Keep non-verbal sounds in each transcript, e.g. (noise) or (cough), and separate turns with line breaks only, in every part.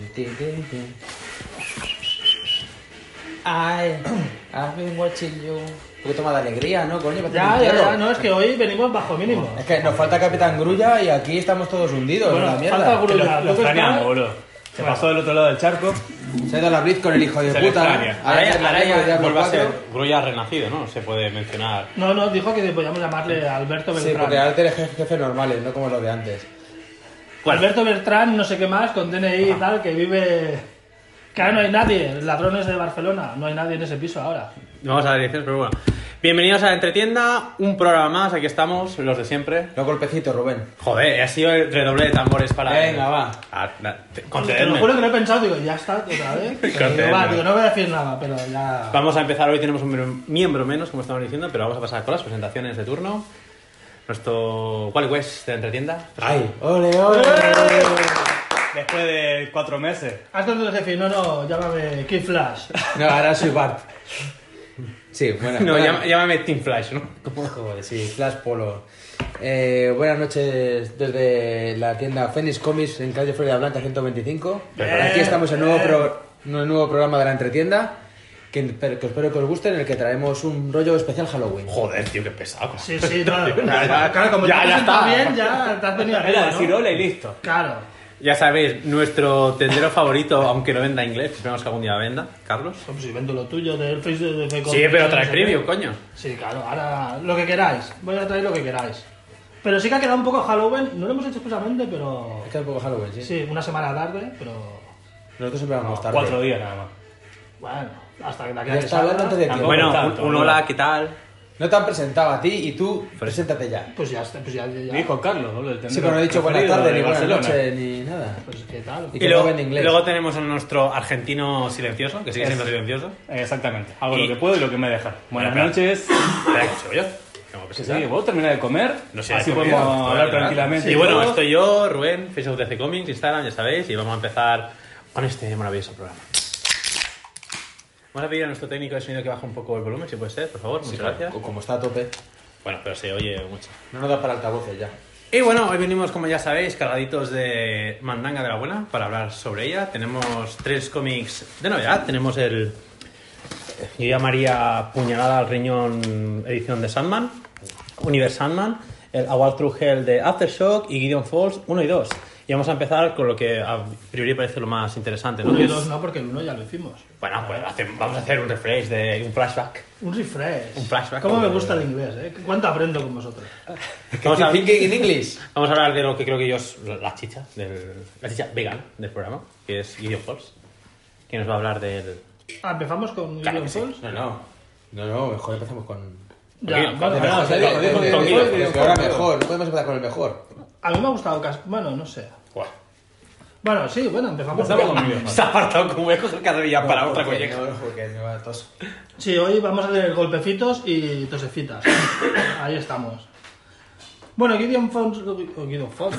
dun, dun, dun. Ay, I've been watching you. Un poquito más de alegría, ¿no, coño? Que
Ya,
te
ya, ya,
entierro.
no, es que hoy venimos bajo mínimo.
Es que nos falta Capitán Grulla y aquí estamos todos hundidos
Bueno,
en la mierda.
falta
Que
Grulla.
Lo, lo
¿Tú crees
extrañamos,
que-
boludo. Se
Bueno.
pasó del otro lado del charco.
Se ha ido a la Blitz con el hijo de
Se le
puta. ¿eh? ¿no?
extraña.
Ahora, ya-
es la
ahora
misma
ya
idea por
vuelve a
cuatro.
ser Grulla renacido, ¿no? Se puede mencionar.
No, no, dijo que podíamos llamarle Alberto
Sí, porque
Beltrán.
ahora eres jefe, jefe normales, no como los de antes.
Alberto Beltrán, no sé qué más, con DNI y tal, que vive... Que ahora no hay nadie, ladrones de Barcelona, no hay nadie en ese piso ahora.
No vamos a dar direcciones, pero bueno. Bienvenidos a Entretienda, un programa más. Aquí estamos, los de siempre.
Los golpecitos, Rubén.
Joder, ha sido el redoble de tambores para.
Venga, va.
Ah, na- te-
Te lo
concededme.
juro que lo he pensado, digo, ya está, otra vez. Pero digo, va,
Concededme.
digo, no voy a decir nada, pero ya...
Vamos a empezar hoy, tenemos un miembro- miembro menos, como estamos diciendo, pero vamos a pasar con las presentaciones de turno. Nuestro Wally West de Entretienda.
¡Ay! ¡Ole, ole!
Después de cuatro meses.
Haz tanto el jefe, no, no, llámame Kid Flash.
No, ahora soy Bart. Sí, buenas
No,
buenas-
llama- llámame Team Flash, ¿no?
Joder, Pues sí, Flash Polo. Eh, buenas noches desde la tienda Phoenix Comics en calle Florida Blanca 125. Aquí estamos en nuevo pro- en un nuevo programa de la entretienda que, que espero que os guste, en el que traemos un rollo especial Halloween.
Joder, tío, qué pesado.
Sí,
(laughs)
sí, no, claro, como
Ya,
te
ya
has sentado
está.
bien, ya te has venido arriba,
Era
¿no?
decir hola y listo.
Claro.
Ya sabéis, nuestro tendero favorito, aunque no venda inglés, esperemos que algún día venda, Carlos.
Pues si vendo lo tuyo del Face de, de
Sí, pero trae preview, coño.
Sí, claro, ahora lo que queráis. Voy a traer lo que queráis. Pero sí que ha quedado un poco Halloween, no lo hemos hecho expresamente, pero.
Es que es un poco Halloween, sí.
Sí, una semana tarde, pero.
Nosotros siempre vamos tarde.
Cuatro días nada más.
Bueno, hasta que la
Ya
que
está hablando antes de tiempo.
Tampoco
Bueno,
tanto,
un, un
¿no?
hola, ¿qué tal?
No te han presentado a ti y tú, preséntate ya.
Pues ya está, pues ya. ya-
Dijo Carlos, boludo. el
Sí, pero no he dicho buenas
preferido
tardes,
de
ni buenas
Barcelona.
noches, ni nada.
Pues qué tal.
Y
Y,
que no
luego,
vende inglés.
luego tenemos a nuestro argentino silencioso, que sigue siendo
Es.
silencioso.
Eh, Exactamente. Hago
Y-
lo que puedo y lo que me deja. Buenas
Bueno,
noches.
Espera, que soy yo. Que me voy a
Sí,
presentar.
sí, ¿Vos terminás de comer?
No sé,
Así
he
podemos
comido, estoy
hablar
hablando.
tranquilamente.
Y bueno,
todo.
estoy yo, Rubén, Facebook DC Comics, Instagram, ya sabéis, y vamos a empezar con este maravilloso programa. Vamos a pedir a nuestro técnico de sonido que baje un poco el volumen, si puede ser, por favor, muchas gracias.
O Como está a tope,
Bueno, pero se oye mucho.
no nos da para altavoces ya.
Y bueno, hoy venimos, como ya sabéis, cargaditos de Mandanga de la Buena para hablar sobre ella. Tenemos tres cómics de novedad. Tenemos el. Yo llamaría Puñalada al Riñón, edición de Sandman, Universe Sandman, el Award Through Hell de Aftershock y Gideon Falls 1 y 2. Y vamos a empezar con lo que a priori parece lo más interesante, ¿no?
Uno
Que
y
es-
dos no, porque el uno ya lo hicimos.
Bueno, pues hace- vamos a hacer un refresh de un flashback.
Un refresh.
Un flashback.
¿Cómo me gusta el inglés, eh? ¿Cuánto aprendo con vosotros?
Vamos a-
Thinking in English.
Vamos a hablar de lo que creo que yo es la chicha, del, la chicha vegana del programa, que es Gideon Falls, que nos va a hablar del...
Ah, empezamos con
Claro
Gideon
que sí.
Falls.
No, no. No, no, mejor empezamos con.
Ya,
Tranquilo,
vale,
tranquilo.
vale.
O sea, de- de- de-
con-
de-
con
de-
Guido,
de-
con
que ahora mejor, no podemos empezar con el mejor.
A mí me ha gustado casi. Bueno, no sé.
Buah,
Bueno, sí, bueno, empezamos.
Empezamos
bien.
con Gideon Falls.
Se ha apartado como voy a coger cada día para
No,
otra
porque-
colleja.
no, porque me va a tos.
Sí, hoy vamos a tener golpecitos y tosecitas. (coughs) Ahí estamos. Bueno, Gideon Fons. o
(laughs)
Gideon Fons.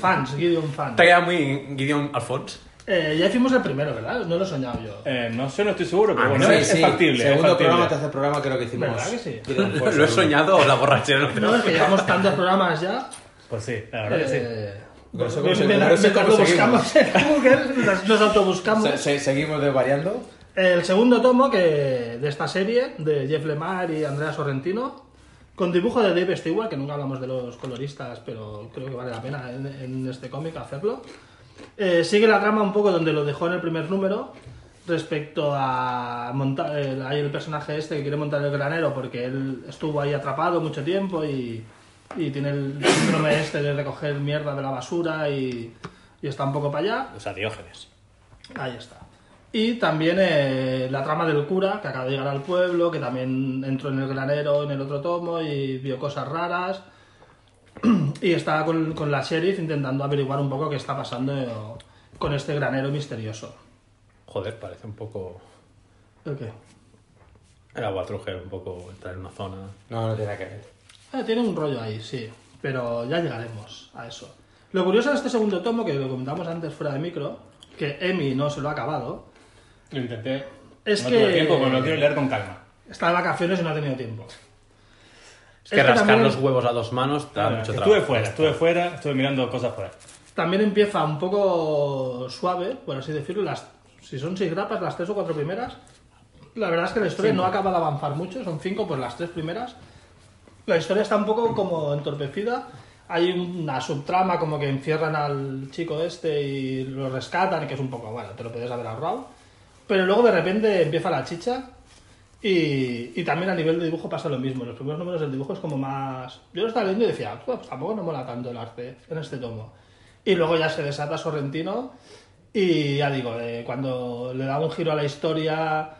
Fans, Gideon Fans.
Te ha quedado muy Gideon Alphonse.
Eh, ya hicimos el primero, ¿verdad? No lo he soñado yo.
Eh, no sé, no estoy seguro, pero
Ah,
bueno,
Sí,
es, es
sí,
factible. es
Segundo
factible.
programa, tercer programa, creo que hicimos.
¿Verdad que sí?
Gideon (laughs) Falls,
¿Lo he
seguro.
soñado o la borrachera? no te lo-
No, es que llevamos tantos programas ya.
Pues sí, la verdad que sí.
eh,
No sé cómo
me-
se-
me-
no
me-
sé
me-
cómo
lo
seguimos.
buscamos en Google,
(laughs)
nos- nos autobuscamos.
Se- se- seguimos desvariando.
El segundo tomo que, de esta serie, de Jeff Lemire y Andrea Sorrentino, con dibujo de Dave Stewart, que nunca hablamos de los coloristas, pero creo que vale la pena en, en este cómic hacerlo. Eh, sigue la trama un poco donde lo dejó en el primer número, respecto a montar. El, hay el personaje este que quiere montar el granero porque él estuvo ahí atrapado mucho tiempo y, y tiene el síndrome este de recoger mierda de la basura y, y está un poco para allá.
O sea, Diógenes.
Ahí está. Y también eh, la trama del cura, que acaba de llegar al pueblo, que también entró en el granero en el otro tomo y vio cosas raras. (clears throat) y está con, con la sheriff intentando averiguar un poco qué está pasando con este granero misterioso.
Joder, parece un poco...
¿El qué?
El agua truje, un poco entrar en una zona...
No, no tiene nada que ver.
Ah, tiene un rollo ahí, sí. Pero ya llegaremos a eso. Lo curioso de este segundo tomo, que lo comentamos antes fuera de micro, que Emi no se lo ha acabado,
Lo intenté.
Es
no
que-
tuve tiempo, pero lo quiero leer con calma.
está de vacaciones y no ha tenido tiempo.
Es que rascar
también-
los huevos a dos manos da mucho
estuve
trabajo.
fuera, estuve fuera, estuve mirando cosas fuera.
También empieza un poco suave, por así decirlo. Las, si son seis grapas, las tres o cuatro primeras, la verdad es que la historia no acaba de avanzar mucho. Son cinco, pues las tres primeras. La historia está un poco como entorpecida. Hay una subtrama como que encierran al chico este y lo rescatan, que es un poco, bueno, te lo podías haber ahorrado. Pero luego de repente empieza la chicha y, y también a nivel de dibujo pasa lo mismo. Los primeros números del dibujo es como más... Yo lo estaba leyendo y decía, "Joder, pues tampoco no mola tanto el arte en este tomo. Y luego ya se desata Sorrentino y ya digo, eh, cuando le da un giro a la historia,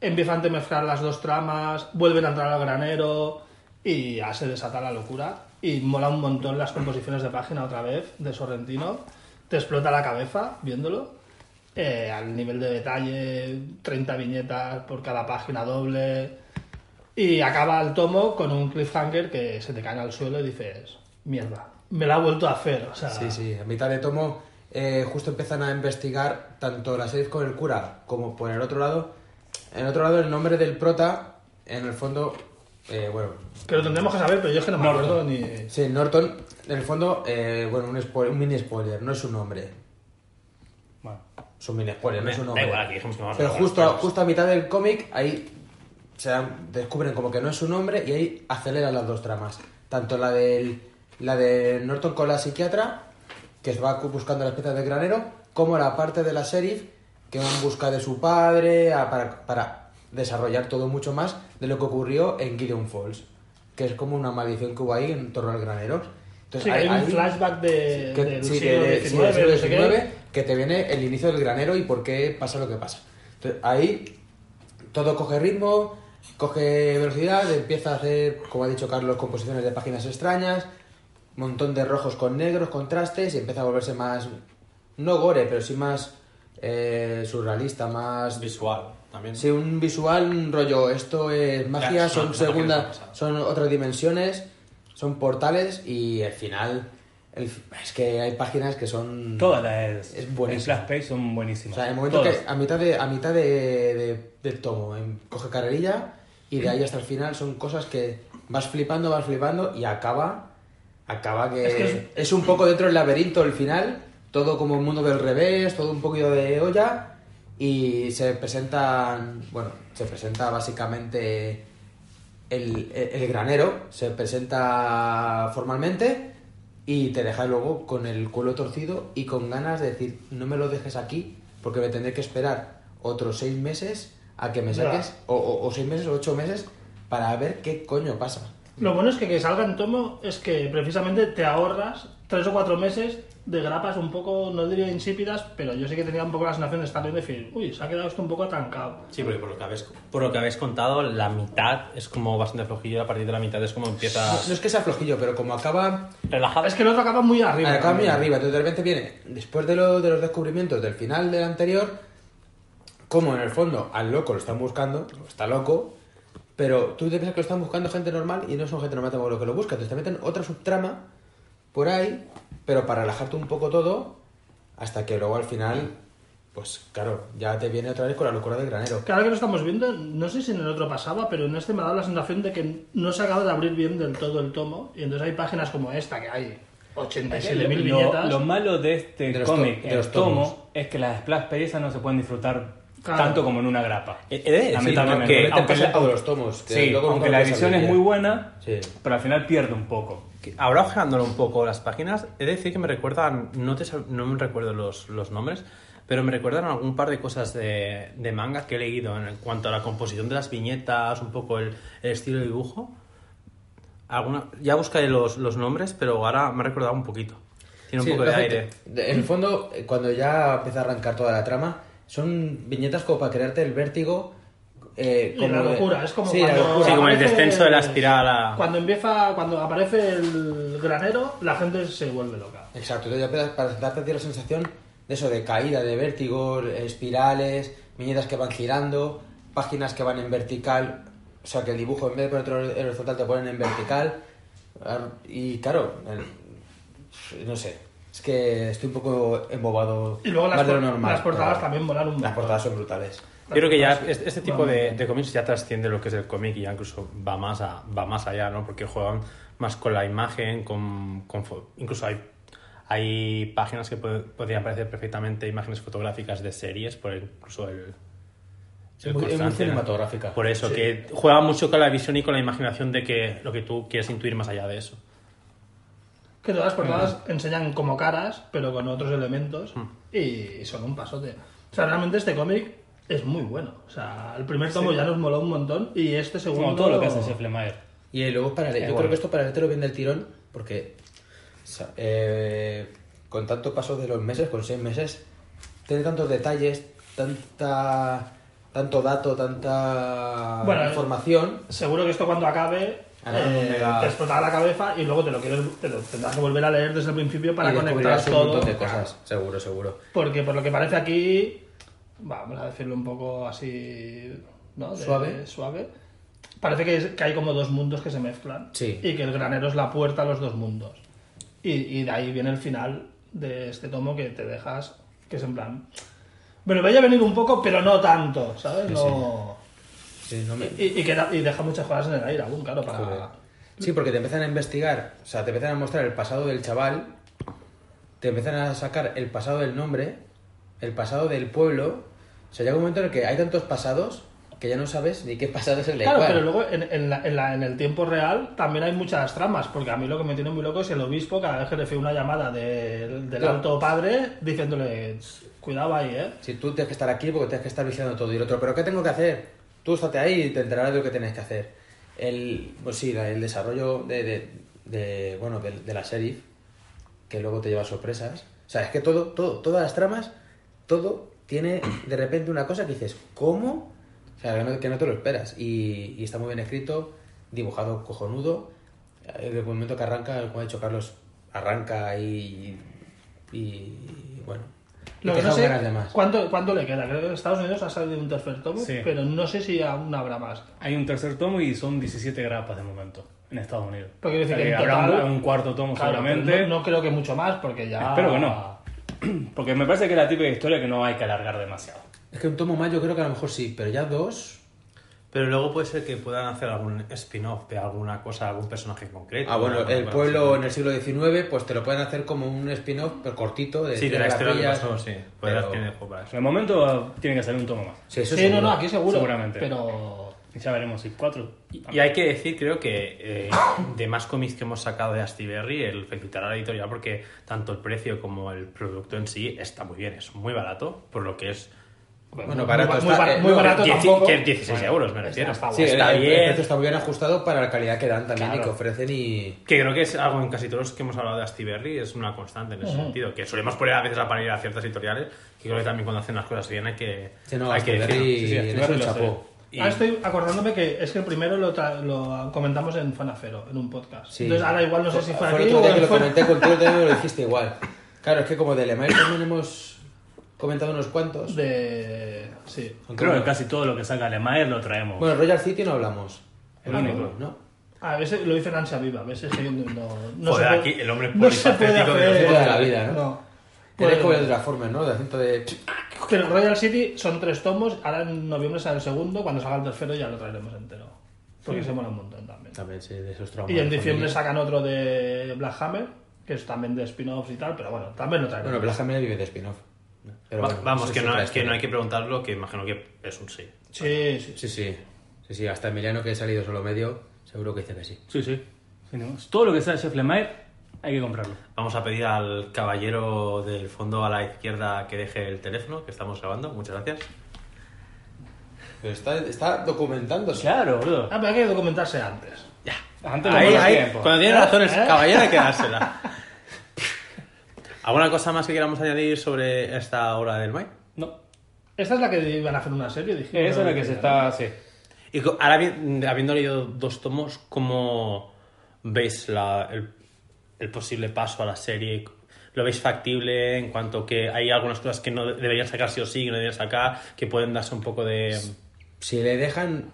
empiezan a mezclar las dos tramas, vuelven a entrar al granero y ya se desata la locura. Y mola un montón las composiciones de página otra vez de Sorrentino. Te explota la cabeza viéndolo. Eh, al nivel de detalle, 30 viñetas por cada página doble. Y acaba el tomo con un cliffhanger que se te cae al suelo y dices, mierda, me la ha vuelto a hacer. O sea,
Sí, sí, a mitad de tomo eh, justo empiezan a investigar tanto la serie con el cura como por el otro lado. En el otro lado el nombre del prota, en el fondo, eh, bueno,
Que lo tendremos que saber, pero yo es que no me acuerdo ni...
sí, Norton, en el fondo, eh, bueno, un, spo- un mini spoiler, no es su nombre.
Bueno,
Es un mini spoiler, no es su
Da
nombre.
igual, aquí dijimos que vamos a
Pero
jugar
justo,
los
justo a mitad del cómic, ahí se dan- descubren como que no es su nombre y ahí aceleran las dos tramas. Tanto la del la de Norton con la psiquiatra, que se va cu- buscando las piezas del granero, como la parte de la sheriff, que va en busca de su padre, a- para, para desarrollar todo mucho más de lo que ocurrió en Gideon Falls, que es como una maldición que hubo ahí en torno al granero. Entonces,
Sí, que hay,
ahí-
un flashback de,
que-
del
sí,
siglo
de- de-
XIX,
sí, del siglo
no sé qué.
XIX, que te viene el inicio del granero y por qué pasa lo que pasa. Entonces, ahí todo coge ritmo, coge velocidad, empieza a hacer, como ha dicho Carlos, composiciones de páginas extrañas, montón de rojos con negros, contrastes, y empieza a volverse más, no gore, pero sí más eh, surrealista, más...
Visual también.
Sí, un visual, un rollo, esto es magia,
Ya,
son
no, no, no, no,
segunda,
no, no, no.
son otras dimensiones, son portales y al final el- es que hay páginas que
Mm.
son
todas las
Es buenísimo.
en Flash Page son
O
buenísimas.
sea, en el momento
Todas.
que a mitad de a mitad de, de- del tomo em, coge carrerilla y de ahí hasta el final son cosas que vas flipando, vas flipando y acaba acaba que es,
que es-
un poco dentro del laberinto el final, todo como el mundo del revés, todo un poquito de olla y se presentan, bueno, se presenta básicamente el, el- el granero se presenta formalmente y te deja luego con el culo torcido y con ganas de decir, no me lo dejes aquí porque me tendré que esperar otros seis meses a que me
Ya.
saques, o, o- o seis meses o ocho meses, para ver qué coño pasa.
Lo bueno es que que salga en tomo es que precisamente te ahorras tres o cuatro meses de grapas un poco, no diría insípidas, pero yo sí que tenía un poco la sensación de estar viendo y decir, uy, se ha quedado esto un poco atancado.
Sí, porque por lo, que habéis, por lo que habéis contado, la mitad es como bastante flojillo. A partir de la mitad es como empieza
No, no es que sea flojillo, pero como acaba
relajado.
Es que el otro acaba muy arriba.
Acá muy
también.
arriba, entonces de repente viene, después de, lo- de los descubrimientos del final del anterior, como en el fondo al loco lo están buscando, está loco, pero tú te piensas que lo están buscando gente normal y no son gente normal tampoco lo que lo busca, entonces te meten otra subtrama por ahí, pero para relajarte un poco todo, hasta que luego al final, pues claro, ya te viene otra vez con la locura del granero.
Que ahora que lo estamos viendo, no sé si en el otro pasaba, pero en este me ha dado la sensación de que no se acaba de abrir bien del todo el tomo. Y entonces hay páginas como esta, que hay
Es que lo-
87.000
lo-
viñetas.
Lo, malo de este
De los
cómic,
to- de
el
los tomos.
tomo, es que las splash pages no se pueden disfrutar
Claro.
tanto como en una grapa.
Eh,
He- he de decir
Lamentablemente.
que-
Te
aunque
pasa
la-
todo los tomos, que
sí,
luego
aunque
nunca
la
lo
edición es
sabría.
muy buena,
Sí.
pero al final pierde un poco.
Que Ahora ojeándolo un poco las páginas, he de decir que me recuerdan, no, te sab- no me recuerdo los, los nombres, pero me recuerdan algún par de cosas de, de manga que he leído en cuanto a la composición de las viñetas, un poco el, el estilo de dibujo. Alguna, ya buscaré los, los nombres, pero ahora me ha recordado un poquito. Tiene un
Sí,
poco de
lo hace-
aire.
de- En el fondo, eh, cuando ya empieza a arrancar toda la trama, son viñetas como para crearte el vértigo. eh,
Y
como
la
de-
locura, es como
Sí, la
cuando
locura.
Sí, como el
aparece-
descenso de la espiral a-
Cuando empieza, cuando aparece el granero, la gente se vuelve loca.
Exacto, entonces ya empiezas para darte a ti la sensación de eso, de caída, de vértigo, espirales, viñetas que van girando, páginas que van en vertical, o sea que el dibujo en vez de ponerlo en horizontal te ponen en vertical. ar- Y claro, el- no sé, es que estoy un poco embobado.
Y luego
más
las,
de lo
por-
normal,
las portadas
pero
también volaron un
Las
montón.
portadas son brutales.
Yo creo que ya es- este tipo de, de cómics ya trasciende lo que es el cómic y ya incluso va más, a, va más allá, ¿no? Porque juegan más con la imagen, con, con fo- incluso hay, hay Hay páginas que pod- podrían aparecer perfectamente imágenes fotográficas de series, por incluso el.
Es muy- es muy
constante, ¿no?
cinematográfica.
Por eso, que juega mucho con la visión y con la imaginación de que lo que tú quieres intuir más allá de eso.
Que todas las portadas enseñan como caras, pero con otros elementos,
Hmm.
y son un pasote. O sea, realmente este cómic es muy bueno. O sea, el primer tomo ya nos moló un montón, y este segundo...
Como todo lo que hace Jeff Lemire.
Y eh, luego para yo
bueno.
creo que esto para lo bien del tirón, porque o sea, eh, con tanto paso de los meses, con seis meses, tiene tantos detalles, tanta tanto dato, tanta
Bueno,
información.
Seguro que esto cuando acabe
Hará
eh,
un mega-
te explotará la cabeza y luego te lo, quieres- te lo tendrás que volver a leer desde el principio para
y
conectar
descubrirás un
todo.
montón de
Claro.
cosas, seguro, seguro.
Porque por lo que parece aquí, vamos a decirlo un poco así, ¿no? De-
Suave.
Suave. Parece que, es- que hay como dos mundos que se mezclan.
Sí.
Y que el granero es la puerta a los dos mundos. Y, y de ahí viene el final de este tomo que te dejas, que es en plan... Bueno, vaya a venir un poco, pero no tanto, ¿sabes? No...
Sí, no me-
Y, y queda- y deja muchas cosas en el aire aún, claro, para...
Joder. Sí, porque te empiezan a investigar, o sea, te empiezan a mostrar el pasado del chaval, te empiezan a sacar el pasado del nombre, el pasado del pueblo. O sea, llega un momento en el que hay tantos pasados que ya no sabes ni qué pasado es el de
Claro,
cuál.
pero luego en, en la- en la- en el tiempo real también hay muchas tramas, porque a mí lo que me tiene muy loco es el obispo cada vez que recibe una llamada de- del
Claro.
alto padre diciéndole, cuidado ahí, ¿eh?
Si tú tienes que estar aquí porque tienes que estar vigilando todo y el otro, ¿pero qué tengo que hacer? Tú estate ahí y te enterarás de lo que tienes que hacer. El, pues sí, la- el desarrollo de, de- de, bueno, de, de la sheriff, que luego te lleva sorpresas. O sea, es que todo, todo, todas las tramas, todo tiene de repente una cosa que dices, ¿cómo? O sea, que no, que no te lo esperas. Y, y está muy bien escrito, dibujado cojonudo. En el momento que arranca, como ha dicho Carlos, arranca y, y, bueno. y
Lo
te
que no
deja
sé,
ganas de más.
¿cuánto, cuánto le queda? Creo que en Estados Unidos ha salido un tercer tomo,
Sí.
pero no sé si aún habrá más.
Hay un tercer tomo y son 17 grapas de momento en Estados Unidos.
Porque quiero decir
O sea,
que en
habrá un-
total-
un, cuarto tomo
Claro,
seguramente.
pero no, Ah. no creo que mucho más, porque ya...
Espero que no. (clears throat) Porque me parece que es la típica historia que no hay que alargar demasiado.
Es que un tomo más yo creo que a lo mejor sí, pero ya dos.
Pero luego puede ser que puedan hacer algún spin-off de alguna cosa, algún personaje en concreto.
Ah, bueno,
Alguna
el
cosa
pueblo
así.
en el siglo XIX, pues te lo pueden hacer como un spin-off, pero cortito, de
Sí, de la
tirar
historia que
pillas,
pasó, sí. Puede
pero-
dar tiempo para eso.
De momento eh, tiene que salir un tomo más.
Sí, eso
Sí, no,
seguro.
no, aquí seguro.
Seguramente.
Pero...
Y Ya veremos si cuatro.
Y hay que decir, creo que eh, de más cómics que hemos sacado de Astiberri, el felicitar a la editorial porque tanto el precio como el producto en sí está muy bien, es muy barato, por lo que es.
Bueno, barato
muy,
está,
bar-
eh,
muy
no,
barato
Dieci-
tampoco.
que es 16 euros, me refiero.
está
Sí,
guay.
el-
está
el, el
bien.
precio está muy bien ajustado para la calidad que dan también y
Claro.
que ofrecen y...
Que creo que es algo en casi todos los que hemos hablado de Astiberri, es una constante en ese sentido. Que solemos poner a veces a parir a ciertas editoriales, que creo que también cuando hacen las cosas bien hay que.
Sí, no,
hay
Astiberri-
que decirlo.
Y en eso
Astiberri lo
chapó.
sé.
Y-
Ahora Ah, estoy acordándome que es que el primero lo, tra- lo comentamos en Fanafero, en un podcast.
Sí.
Entonces ahora igual no sé si fue,
Fue el
aquí
otro
o
día que lo
fue-
comenté contigo, también lo dijiste igual. Claro, es que como de Lemay también hemos comentado unos cuantos.
de... Sí.
Creo que casi todo lo que saca Lemaer lo traemos.
Bueno, Royal City no hablamos.
Ah,
El único.
¿no?
A veces lo hice en ansia viva, a veces que no, no
Joder,
se puede,
aquí el hombre
no se puede
polifacético que
hacer.
nos da la vida, ¿no?
Pues,
Eres como el Transformers, ¿no? De acento de...
que el Royal City son tres tomos, ahora en noviembre sale el segundo, cuando salga el tercero ya lo traeremos entero. Porque se mola un montón también.
También, sí, de esos traumas.
Y en
de
diciembre
familia.
sacan otro de Black Hammer, que es también de spin-offs y tal, pero bueno, también lo traeremos.
Bueno, Black Hammer vive de spin-off. Pero
Va-
bueno,
Vamos,
eso
que
es
no,
otra
que no hay
historia.
que preguntarlo, que imagino que es un sí.
Sí, sí,
Sí, sí. Sí, sí, hasta Emiliano que he salido solo medio, seguro que dice que sí.
Sí, sí. Sí, no. Todo lo que sea Jeff Lemire hay que comprarlo.
Vamos a pedir al caballero del fondo a la izquierda que deje el teléfono, que estamos grabando. Muchas gracias.
Pero está, está documentándose.
Claro, boludo.
Ah, pero hay que documentarse antes.
Ya.
Antes no hubo tiempo.
cuando tiene razón el
¿Eh?
(laughs)
caballero hay que dársela. ¿Alguna cosa más que queramos añadir sobre esta obra del Mai?
No.
Esta es la que iban a hacer una serie, dije.
Esa es la que se está. Sí.
Y co- ahora, habi- habiendo leído dos tomos, ¿cómo veis la- el, el posible paso a la serie? ¿Lo veis factible en cuanto que hay algunas cosas que no de- deberían sacar sí o sí, que no deberían sacar, que pueden darse un poco de...
Si le dejan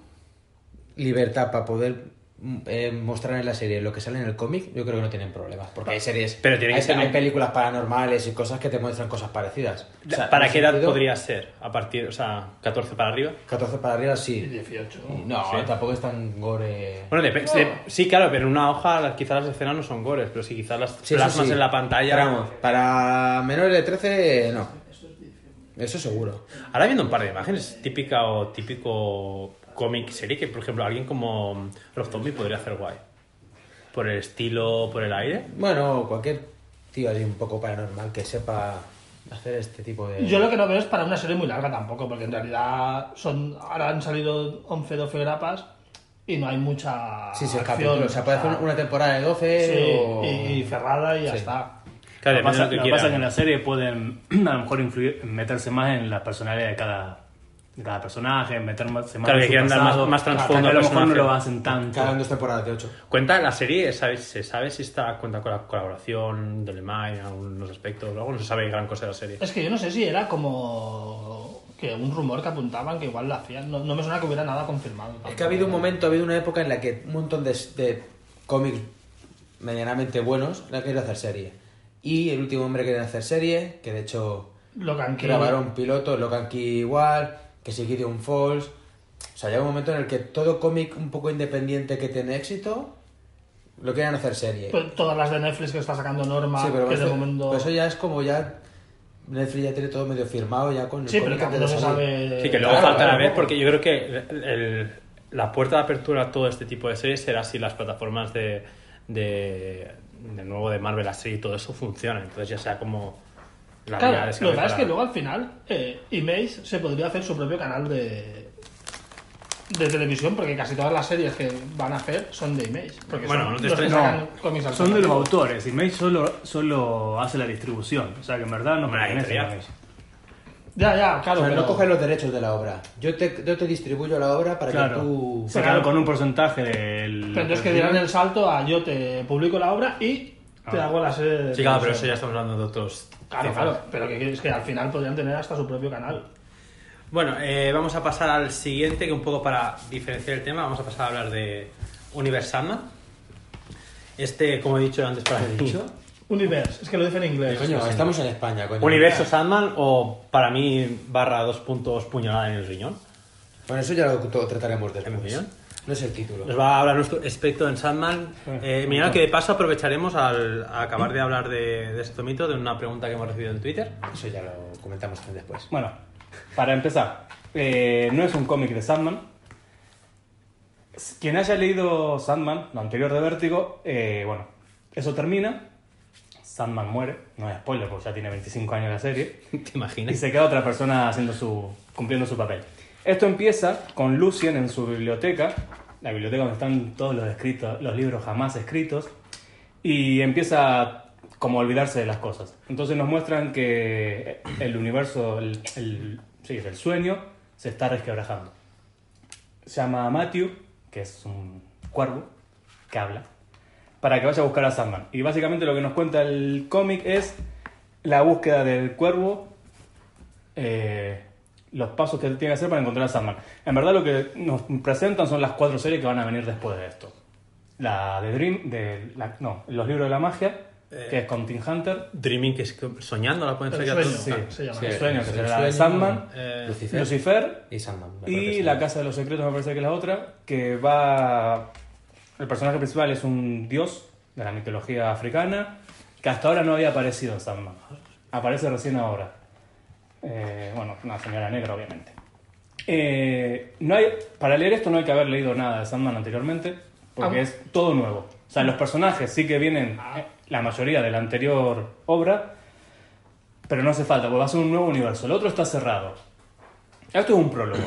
libertad para poder mm, eh, mostrar en la serie lo que sale en el cómic, yo creo que no tienen problemas. Porque hay series.
Pero tiene que
hay,
ser-
hay películas paranormales y cosas que te muestran cosas parecidas. O sea,
¿Para
en
qué
ese
edad
sentido,
podría ser? ¿A partir, o sea, 14 para arriba?
14 para arriba sí.
18.
No, tampoco es tan gore.
Bueno, depende. Sí, claro, pero en una hoja las- quizás las escenas no son gores, pero si quizás las
Sí, eso
plasmas
sí.
en la pantalla.
Pero vamos, para menores de 13, no. Eso seguro.
Ahora viendo un par de imágenes, típica o típico cómic serie que, por ejemplo, alguien como Rob Zombie podría hacer guay. Por el estilo, por el aire.
Bueno, cualquier tío así un poco paranormal que sepa hacer este tipo de.
Yo lo que no veo es para una serie muy larga tampoco, porque en realidad son ahora han salido 11, 12 grapas y no hay mucha
Sí, sí, el
acción,
capítulo. O sea, puede hacer
sea,
una temporada de 12
sí,
o.
y, y cerrada y ya está.
Claro,
Lo que
depende de
pasa,
lo que
lo que
quieran.
pasa es que en la serie pueden (clears throat) a lo mejor influir, meterse más en la personalidad de cada, de cada personaje, meterse más
Claro,
en
que
su
quieran dar más-
pasado,
más trasfondo
hasta que a
al
lo mejor no
personaje.
lo hacen tanto.
Cada dos temporadas de 8.
Cuenta la serie, ¿sabes? se sabe si está cuenta con la colaboración de Lemay en algunos aspectos, luego no se sabe gran cosa de la serie.
Es que yo no sé si era como que un rumor que apuntaban que igual la hacían. No, no me suena que hubiera nada confirmado.
Es que ha habido un momento, ha habido una época en la que un montón de, de cómics medianamente buenos la querían hacer serie. Y el último hombre que quería hacer serie, que de hecho
Lo que han que-
grabaron piloto, Locan Key igual, que si Gideon Falls. O sea, llega un momento en el que todo cómic un poco independiente que tiene éxito lo querían hacer serie.
Pues todas las de Netflix que está sacando Norma,
sí, pero
que
esto-
de momento.
pero eso ya es como ya. Netflix ya tiene todo medio firmado ya con el
Sí, pero
cómic
que
antes
no
de
se
salir.
sabe.
Sí, que luego
Claro,
falta
claro,
la vez,
claro.
porque yo creo que el- el- la puerta de apertura a todo este tipo de series será si las plataformas de, de, de nuevo de Marvel, la serie y todo eso funcionan. Entonces ya sea como la
Claro,
vía de
lo
escape
que pasa es que
para-
luego al final eh, Image se podría hacer su propio canal de de televisión porque casi todas las series que van a hacer son de Image. Porque
Bueno,
son
no te
los que
estres-
sacan
no.
cómics al
Son de los
final.
autores y Mace solo, solo hace la distribución. O sea que en verdad no
Hombre,
pertenece a
editorial.
Mace.
Ya, ya, claro.
O sea,
pero-
no coges los derechos de la obra. Yo te, yo te distribuyo la obra para que
Claro.
tú...
Se
Claro.
quedan con un porcentaje del.
Pero entonces que dieran el salto a yo te publico la obra y te
Ah.
hago la serie de
Sí, claro, pero eso
televisión.
ya estamos hablando de otros.
Claro,
cifras.
claro, pero que, es que al final podrían tener hasta su propio canal.
Bueno, eh, vamos a pasar al siguiente, que un poco para diferenciar el tema, vamos a pasar a hablar de Universe Sandman. Este, como he dicho antes, para mí.
Universe, es que lo dice en inglés.
Coño, estamos en España, coño.
Universo Sandman o para mí barra dos puntos puñalada en el riñón.
Bueno, eso ya lo to- trataremos
¿En
después.
opinión?
No es el título.
Nos va a hablar nuestro experto en Sandman. Eh, mira, que de paso aprovecharemos al a acabar de hablar de, de este mito, de una pregunta que hemos recibido en Twitter. (laughs)
Eso ya lo comentamos después.
Bueno, para empezar, eh, no es un cómic de Sandman. S- Quien haya leído Sandman, lo anterior de Vértigo, eh, bueno, eso termina. Sandman muere, no es spoiler porque ya tiene 25 años la serie.
¿Te
Y
imaginas?
se queda otra persona haciendo su, cumpliendo su papel. Esto empieza con Lucien en su biblioteca, la biblioteca donde están todos los, escritos, los libros jamás escritos, y empieza como a olvidarse de las cosas. Entonces nos muestran que el universo, el, el- sí, el sueño, se está resquebrajando. Llama a Matthew, que es un cuervo, que habla, para que vaya a buscar a Sandman. Y básicamente lo que nos cuenta el cómic es la búsqueda del cuervo eh, los pasos que tiene que hacer para encontrar a Sandman. En verdad lo que nos presentan son las cuatro series que van a venir después de esto. La de Dream, de la- no, los libros de la magia,
Eh.
que es con Tim Hunter,
Dreaming, que es que- soñando, la pueden
El
sacar
sueño,
todos.
ah, se llama.
el sueño, que
el
será la
sueño,
de Sandman,
eh,
Lucifer,
Lucifer
y Sandman. me parece
y
que
La
sí.
Casa de los Secretos me parece que es la otra, que va... El personaje principal es un dios de la mitología africana, que hasta ahora no había aparecido en Sandman. Aparece recién ahora. Eh, bueno, una señora negra, obviamente. Eh, no hay, para leer esto no hay que haber leído nada de Sandman anteriormente, porque
Ah.
es todo nuevo. O sea, los personajes sí que vienen, eh, la mayoría de la anterior obra, pero no hace falta, porque va a ser un nuevo universo. El otro está cerrado. Esto es un prólogo.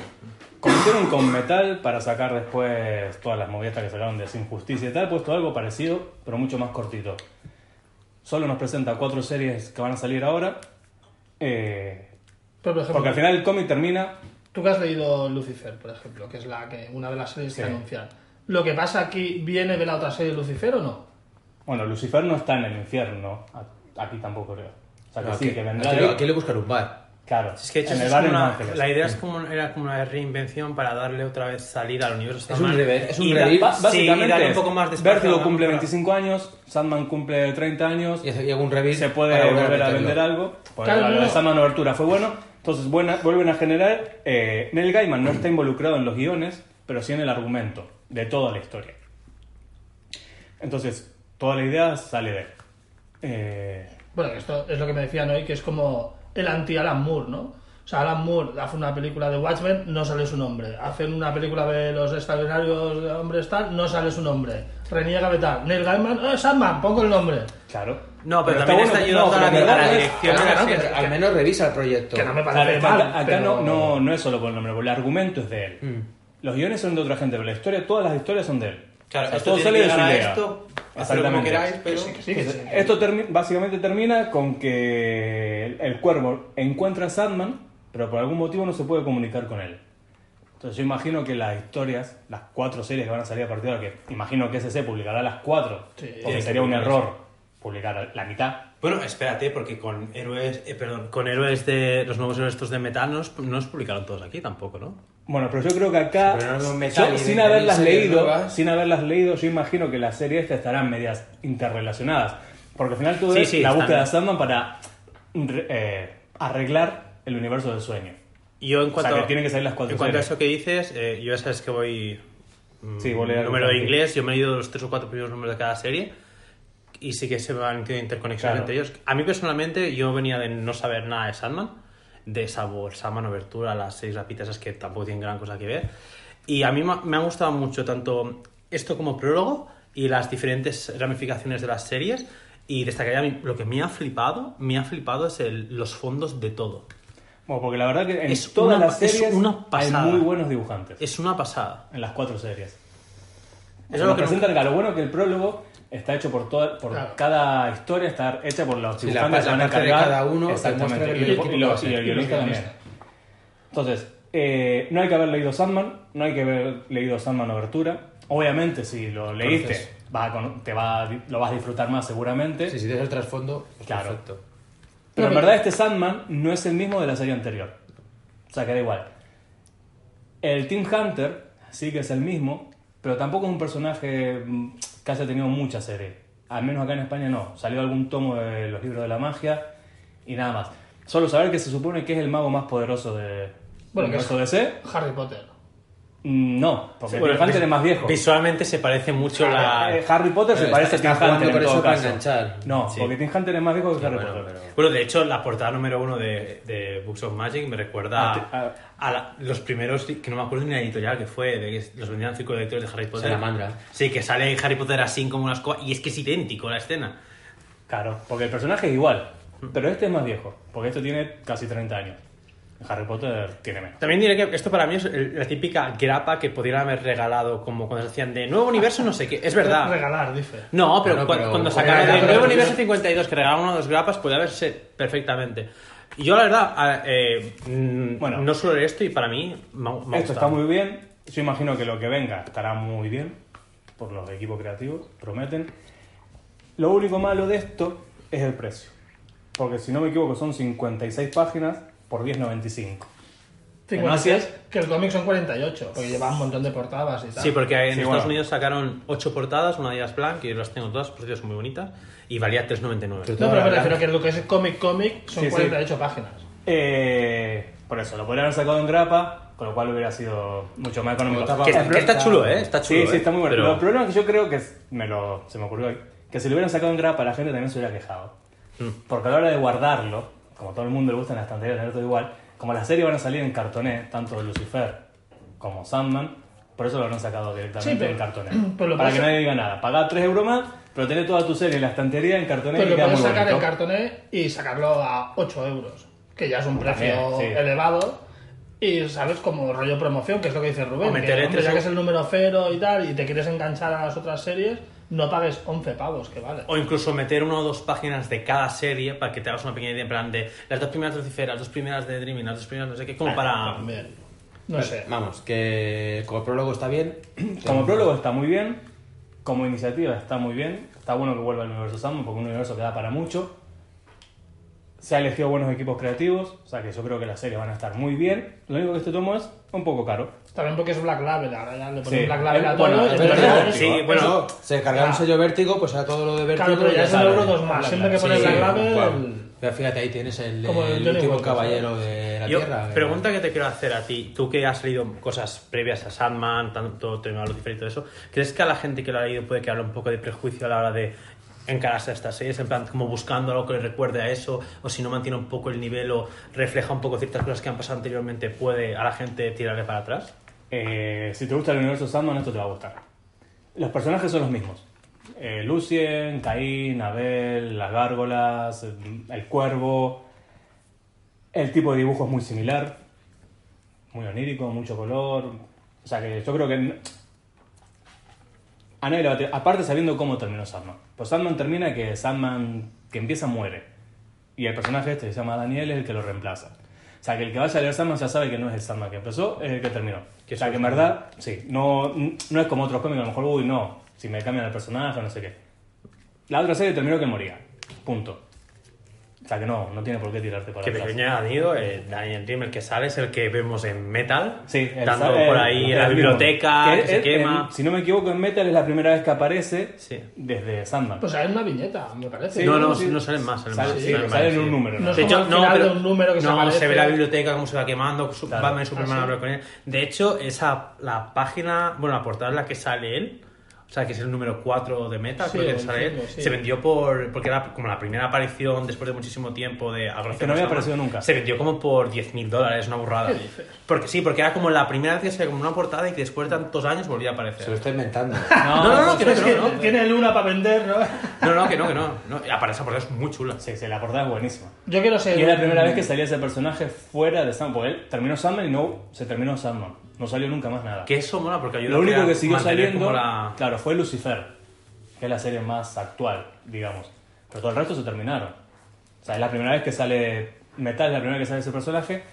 Como hicieron con Metal para sacar después todas las movidas que sacaron de Sin Justicia y tal, he puesto algo parecido, pero mucho más cortito. Solo nos presenta cuatro series que van a salir ahora. eh,
Pero, por ejemplo,
porque al final el cómic termina
Tú que has leído Lucifer, por ejemplo, que es la que una de las series que
Sí.
anuncian. ¿Lo que pasa aquí viene de la otra serie Lucifer o no?
Bueno, Lucifer no está en el infierno. A- Aquí tampoco creo. O sea, que
No,
sí,
aquí,
que vendrá.
aquí,
de-
aquí le buscan un bar.
Claro,
Es que de hecho,
en
eso
el
es
barrio
como
en
una-
Los Ángeles.
la idea es como, un- era como una reinvención para darle otra vez salida al universo.
un
Starman.
rever- es un
Y
Ba-
da-
revive,
ba-
sí, y darle
Básicamente,
un poco más de espacio a
Vértigo
la
cumple
obra.
25 años, Sandman cumple 30 años,
Y hace- y algún review.
se puede
para
volver a
meterlo.
vender algo. Por
Claro,
la- la
no.
Sandman Obertura fue bueno, entonces buena, vuelven a generar. eh, Neil Gaiman no está involucrado en los guiones, pero sí en el argumento de toda la historia. Entonces, toda la idea sale de él. Eh,
Bueno, que esto es lo que me decían hoy, que es como el anti-Alan Moore, ¿no? O sea, Alan Moore hace una película de Watchmen, no sale su nombre. Hacen una película de los extraordinarios hombres tal, no sale su nombre. Reniega de tal. Neil Gaiman, ¡eh, Sandman! Pongo el nombre.
claro.
No, pero, también
bueno,
está ayudando
no,
a,
pero
la, a la
claro,
dirección.
Claro,
así
no,
es.
pero al menos revisa el proyecto.
Que no me
Claro,
parece
acá,
mal.
acá
pero-
no, no, no es solo por el nombre, porque el argumento es de él.
Mm.
Los guiones son de otra gente, pero la historia, todas las historias son de él.
Claro,
O sea,
esto
todo
tiene
sale
que
de su
llegar a
idea.
esto, hacerlo como
Exactamente. Pues
queráis, pero...
Sí, que sí.
Esto termi- básicamente termina con que el, el cuervo encuentra a Sandman, pero por algún motivo no se puede comunicar con él. Entonces yo imagino que las historias, las cuatro series que van a salir a partir de ahora, que imagino que SC publicará las cuatro,
Sí.
porque sería un error publicar la mitad.
Bueno, espérate, porque con héroes, eh, perdón, con héroes de los nuevos héroes estos de metal no los, no los publicaron todos aquí tampoco, ¿no?
Bueno, pero yo creo que acá,
Pero no es un metal
yo,
y
sin
20.000
haberlas
series
leído,
nuevas.
sin haberlas leído, yo imagino que las series estas estarán medias interrelacionadas, porque al final tú
Sí,
ves
sí,
la
están-
búsqueda de Sandman para re- eh, arreglar el universo del sueño.
Y Yo en cuanto
que tienen que salir las cuatro
En cuanto a
series.
eso que dices, eh, yo ya sabes que voy mm,
Sí, voy a leer
número
el
de
fanfic.
inglés, yo me he leído los tres o cuatro primeros números de cada serie y sí que se van teniendo interconexiones
Claro.
entre ellos. A mí personalmente yo venía de no saber nada de Sandman, de sabor, Sandman Obertura, las seis rapitas esas que tampoco tienen gran cosa que ver. Y a mí ma- me ha gustado mucho tanto esto como prólogo y las diferentes ramificaciones de las series. Y destacaría a mí- lo que me ha flipado, me ha flipado es el- los fondos de todo.
Bueno, porque la verdad que en
Es
todas
una-
las
es
series
una
hay
pasada.
muy buenos dibujantes.
Es una pasada.
En las cuatro series.
Es
Eso
algo
lo
que
presentan acá. Lo bueno es que el prólogo está hecho por toda, por
Claro.
cada historia, está hecha por los
Sí, la
dibujantes
pa-
que
la
van a
parte de
cargar.
cada uno te
Exactamente.
muestra
Y,
el
el-
equipo
y
que
lo-
va a ser.
y el
Y
guionista
el
también.
guionista.
Entonces, eh, no hay que haber leído Sandman, no hay que haber leído Sandman Obertura. Obviamente, si lo leíste,
Entonces-
vas a con- te va a di- lo vas a disfrutar más seguramente.
Sí, si tienes el trasfondo, pues
Claro.
perfecto.
Pero en verdad este Sandman no es el mismo de la serie anterior. O sea, que da igual. El Team Hunter sí que es el mismo, pero tampoco es un personaje mm, que haya tenido mucha serie. Al menos acá en España no. Salió algún tomo de los libros de la magia y nada más. Solo saber que se supone que es el mago más poderoso de
Bueno, que
del universo DC.
Harry Potter.
Mm, No, porque
Sí,
el
bueno,
Team Hunter
vis-
es más viejo.
Visualmente se parece mucho la.
Eh, Harry Potter se
Está-
parece
está
a Team
jugando
Hunter
con
en
eso
todo
para
caso.
enganchar.
No,
Sí.
porque Team Hunter es más viejo que Harry
Bueno,
Potter.
pero- Bueno, de hecho, la portada número uno de, de Books of Magic me recuerda
Ah, te-
a, a la- los primeros, que no me acuerdo ni la editorial que fue, de que los vendían cinco lectores de Harry Potter.
Salamandra.
Sí, que sale Harry Potter así como una escoba, y es que es idéntico la escena.
Claro, porque el personaje es igual, pero este es más viejo, porque este tiene casi 30 años. Harry Potter tiene menos.
También diré que esto para mí es el- la típica grapa que pudieran haber regalado, como cuando decían de nuevo universo, no sé qué, es verdad.
Regalar, dice.
No, pero,
Bueno,
cu-
pero-
cuando
Joder,
sacaron
ya,
el
pero-
nuevo universo 52, que regalaban una o dos grapas, podía haberse perfectamente. Y yo, la verdad, a- eh, mm,
Bueno.
no suelo leer esto y para mí me, ha- me ha
Esto está
gustado.
muy bien, yo imagino que lo que venga estará muy bien, por los equipos creativos, prometen. Lo único malo de esto es el precio, porque si no me equivoco son 56 páginas por 10,95. Gracias.
Que el cómic son 48, porque lleva un montón de portadas y tal.
Sí, porque en
Sí,
Estados
bueno.
Unidos sacaron ocho portadas, una de ellas blanca, y las tengo todas, por cierto, son muy bonitas, y valía 3,99.
No, pero me refiero que lo que es cómic cómic son
Sí, sí.
48 páginas.
Eh, por eso, lo podrían haber sacado en grapa, con lo cual hubiera sido mucho más económico.
Como tapa-
Que,
Vamos,
que está chulo, ¿eh? Está chulo.
Sí, sí,
¿eh?
está muy bueno.
Pero-
El problema es que yo creo que es- me lo, se me ocurrió hoy, que si lo hubieran sacado en grapa la gente también se hubiera quejado.
Mm.
Porque a la hora de guardarlo, como a todo el mundo le gusta en las estanterías tener todo igual, como las series van a salir en cartoné, tanto de Lucifer como Sandman, por eso lo habrán sacado directamente
Sí, pero-
en cartoné.
(clears throat) pero lo
para que
puedes-
nadie diga nada. Pagá 3 euros más, pero tenés toda tu serie en la estantería en cartoné
Pero
y
lo
queda muy
puedes sacar
bonito.
en cartoné y sacarlo a 8 euros, que ya es un precio
También, sí.
elevado. Y sabes, como rollo promoción, que es lo que dice Rubén.
O
que,
meterle
hombre,
tres
ya que
euros.
es el número cero y tal, y te quieres enganchar a las otras series, no pagues 11 pavos, que vale.
O incluso meter una o dos páginas de cada serie para que te hagas una pequeña idea en plan de las dos primeras de Lucifer, las dos primeras de Dreaming, las dos primeras no sé qué,
Ah,
como para...
También. No sé.
Vamos, que como prólogo está bien.
(clears throat) Como prólogo está muy bien, como iniciativa está muy bien, está bueno que vuelva el universo Sandman porque un universo que da para mucho. Se ha elegido buenos equipos creativos, o sea que yo creo que las series van a estar muy bien. Lo único que este tomo es un poco caro.
También porque es Black Label, ahora ya le ponen
Sí.
Black Label a todo.
Bueno,
y
es
entonces-
verdad.
Sí,
Eso-
bueno,
se cargaron un sello vértigo, pues a todo lo de vértigo.
Claro, pero ya es un
sale.
euro dos más. Siempre que pones
Sí,
Black Label.
guau. Pero fíjate, ahí tienes el,
Como el
el
Johnny
último
Walker,
caballero de la
yo-
Tierra. eh.
pregunta que te quiero hacer a ti, tú que has leído cosas previas a Sandman, tanto tema Lucifer y todo eso, ¿crees que a la gente que lo ha leído puede que hable un poco de prejuicio a la hora de encararse a estas series, en plan como buscando algo que le recuerde a eso, o si no mantiene un poco el nivel o refleja un poco ciertas cosas que han pasado anteriormente, puede a la gente tirarle para atrás?
Eh, si te gusta el universo Sandman, esto te va a gustar. Los personajes son los mismos. Eh, Lucien, Caín, Abel, las gárgolas, el el cuervo. El tipo de dibujo es muy similar. Muy onírico, mucho color. O sea que yo creo que... n- A nadie le va a tirar- Aparte sabiendo cómo terminó Sandman. Pues Sandman termina que Sandman que empieza muere. Y el personaje este que se llama Daniel es el que lo reemplaza. O sea, que el que vaya a leer Sandman ya sabe que no es el Sandman que empezó, es el que terminó. o sea, que en verdad, sí, no, no es como otros cómics, a lo mejor, uy, no, si me cambian el personaje o no sé qué. La otra serie terminó que moría. Punto. O sea, que no, no tiene por qué tirarte para
Que
atrás.
pequeño han ido, eh, Daniel Dream, el que sale, es el que vemos en Metal,
Sí, el
dando
sa-
por
el-
ahí en
el
la
mismo.
biblioteca, que,
es-
se
es-
quema.
en- si no me equivoco, en Metal es la primera vez que aparece
Sí.
desde Sandman.
Pues hay una viñeta, me parece.
Sí,
no, no,
sí.
no salen más, salen
Sale-
más,
sí,
salen
sale
más,
en un
sí.
número, ¿no?
No es
De
como
hecho,
al
no,
final
pero
de un número que se
no,
aparece.
se ve la biblioteca cómo se va quemando, su- Batman y Superman
Ah, sí.
habla con él. De hecho, esa la página, bueno, la portada en la que sale él, o sea, que es el número 4 de Meta,
Sí,
creo que
el
sale él,
cinco, sí.
se vendió por porque era como la primera aparición después de muchísimo tiempo de Abrazo
que no había
Superman.
aparecido nunca.
Se vendió como por 10.000 dólares, una burrada. Porque sí, porque era como la primera vez que se como una portada y que después de tantos años volvía a
Se lo
aparecer.
está
(laughs)
inventando.
Ah,
No, no, no, que no,
Es
que
que
no, no.
tiene luna para vender, ¿no?
No, no, que no, que no. no. Aparece esa portada es muy chula.
Sí, sí, la portada es buenísima.
(laughs) Yo quiero ser.
Y es la primera
mm.
vez que salía ese personaje fuera de Sandman. Porque él terminó Sandman y no se terminó Sandman. No salió nunca más nada.
Que eso mola porque ayuda
Lo
a
único que siguió
mantener
saliendo,
como la-
claro, fue Lucifer, que es la serie más actual, digamos. Pero todo el resto se terminaron. O sea, es la primera vez que sale Metal, es la primera vez que sale ese personaje.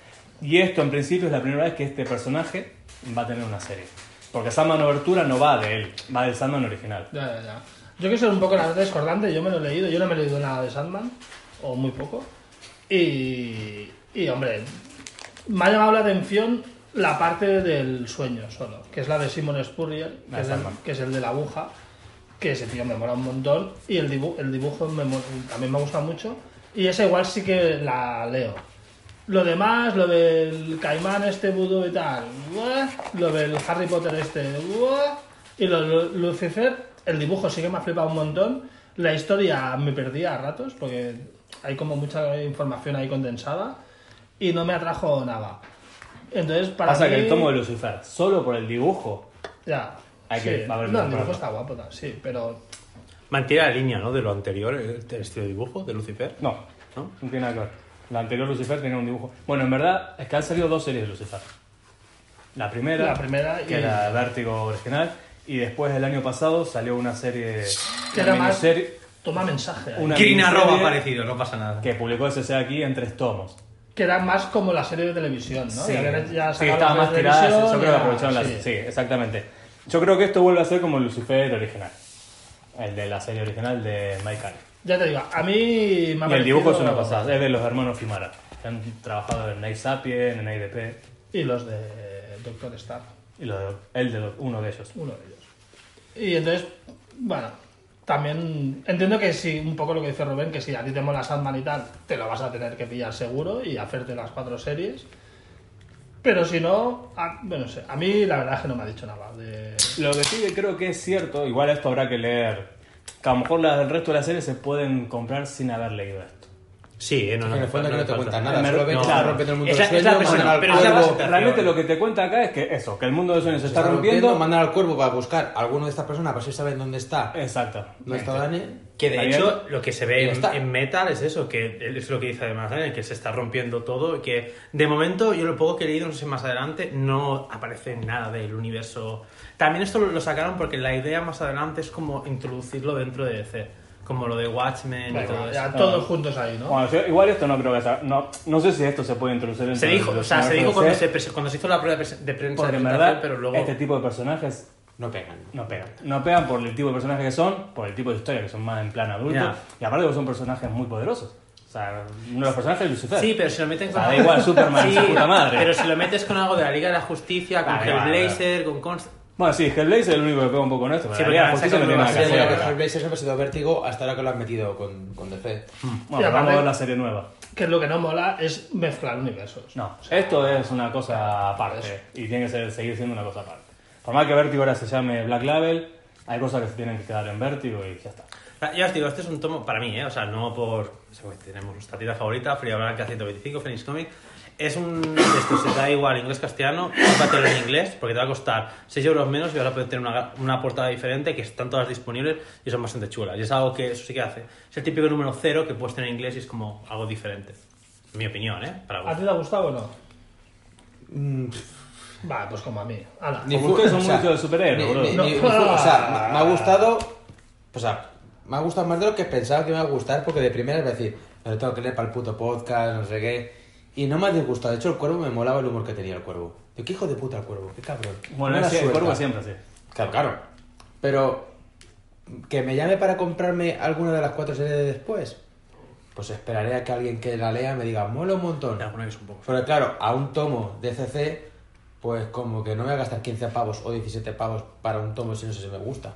Y esto, en principio, es la primera vez que este personaje va a tener una serie. Porque Sandman Overtura no va de él, va del Sandman original.
Ya, ya, ya. Yo quiero ser un poco la discordante, yo me lo he leído, yo no me he leído nada de Sandman, o muy poco. Y. Y, hombre, me ha llamado la atención la parte del sueño solo, que es la de Simon Spurrier, que,
Ah,
es, el,
Sandman.
que es el de la aguja, que ese tío me mola un montón. Y el, dibu- el dibujo me mo- también me gusta mucho. Y esa igual sí que la leo. Lo demás, lo del caimán este vudú y tal, buah, lo del Harry Potter este, buah, y lo de Lucifer, el dibujo sí que me ha flipado un montón. La historia me perdía a ratos porque hay como mucha información ahí condensada y no me atrajo nada. Entonces, para
Pasa
mí-
que el tomo de Lucifer, solo por el dibujo,
Ya.
Hay que-
sí.
va a haber que
No, el dibujo
comprarlo.
está guapo, tal, sí, pero
Mantiene la línea, ¿no? De lo anterior, el el estilo de dibujo de Lucifer.
no, no,
¿No?
tiene nada que ver. La anterior Lucifer tenía un dibujo. Bueno, en verdad, es que han salido dos series de Lucifer. La primera,
La primera y-
que era Vértigo original, y después el año pasado salió una serie.
Que
una
era más-
miniserie-
toma mensaje. ahí.
Una
Green
miniserie
arroba parecido, no pasa nada.
Que publicó SC aquí en tres tomos.
Que era más como la serie de televisión, ¿no?
Sí,
Ya que ya
sí,
sacaron
estaba
la
más
de
tirada.
televisión,
Yo creo que
ya-
aprovecharon las. Sí. exactamente. Yo creo que esto vuelve a ser como el Lucifer original. El de la serie original de Mike Carey.
Ya te digo, a mí me ha
Y el dibujo es
parecido-
una pasada. Es de los hermanos Fimara. Que han trabajado en Night Sapien, en IDP.
Y los de Doctor Star,
Y lo de- él de los- uno de ellos.
uno de ellos. Y entonces, bueno, también entiendo que sí, un poco lo que dice Rubén, que si a ti te mola Sandman y tal, te lo vas a tener que pillar seguro y hacerte las cuatro series. Pero si no, a, bueno, no sé, a mí la verdad es que no me ha dicho nada. De...
Lo que sí que creo que es cierto, igual esto habrá que leer. Que a lo mejor las- el resto de las series se pueden comprar sin haber leído esto.
Sí, eh, no,
En
no.
el fondo
no
no,
hace
te
falta.
cuentan nada,
Me-
solo ven que
no.
está rompiendo el mundo
Esa-
del
esa
sueño,
persona,
mandan al
pero
Ah,
esa
cuervo,
persona
Realmente lo que te cuenta acá es que eso, que el mundo de sueños se
se
está rompiendo.
mandan al cuervo para buscar a alguno de estas personas para ver si saben dónde está.
Exacto.
¿Dónde está Dani?
Que de
Ahí
hecho, lo que se
Y
ve
ya
en,
está.
en Metal es eso, que es lo que dice además Daniel, que se está rompiendo todo y que de momento, yo lo poco que he leído, no sé más adelante, no aparece nada del universo. También esto lo, lo sacaron porque la idea más adelante es como introducirlo dentro de DC, como lo de Watchmen y todo
Bueno,
eso.
ya todos juntos ahí, ¿no?
Bueno, yo- igual esto no creo que sea. No, no sé si esto se puede introducir en
Se dijo, o sea, se dijo cuando se, prese- cuando se hizo la prueba de prese- de prensa
Porque
de
en
presentación,
verdad,
pero luego...
este tipo de personajes
No pegan.
no pegan. No pegan por el tipo de personajes que son, por el tipo de historia que son más en plan adulto.
Ya.
Y aparte, que son personajes muy poderosos. O sea, uno de los personajes es Lucifer.
Sí, pero si lo meten
O
con.
sea, da igual Superman y su puta madre.
Pero si lo metes con algo de la Liga de la Justicia, con
Vale, vale,
Hellblazer, con Const.
Bueno, sí, Hellblazer es el único que pega un poco en esto.
Sí,
pero
porque
la
han
justicia no
sacado
tiene
nuevas
nada que
series,
hacer.
Creo que
ahora.
Hellblazer siempre ha sido vértigo hasta ahora que lo has metido con, con DC.
Bueno,
Sí,
vamos a
aparte-
ver la serie nueva.
Que lo que no mola es mezclar universos.
No, esto es una cosa aparte y tiene que ser- seguir siendo una cosa aparte. Por más que Vertigo ahora se llame Black Label, hay cosas que se tienen que quedar en Vertigo y ya está.
Ya os digo, este es un tomo para mí, ¿eh? O sea, no por. o sea, Tenemos nuestra tira favorita, Fría Blanca 125, Phoenix Comic. Es un. de Estos se te da igual inglés-castellano, cómpratelo en inglés, porque te va a costar 6 euros menos y ahora puedes tener una, una portada diferente, que están todas disponibles y son bastante chulas. Y es algo que eso sí que hace. Es el típico número cero que puedes tener en inglés y es como algo diferente. En mi opinión, ¿eh? Para
¿A ti
vos.
te ha gustado o no? Va, pues como a mí. Ala.
Mm. Como ustedes son muchos de superhéroes,
ni-
bro.
ni-
No.
ni- ni fu- o sea, me, me ha gustado. O sea, me ha gustado más de lo que pensaba que me iba a gustar, porque de primera es decir, me lo tengo que leer para el puto podcast, no sé qué. Y no me ha disgustado. De hecho, el cuervo me molaba el humor que tenía el cuervo. Yo, qué hijo de puta el cuervo, qué cabrón.
Bueno,
Mala
es el
suelta.
cuervo siempre así.
(laughs)
Claro, claro. Pero que me llame para comprarme alguna de las cuatro series de después, pues esperaré a que alguien que la lea me diga, mola un montón.
Y alguna que es un poco.
Pero claro, a un tomo de CC, pues como que no me voy a gastar 15 pavos o 17 pavos para un tomo si no sé si me gusta.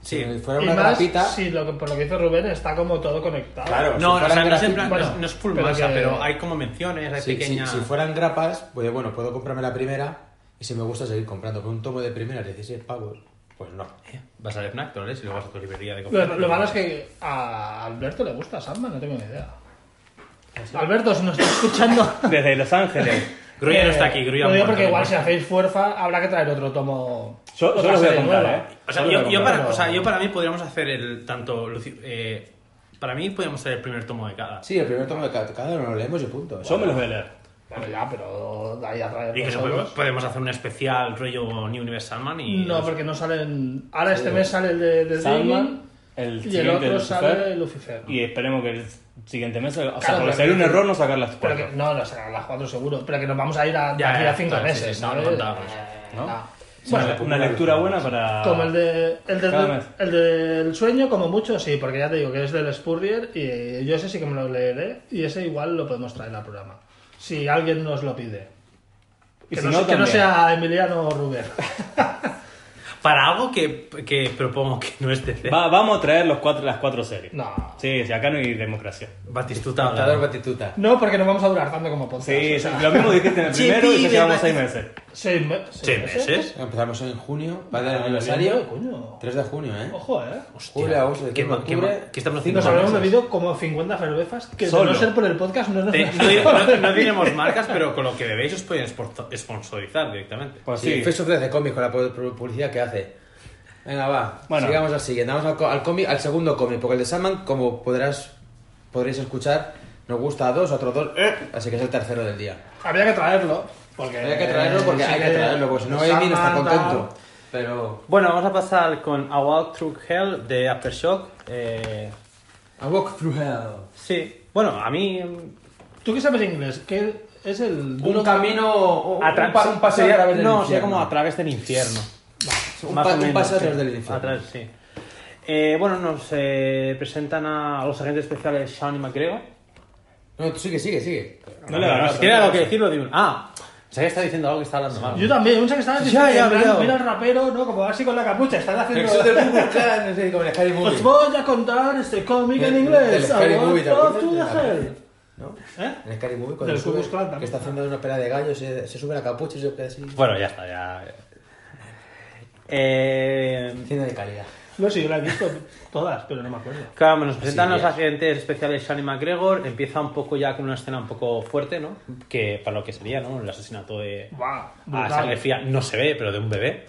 Sí.
Si fuera
y
una
más,
grapita,
si lo que, por lo que dice Rubén está como todo conectado.
Claro.
No,
Si
o sea,
fueran
no es
gratis-
en plan,
bueno,
no es- no es full
pero
masa,
que-
pero hay como menciones, hay
si, si-
pequeñas.
si fueran grapas, pues bueno, puedo comprarme la primera y si me gusta seguir comprando. Pero un tomo de primera, 16 pavos, pues no.
Eh, Vas al FNAC, te lo lees y luego vas a tu librería de
Lo,
comprar.
lo malo es que a Alberto le gusta Sandman, no tengo ni idea.
¿Ah,
Alberto, si nos está
(laughs)
escuchando.
Desde
(laughs)
Los Ángeles.
Grulla no
eh,
está aquí, Grulla
Lo digo
muerto,
porque
¿no?
igual si hacéis fuerza habrá que traer otro tomo.
Yo- yo
otra
los voy a
serie
comprar,
nueva.
¿eh?
O sea,
Solo
yo,
lo
yo
compré.
para, o sea, yo para mí podríamos hacer el tanto. Luci- eh, para mí podríamos hacer el primer tomo de cada.
Sí, el primer tomo de cada, cada uno lo leemos y punto.
Yo me los voy a leer.
Bueno, ya, pero de ahí a traer
Y que se
otros
puede-
tomos.
podemos hacer un especial rollo New Universal Man y.
No, porque no salen. Ahora este mes sale el de, de
Sandman,
Dreaming
el
y el
siguiente
otro sale
Lucifer.
Lucifer.
Y esperemos que el siguiente mes. O sea,
Claro,
porque
pero-
sería un error no sacar las
Pero
cuatro.
que, no, no serán las cuatro seguro, pero que nos vamos a ir a, de
Ya,
aquí
ya,
a cinco
claro, sí,
meses,
sí, no,
¿sabes?
no contaba con eso.
¿No?
Ah.
Sí,
Bueno,
una, una lectura buena para.
como el de el del,
Cada mes.
el del sueño, como mucho, sí, porque ya te digo que es del Spurrier y eh, yo ese sí que me lo leeré y ese igual lo podemos traer al programa. Si alguien nos lo pide.
Y
Que,
si
no,
no,
se- que no
también.
sea Emiliano Ruber.
Para algo que, que propongo que no esté DC.
Va- vamos a traer los cuatro, las cuatro series.
No.
Sí, sí, acá Este. no hay democracia.
Batistuta.
Dictador Batituta.
(laughs) No, porque no vamos a durar tanto como podcast.
Sí,
o sea,
lo mismo dijiste (laughs) en el
Sí,
primero y ya
pide,
llevamos
va-
seis meses.
seis, me-
¿Seis meses?
Empezamos en junio, va a dar el
Ah,
aniversario.
coño.
3 de junio, ¿eh?
Ojo, eh.
Julio, agosto,
¿Qué,
septiembre,
ma- qué,
octubre.
ma- qué estamos haciendo?
Nos habremos
meses?
bebido como 50 cervezas que de
Solo.
no ser por el podcast no nos
Te- Eh, no, di- no-
(laughs)
no diremos marcas, pero con lo que debéis os pueden espo- sponsorizar directamente.
Pues
Sí,
sí.
Face of Death de cómic con la pu- publicidad que hace. Venga, va.
Bueno.
Sigamos al siguiente. Vamos al, co- al cómic, al segundo cómic, porque el de Sandman, como podrás, podréis escuchar, nos gusta a dos, a otros dos, eh, así que es el tercero del día.
Había que traerlo. Porque
Hay que traerlo porque
sí
hay que traerlo, porque si no, Amy no está
Samantha-
contento. Pero.
Bueno, vamos a pasar con A Walk Through Hell de Aftershock. Eh,
A Walk Through Hell.
sí, bueno, a mí mm,
¿Tú qué sabes inglés? ¿Qué es el
Un camino. o-
A tra-
Un, pa- un paseo
sería-
a través del
No, sería
infierno.
como a través del infierno.
un
Más
pa-
o
un
menos,
paseo a
sí.
través del infierno.
A través, sí. Eh, bueno, nos eh, presentan a los agentes especiales Sean y McGregor.
No, tú sigue, sigue, sigue.
No le hagas caso.
tiene algo que decirlo de un... Ah, o sea, que está diciendo algo que está hablando mal.
Yo también, muchas que estabas
Ya,
diciendo,
ya,
en plan,
cuidado.
mira el rapero, ¿no? Como así con la capucha, están haciendo...
Eso
(laughs)
del Ku Klux Klan, no sé, como el Scary
Os
Movie.
voy a contar este cómic en
Del- del
inglés.
Scary
I want
Movie, ¿te
love
acuerdas?
to the
De la-
hell.
¿No?
¿Eh?
En el Scary Movie, cuando
Del Ku
sube,
Klux Klan también.
que está haciendo una pelea de gallos, se, se sube la capucha y se queda así.
Bueno, ya está, ya... Eh,
Cine de calidad.
No sé, yo la he visto todas, pero no me acuerdo.
Claro, nos presentan
Sí,
los
ya.
agentes especiales Sean y McGregor. Empieza un poco ya con una escena un poco fuerte, ¿no? Que para lo que sería, ¿no? El asesinato de...
Buah,
a
brutal.
Ah, sangre fría no se ve, pero de un bebé.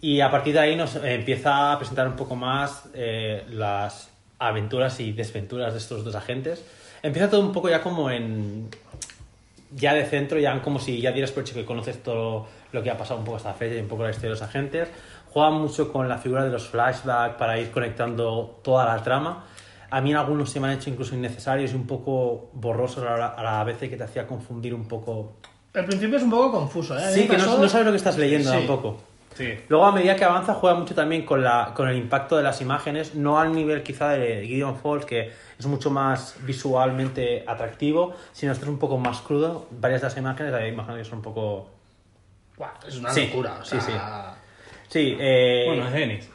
Y a partir de ahí nos eh, empieza a presentar un poco más eh, las aventuras y desventuras de estos dos agentes. Empieza todo un poco ya como en... Ya de centro, ya como si ya dieras por hecho que conoces todo lo que ha pasado un poco hasta la fecha y un poco la historia de los agentes. Juega mucho con la figura de los flashbacks para ir conectando toda la trama. A mí en algunos se me han hecho incluso innecesarios y un poco borrosos a la, a la vez que te hacía confundir un poco
El principio es un poco confuso, ¿eh? A mí
Sí,
me
que no,
pasó-
no sabes lo que estás leyendo
Sí.
tampoco.
Sí.
Luego, a medida que avanza, juega mucho también con, la, con el impacto de las imágenes, no al nivel quizá de Gideon Falls, que es mucho más visualmente atractivo, sino esto es un poco más crudo. Varias de las imágenes, ahí imagino que son un poco.
Buah, es una
Sí,
locura. o
sí,
sea,
Sí, eh,
Bueno, es Denis.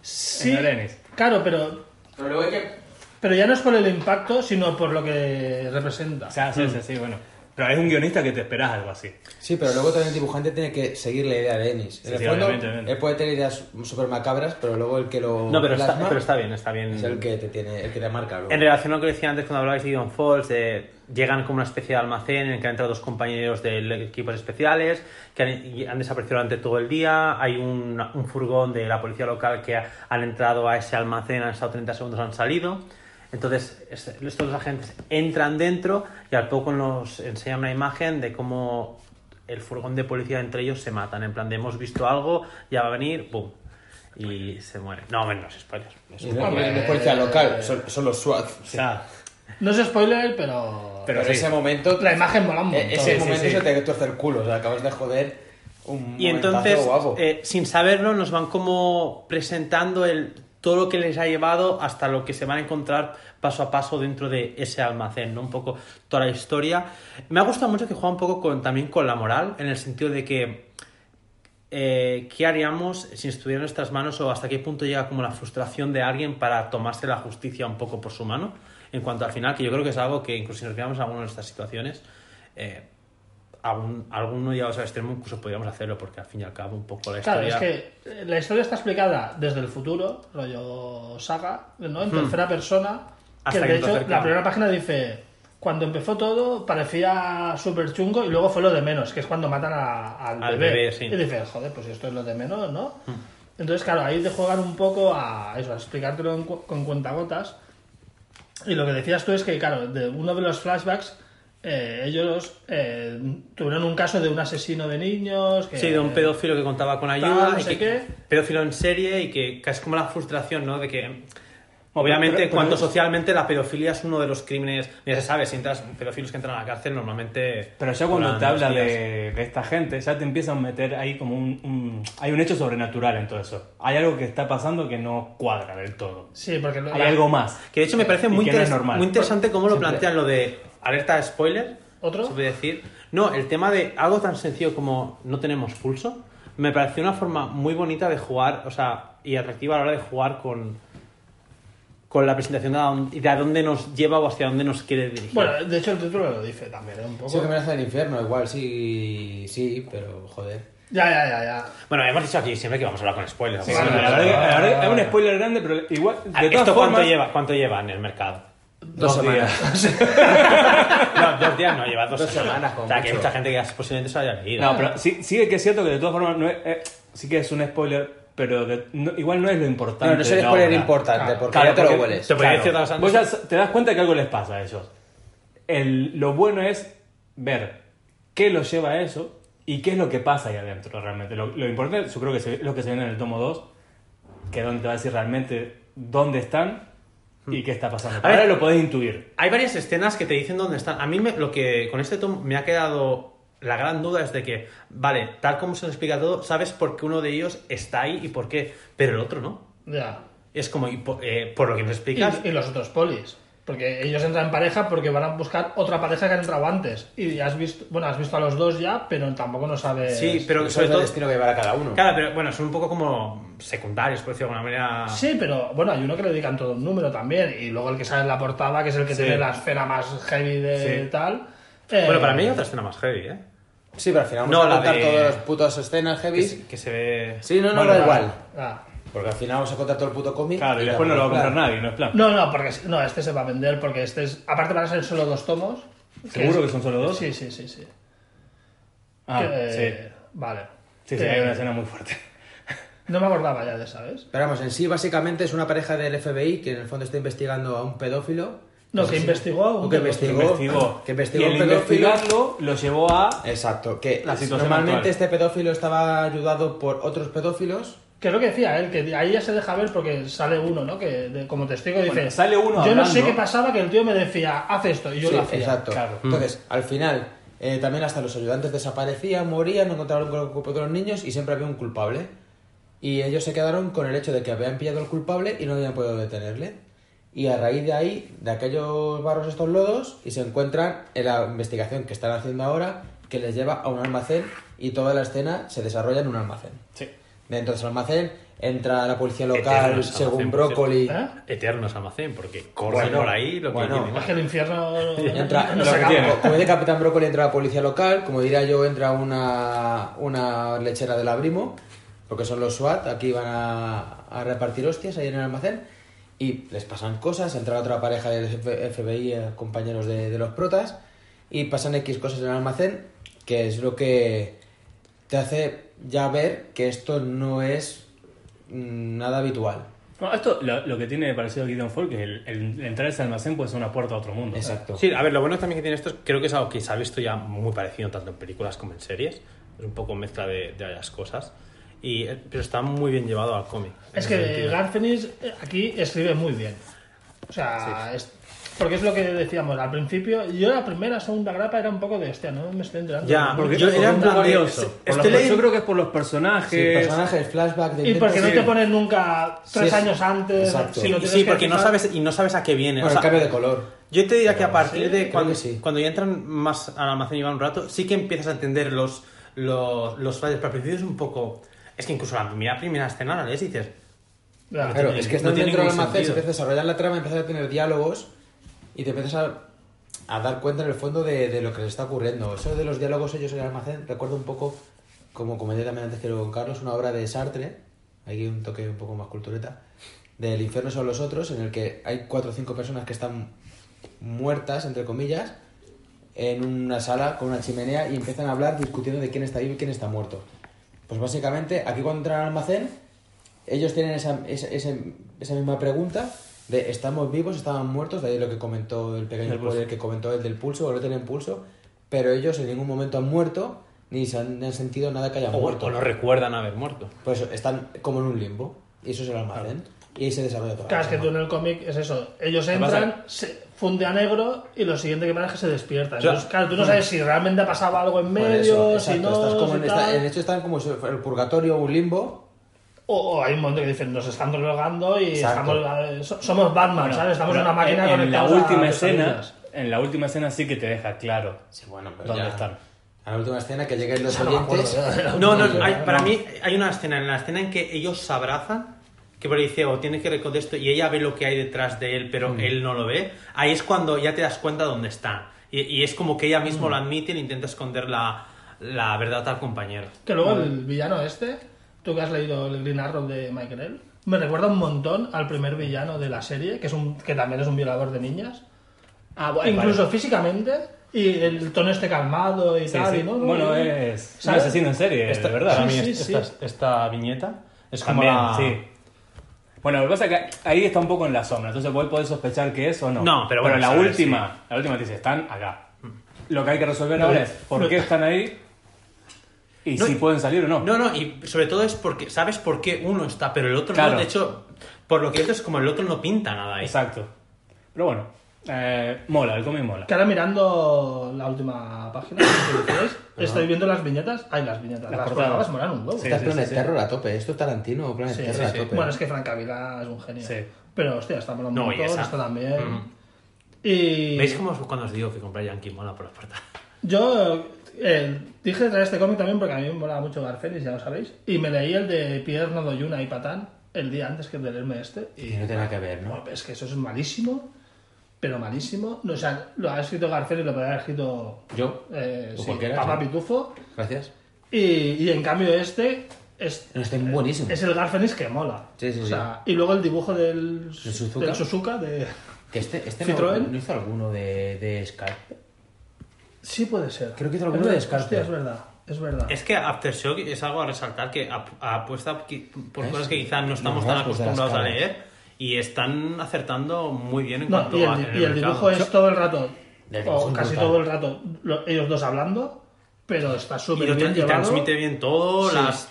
sí.
Es de Denis.
Claro, pero,
Pero luego hay que.
pero ya no es por el impacto, sino por lo que representa.
O sea, sí, sí, sí, bueno. Mm. Pero es un guionista que te esperas algo así.
Sí, pero luego también el dibujante tiene que seguir la idea de Ennis. En
Sí,
el
sí,
fondo,
obviamente, obviamente.
él puede tener ideas súper macabras, pero luego el que lo.
no, pero está,
plasma
pero está bien, está bien.
Es el que te, tiene, el que te marca. luego.
En relación a lo que decía antes cuando hablabais de Gideon Falls, de- llegan como una especie de almacén en el que han entrado dos compañeros de equipos especiales que han, y han desaparecido durante todo el día. Hay un, un furgón de la policía local que ha- han entrado a ese almacén, han estado 30 segundos, han salido. Entonces, es- estos dos agentes entran dentro y al poco nos enseñan una imagen de cómo el furgón de policía entre ellos se matan. En plan, de hemos visto algo, ya va a venir, ¡boom! Y se mueren. No, menos spoilers.
Y luego el de
Eh,
policía local, son, son los SWAT.
O sea,
No es spoiler, pero.
Pero,
Pero sí.
ese momento.
la imagen mola un montón.
e- ese
Sí, sí,
momento
sí.
se te hay que torcer el culo. O sea, acabas de joder un.
Y
momentazo
entonces,
Guapo.
eh, sin saberlo, nos van como presentando el, todo lo que les ha llevado hasta lo que se van a encontrar paso a paso dentro de ese almacén, ¿no? Un poco toda la historia. Me ha gustado mucho que juega un poco con, también con la moral, en el sentido de que eh, ¿qué haríamos si estuviera en nuestras manos o hasta qué punto llega como la frustración de alguien para tomarse la justicia un poco por su mano? En cuanto al final, que yo creo que es algo que incluso si nos quedamos en alguna de estas situaciones, eh, algún, alguno llegados al extremo incluso podríamos hacerlo porque al fin y al cabo un poco la
Claro,
historia...
es que eh, la historia está explicada desde el futuro, rollo saga, ¿no? En tercera persona. Que
Hmm. Hasta que
de
te
hecho,
acercas.
la primera página dice. Cuando empezó todo parecía súper chungo y luego fue lo de menos, que es cuando matan a- al,
Al
bebé.
bebé, sí. Hmm.
Y dices, joder, pues esto es lo de menos, ¿no? Entonces, claro, ahí te juegan un poco a eso, a explicártelo en cu- con cuentagotas. Y lo que decías tú es que, claro, de uno de los flashbacks, eh, ellos eh, tuvieron un caso de un asesino de niños. Que, eh,
Sí, de un pedófilo que contaba con ayuda,
Tal, no
y
sé
que-
qué.
pedófilo en serie y que, que es como la frustración, ¿no? De que obviamente
pero- pero-
cuanto socialmente la pedofilia es uno de los crímenes, ya se sabe, si entras pedófilos que entran a la cárcel normalmente
Pero ya cuando
duran
te habla
dos días.
de, de esta gente, ya te empiezan a meter ahí como un, un- Hay un hecho sobrenatural en todo eso. Hay algo que está pasando que no cuadra del todo.
Sí, porque lo-
Hay
la-
algo más.
Que de hecho me parece
Y
muy,
que no es
interes-
normal.
muy interesante cómo lo
Siempre.
plantean lo de alerta de spoiler.
¿Otro?
se puede decir. No, el tema de algo tan sencillo como no tenemos pulso, me pareció una forma muy bonita de jugar, o sea, y atractiva a la hora de jugar con, con la presentación de a dónde- de a dónde nos lleva o hacia dónde nos quiere dirigir.
Bueno, de hecho el título lo dice también, ¿eh? Un poco.
Sí, que merece el infierno, igual, sí, sí, pero joder.
Ya, ya, ya, ya.
Bueno, hemos dicho aquí siempre que vamos a hablar con spoilers.
Sí,
porque-
bueno, la verdad que- la verdad que es un spoiler grande, pero igual. De todas
Ah. ¿Esto cuánto
formas,
lleva, cuánto lleva en el mercado?
Dos, semanas.
No, dos días no, lleva dos,
Dos semanas, como
o sea, que hay
mucho.
mucha gente que ya posiblemente se lo
(laughs)
haya leído.
No, pero sí, sí que es cierto que de todas formas no es- eh, sí que es un spoiler, pero de- no- igual no es lo importante.
No, no es
de
el
la
spoiler
obra.
importante,
Claro,
porque
Claro,
ya te lo
porque
hueles.
te- podría
claro,
decir todas las
vos ya s- te das cuenta que algo les pasa a ellos. El- lo bueno es ver qué los lleva a eso y qué es lo que pasa ahí adentro realmente. Lo, lo importante, yo creo que se- lo que se viene en el tomo 2, que es donde te va a decir realmente dónde están
Hmm.
y qué está pasando.
A ver.
Ahora lo podés intuir.
Hay varias escenas que te dicen dónde están. A mí me- lo que con este tomo me ha quedado la gran duda es de que, vale, tal como se nos explica todo, sabes por qué uno de ellos está ahí y por qué, pero el otro no.
ya.
Es como, y po- eh, por lo que nos explicas,
Y, y los otros polis. Porque ellos entran en pareja porque van a buscar otra pareja que han entrado antes. Y has visto, bueno, has visto a los dos ya, pero tampoco no sabes.
sí, pero
Eso
sobre
es el
todo...
destino que llevará cada uno.
Claro, pero bueno, son un poco como secundarios, por decirlo de alguna manera.
Sí, pero bueno, hay uno que le dedican todo un número también. Y luego el que sale en la portada, que es el que tiene la esfera más heavy de
Sí.
tal.
Bueno, para mí hay
es
otra escena más heavy, ¿eh?
Sí, pero al final vamos
No,
a
la
contar
de-
todas las putas escenas
Que,
heavy.
se- que se ve...
Sí, no, no,
Bueno,
da
vale.
igual.
ah.
Porque al final vamos a contar todo el puto cómic.
Claro, y después no lo va a comprar nadie, no es plan.
No, no, porque no, este se va a vender porque este es. Aparte van a ser solo dos tomos.
¿Seguro
es-
que son solo dos?
Sí, sí, sí, sí.
Ah,
Que- Vale.
sí. Sí, sí,
Que-
hay una escena muy fuerte.
No me acordaba ya de, ¿sabes?
Pero vamos, en sí básicamente es una pareja del FBI que en el fondo está investigando a un pedófilo.
No, que investigó a un
O que
pedófilo.
investigó,
Investigó.
Oh, que investigó
y
a
el
un pedófilo.
investigarlo lo llevó a...
Exacto, que
La situación
normalmente
actual.
este pedófilo estaba ayudado por otros pedófilos.
Que es lo que decía él, que ahí ya se deja ver porque sale uno, ¿no? Que de- como testigo dice.
Bueno, sale uno
Yo no sé
hablando".
qué pasaba, que el tío me decía, haz esto, y yo
Sí,
lo hacía.
exacto.
Mm.
claro.
Entonces, al final, Eh, también hasta los ayudantes desaparecían, morían, no encontraban un cuerpo de los niños y siempre había un culpable. Y ellos se quedaron con el hecho de que habían pillado al culpable y no habían podido detenerle. Y a raíz de ahí, de aquellos barros, estos lodos, y se encuentran en la investigación que están haciendo ahora, que les lleva a un almacén y toda la escena se desarrolla en un almacén.
Sí.
Dentro de ese almacén entra la policía
Eterno
local,
es almacén,
según
por
Brócoli.
¿Eh?
Eternos almacén, porque corren
Bueno,
por ahí lo que
bueno.
quieren.
Es que el infierno
(laughs)
(laughs)
Entra,
no se acaba.
como- como dice Capitán Brócoli, entra la policía local. Como diría yo, entra una, una lechera del abrimo, porque son los SWAT. Aquí van a, a repartir hostias ahí en el almacén. Y les pasan cosas. Entra otra pareja del F- FBI, eh, compañeros de, de los protas. Y pasan X cosas en el almacén, que es lo que te hace ya ver que esto no es mm, nada habitual.
No, esto lo, lo que tiene parecido a Gideon Fall, que el, el entrar a ese almacén puede ser una puerta a otro mundo.
Exacto.
Sí, a ver, lo bueno también que tiene esto es creo que es algo que se ha visto ya muy parecido tanto en películas como en series. Es un poco mezcla de, de varias cosas. Y, eh, pero está muy bien llevado al cómic. en
Es
ese
que
sentido.
Garfinis eh, aquí escribe muy bien. O sea, es- porque es lo que decíamos al principio. Yo la primera, segunda grapa era un poco de hostia, no me estoy enterando.
Ya,
de
porque
mucho".
yo era en
un
plan
poco
de-
lioso.
estoy
Por los-
leyendo-
Yo creo que es por los
este Sí,
personajes.
personajes, flashback de
Y porque no
intentos-
te ponen nunca tres
Sí, es-
años antes.
exacto.
si lo
Sí,
tienes
sí,
que
porque no
empezar-
sabes, y no sabes a qué viene.
Bueno,
o sea,
el cambio de color.
Yo te diría que a partir de
creo
cuando,
que sí.
cuando ya entran más al almacén y van un rato, sí que empiezas a entender los, los, los flashes. Pero al principio es un poco. Es que incluso la primera, primera escena la lees y dices.
Ya.
Claro,
tiene-
es que
no
están
tiene
dentro del
ningún
almacén, se
sentido.
empieza a desarrollar la trama, empiezas a tener diálogos y te empiezas a, a dar cuenta en el fondo de, de lo que les está ocurriendo. Eso de los diálogos ellos en el almacén, recuerdo un poco, como comenté también antes que lo con Carlos, una obra de Sartre, hay un toque un poco más cultureta, del infierno son los otros, en el que hay cuatro o cinco personas que están muertas, entre comillas, en una sala con una chimenea y empiezan a hablar discutiendo de quién está vivo y quién está muerto. Pues básicamente, aquí cuando entran al almacén, ellos tienen esa, esa, esa- esa misma pregunta de ¿estamos vivos? ¿Estaban muertos? De ahí lo que comentó el pequeño spoiler que comentó el del pulso, o no tienen pulso, pero ellos en ningún momento han muerto ni se han, han sentido nada que hayan
O,
muerto.
"Oh, o no recuerdan haber muerto.
Pues están como en un limbo, y eso es el almacén, y ahí se desarrolla todo.
Claro, es que tú en el cómic es eso. Ellos
pasa?
entran, se funde a negro y lo siguiente que pasa es que se despierta.
sea,
Entonces, claro, tú no sabes si realmente ha pasado algo en medio, si no.
estás como
si
en, está-
tal.
en hecho están como si fuera el purgatorio o un limbo,
O, o hay un momento que dicen, nos están drogando y
Exacto.
estamos- so- somos Batman, ¿sabes? Estamos en
Pero
una máquina
en, en la
conectados a
última
los
escena,
servicios.
en la última escena sí que te deja claro.
Sí, bueno, pero
¿Dónde
ya-
están?
A la última escena que lleguen los
Ya no me
oyentes.
acuerdo.
No, no, hay- para mí hay una escena, en la escena en que ellos se abrazan, que por ahí dice, o tiene que recordar esto, y ella ve lo que hay detrás de él,
Mm.
pero él no lo ve, ahí es cuando ya te das cuenta dónde están. Y, y es como que ella mismo
Mm.
lo admite y le intenta esconder la, la verdad al compañero.
Que luego el villano este, tú que has leído el Green Arrow de Michael L., me recuerda un montón al primer villano de la serie, que, es un, que también es un violador de niñas.
Ah,
Incluso físicamente, y el tono este calmado y
Sí,
tal.
sí.
y no, no,
bueno,
no.
es un
¿Sabes?
asesino en serie, de verdad.
sí, sí, sí.
Esta, esta viñeta es como
También,
la-
sí. Bueno, lo que pasa es que ahí está un poco en la sombra, entonces vos podés sospechar que es o no.
No, pero bueno, Mm.
la
sabes,
última, la última te dice, están acá. Lo que hay que resolver ahora es por
no.
qué están ahí y
No,
si
y-
pueden salir o no.
No, no, y sobre todo es porque sabes por qué uno está, pero el otro
Claro.
no. De hecho, por lo que dices, como el otro no pinta nada ahí.
Exacto. Pero bueno, eh, mola, el cómic mola.
Que ahora mirando la última página, si queréis, estoy viendo las viñetas. Ay, las viñetas, las,
Las
portadas,
portadas.
molan un huevo.
Sí,
Está
sí,
Planet
sí.
Terror a tope. Esto es Tarantino, Planet
Sí,
Terror
sí,
a
sí.
tope.
Bueno, es que Frank Avila es un genio.
Sí.
Pero hostia, está por un
No, y
montón,
esa.
está también.
Ujú.
Y
¿Veis cómo os- cuando os digo que compré Yankee Mola por las portadas?
yo eh, dije traer este cómic también porque a mí me molaba mucho Garfelis, ya lo sabéis. Y me leí el de Pierre Nodoyuna y Patán el día antes que de leerme este.
Y no tiene nada que ver, ¿no?
No, es que eso es malísimo, pero malísimo. No, o sea, lo ha escrito Garfelis, lo podría haber escrito
Yo.
eh,
O
sí,
cualquiera,
Papá
sí.
Pitufo.
Gracias.
Y, y en cambio este es,
No, está buenísimo.
es el Garfenis que mola.
Sí, sí,
O sea, Y luego el dibujo del,
Suzuka?
del Suzuka de...
Que este, este no,
Citroën.
no hizo alguno de, de Skype.
Sí puede ser.
Creo que hizo alguno
verdad,
de Scarpe.
Hostia, es verdad, es verdad.
Es que Aftershock es algo a resaltar que ap- apuesta qui- por
Es-
cosas que quizás no estamos
no,
tan
no, pues de las
acostumbrados a
caras.
leer y están acertando muy bien en
No,
cuanto
y
a
el,
tener
y el
mercado.
dibujo es todo el rato,
El dibujo
o
es
casi
brutal.
todo el rato, lo- ellos dos hablando, pero está
y,
súper
lo
bien
tra- y
llevado.
transmite bien todo
Sí.
las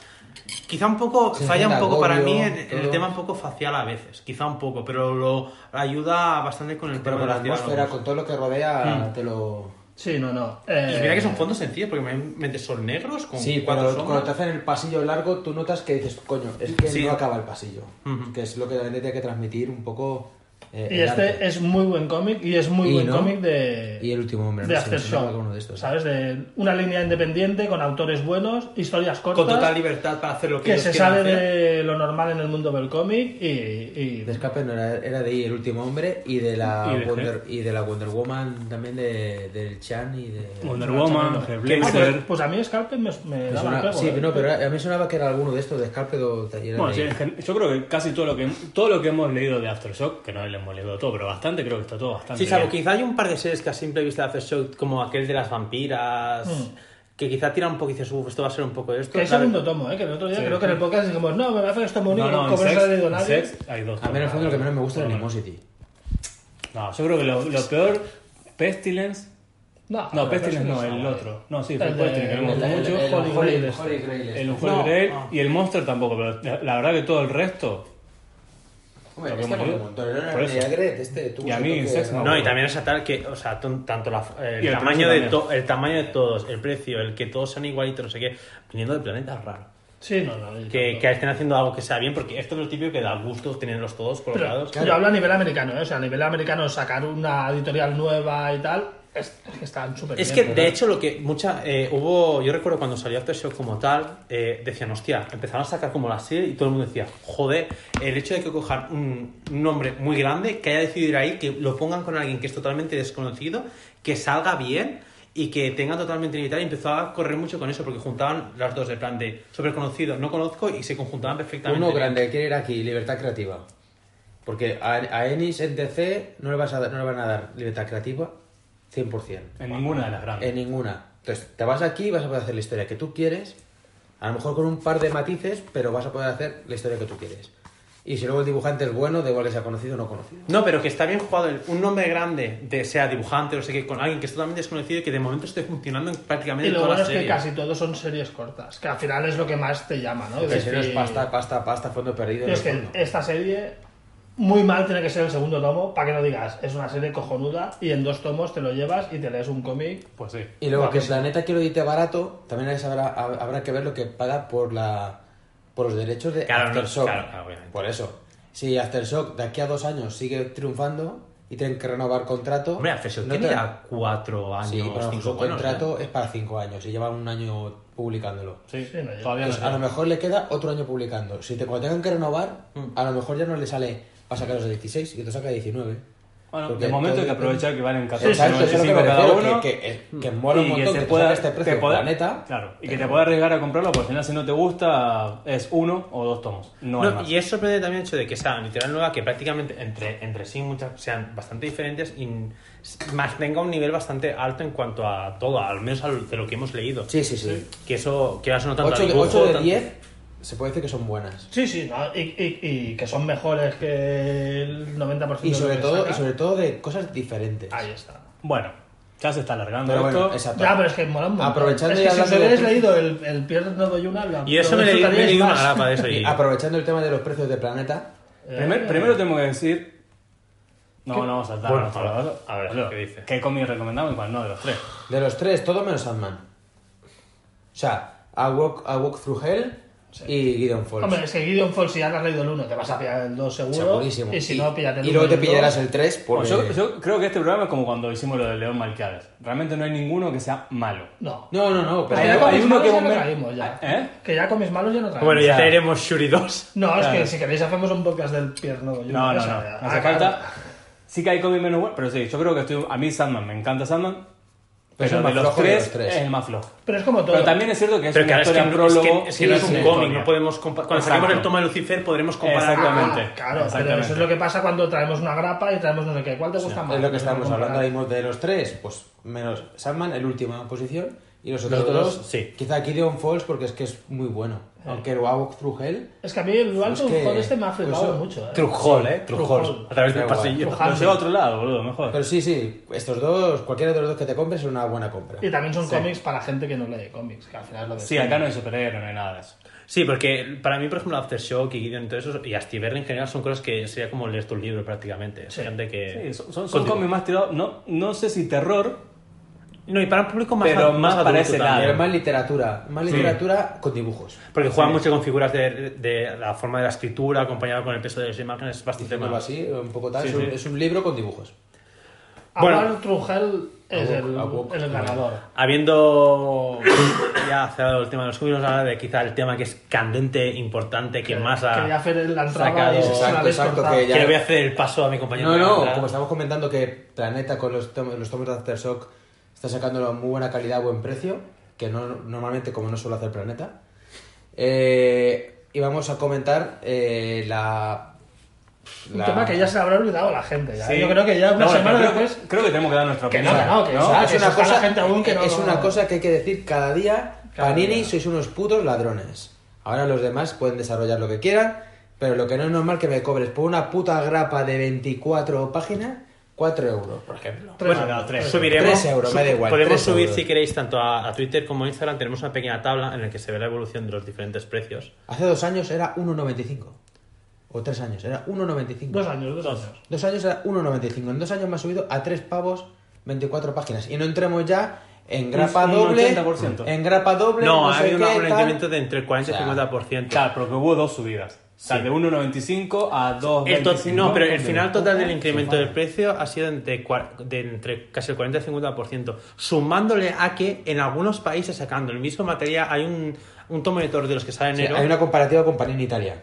quizá un poco
Sí,
falla un
el
poco para
agobio,
mí en, en el
todo.
tema un poco facial a veces quizá un poco pero lo ayuda bastante con el
Pero
tema
con la
de los
atmósfera,
diálogos.
con todo lo que rodea, te lo.
Sí, no, no.
Y
Eh,
mira que son fondos sencillos, porque mayormente son negros con
Sí, cuando,
cuatro sombras.
cuando te hacen el pasillo largo, tú notas que dices, coño, es que
Sí.
no acaba el pasillo.
Ujú.
Que es lo que la gente tiene que transmitir un poco. eh,
Y
el
este
arte.
es muy buen cómic y es muy
Y,
buen
¿no?
cómic de.
Y el último hombre,
de
no sé,
hacer
me sonaba
show,
que uno de estos.
¿sabes? De una línea independiente con autores buenos, historias cortas,
Con total libertad para hacer lo que,
que
ellos
se
quieran
sale
hacer.
de lo normal en el mundo del cómic y, y-
De escape no era, era de ahí el último hombre y de la,
Y de
Wonder, y de la Wonder Woman también de, del Chan y de.
Wonder Woman, The
Que-
Ah, pues,
Blazer.
pues a mí Scarpe me, me
Me
daba
suena-
el pego,
sí,
¿eh?
no, pero a mí sonaba que era alguno de estos de escape o taller.
Bueno,
de-
sí, en gen- yo creo que casi todo lo que todo lo que hemos leído de Aftershock, que no lo hemos leído todo, pero bastante, creo que está todo bastante.
Sí, salvo
bien.
quizá hay un par de series que a simple vista de hacer show, como aquel de las vampiras,
Mm.
que quizá tira un poco y dices, uff, esto va a ser un poco esto.
Que es
La
el
ver-
segundo tomo, ¿eh? Que el otro día creo que en el podcast dijimos, no, me parece que esto muy
No,
único,
no, en
como no se
Sex,
ha leído
en
nadie.
Sex hay dos.
A mí en el fondo lo que menos me gusta es el
Bueno,
Animosity.
No, yo creo que lo, lo peor, Pestilence.
No, pero
No, Pestilence no, el
guay.
otro. No, sí, fue
El de-
Pestilence, que me
el-
gustó
el-
mucho.
el- Holy Grail este.
Holy Grail este.
El Unholy
No,
Grail
no.
y el Monster tampoco, pero la- la verdad que todo el resto.
Hombre,
Lo que
este
hemos
mola un
leído.
montón. El
Por eso.
Neagret, este tuvo
Y a
ese
mí,
toque-
Sex, no.
No, y también es tal que, o sea, ton- tanto la- el,
Y el
tamaño de
precio
to- el tamaño de todos, el precio, el que todos sean igualitos, no sé qué, viniendo de planetas raros.
Sí, no, no. y
Que,
tanto.
que estén haciendo algo que sea bien, porque esto es lo típico que da gusto tenerlos todos
Pero
colocados.
yo hablo a nivel americano, ¿eh? O sea, a nivel americano sacar una editorial nueva y tal, es, es que están súper
Es que
bien,
de
¿verdad?
hecho lo que mucha eh, hubo, yo recuerdo cuando salió Aftershock como tal, eh, decían, hostia, empezaron a sacar como la serie y todo el mundo decía, joder, el hecho de que cojan un, un nombre muy grande, que haya decidido ir ahí, que lo pongan con alguien que es totalmente desconocido, que salga bien y que tenga totalmente libertad y empezó a correr mucho con eso porque juntaban las dos de plan de sobreconocido, no conozco y se conjuntaban perfectamente.
Uno
bien.
grande, quiere ir aquí, libertad creativa. Porque a, a Ennis en DC no le, vas a, dar- no le van a dar libertad creativa 100%.
En ninguna de las grandes.
En ninguna. Entonces, te vas aquí y vas a poder hacer la historia que tú quieres. A lo mejor con un par de matices, pero vas a poder hacer la historia que tú quieres. Y si luego el dibujante es bueno, da igual que sea conocido o no conocido.
No, pero que está bien jugado el- un nombre grande, de, sea dibujante, no sé qué, con alguien que es totalmente desconocido y que de momento esté funcionando en prácticamente
Y lo
todas
bueno
las
es que
series.
casi todos son series cortas, que al final es lo que más te llama, ¿no?
Porque si no es
decir-
pasta, pasta, pasta, fondo perdido.
Es
no
que
fondo.
esta serie, muy mal tiene que ser el segundo tomo, para que no digas, es una serie cojonuda y en dos tomos te lo llevas y te lees un cómic.
Pues sí.
Y luego
Vamos.
que el planeta quiero irte barato, también hay que saber- hab- habrá que ver lo que paga por la por los derechos de
Claro, no,
Aftershock.
claro, claro, obviamente.
por eso. Si Aftershock de aquí a dos años sigue triunfando y tienen que renovar contrato.
Hombre, Aftershock
no
tiene
te-
ya cuatro años,
Sí, pero
cinco
su
buenos,
contrato
¿eh?
es para cinco años y lleva un año publicándolo.
Sí,
Sí, no, yo-
todavía no
Pues a lo
llega.
mejor le queda otro año publicando. Si te, cuando tengan que renovar,
Mm.
a lo mejor ya no le sale para sacaros de 16 y que te saca 19.
Bueno,
Porque
de momento
todo
hay que
depende.
aprovechar que valen
Exacto, eso es lo que
14.95
me
cada
refiero,
uno.
que, que, que mola un
y que
montón que,
se
te
pueda
saque este precio
te pueda-
planeta.
claro, y que te pueda arriesgar a comprarlo porque al final si no te gusta es uno o dos tomos no, hay
No,
más.
y es sorprendente también el hecho de que sea literal nueva, que prácticamente entre, entre sí muchas sean bastante diferentes y mantenga un nivel bastante alto en cuanto a todo, al menos al- de lo que hemos leído.
Sí, sí, sí.
Que eso, que eso no tanto
8,
a dibujo,
de
tanto-
10 se puede decir que son buenas.
Sí, sí, ¿no? y, y- y que son mejores que el 90%
Y
de lo
sobre,
que
todo,
saca.
y sobre todo de cosas diferentes.
Ahí está.
bueno ya se está alargando
Pero
esto
bueno, exacto.
Ya, pero es que mola un montón.
Aprovechando
es
y
que si os
hablando de-
habéis leído el, el Pierre de Doyuna, lo-
Y eso
lo
me le me
disfrutaríais
di una
más. Eh,
(laughs)
grapa de eso.
Y
Y,
aprovechando el tema de los precios de planeta,
Primer- primero tengo que decir Eh, no no vamos a saltar
Bueno,
vamos a hablar-
a ver,
boludo,
¿qué dice?
qué cómic recomendamos y cuál no de los tres
de los tres, todo menos Sandman. O sea, A Walk, a Walk Through Hell y Gideon Falls.
Hombre, es que Gideon Fall, si ya te has leído el 1, te vas a pillar el 2 seguro.
Segurísimo.
Y si no, píllate el
y
uno Pues
luego te
el dos.
pillarás el 3
Bueno,
porque...
yo, yo creo que este programa es como cuando hicimos lo de León Malquiades realmente no hay ninguno que sea malo
No.
No, no, no, pero
Pero
Hay-
ya con
hay
mis
uno
malos
que
ya
un
no
me-
traímos ya.
¿Eh?
Que ya con mis malos ya no traemos.
bueno, ya
O sea,
traeremos Shuri 2.
No, es
Claro.
que si queréis hacemos un podcast del pierno. yo
No, no,
sé,
no.
ah,
No hace
claro.
falta. Sí que hay cómics menos buenos, pero sí, yo creo que estoy. A mí Sandman, me encanta Sandman.
Pero es el
Pero de
más
los
flojo de
tres,
los tres.
es el más flojo.
Pero es como todo.
Pero también es cierto que es
Pero que
una
ahora es que,
historia
no- es que-
prólogo.
es que no es
sí,
un
sí.
cómic, no podemos comparar. Cuando saquemos
Exacto.
el toma de Lucifer podremos comparar.
Exactamente.
Ah, claro, pero
Exactamente.
eso es lo que pasa cuando traemos una grapa y traemos no sé qué. ¿Cuál te gusta más? Pues
Es lo que
No sé
estábamos
cómo
hablando
comparar.
ahí mismo de los tres, pues menos Sandman en última posición y los otros
Los otros,
dos,
sí.
quizá Gideon Falls porque es que es muy bueno. Aunque el Walk Through Hell
Es que a mí el Walton
Pues que-
Hall este me ha flipado
pues,
mucho. ¿eh?
Trujol, ¿eh?
Trujol.
Trujol. A través del
Da igual.
pasillo.
Trujol.
Lo lleva a otro lado, boludo, mejor.
Pero sí, sí, estos dos, cualquiera de los dos que te compres es una buena compra.
Y también son cómics para gente que no lee cómics, que al final es lo de
Sí, acá no hay superhéroe, no hay nada de eso.
Sí, porque para mí, por ejemplo, Aftershock y Gideon y todo eso, y Astiberri en general, son cosas que sería como leer tu libro prácticamente. Es
Sí.
gente que.
Sí, son, son,
Continúa.
cómics más tirados. No, no sé si terror.
No, y para un público más
Pero más para
adulto
ese
también.
lado.
Pero más literatura, más literatura con dibujos.
Porque juega mucho con figuras de, de la forma de la escritura, acompañado con el peso de las imágenes, es bastante
Diciéndolo
más.
así, un poco tal.
Sí,
es, un,
sí.
es un libro con dibujos.
Bueno.
Amal Trujel es
A
el,
Wok, a
el
Wok.
ganador.
Habiendo (coughs) ya cerrado el tema de los cómics, vamos a hablar de quizá el tema que es candente, importante, que más ha...
Que ya Fer la entraba
sacado-
y se
Exacto,
la ves
exacto,
cortada.
que ya-
Que le voy a hacer el paso a mi compañero.
No,
de
no,
entrada.
como estamos comentando que Planeta con los, tom- los tomos de Aftershock está sacando a muy buena calidad a buen precio, que no, normalmente como no suele hacer Planeta. Eh, y vamos a comentar eh, la...
Un
la-
tema que ya se le habrá olvidado a la gente. ya.
Ah,
Sí.
Yo creo que ya una
No, bueno,
semana
creo,
después...
Creo que tenemos que dar nuestra
Que
opinión.
no, que no, que
O
no.
sea,
que
es
eso
una,
está la
cosa,
gente aún que no-
es una cosa que hay que decir cada día.
Cada
Panini,
día.
sois unos putos ladrones. Ahora los demás pueden desarrollar lo que quieran, pero lo que no es normal que me cobres por una puta grapa de 24 páginas, 4 euros, por ejemplo.
Tres,
Bueno,
no, tres.
subiremos.
Tres euros, me da igual,
Podemos
tres
subir,
euros.
si queréis, tanto a, a Twitter como a Instagram. Tenemos una pequeña tabla en la que se ve la evolución de los diferentes precios.
Hace dos años era 1,95. O tres años, era 1,95.
Dos años, dos años.
Dos años era 1,95. En dos años me ha subido a 3 pavos 24 páginas. Y no entremos ya en grapa
un
doble.
80%.
En grapa doble.
No,
No,
ha
sé
habido un
qué, tal.
aumento de entre 40 y
O sea,
50%.
Claro, pero que hubo dos subidas. O sea, de 1,95
El
a
tot-
2,25.
no, pero el final total del incremento del precio ha sido entre, cua- de entre casi el 40 y 50%, sumándole a que en algunos países sacando el mismo material hay un, un tomo editor de los que sale
Sí,
enero
hay una comparativa con Panini Italia.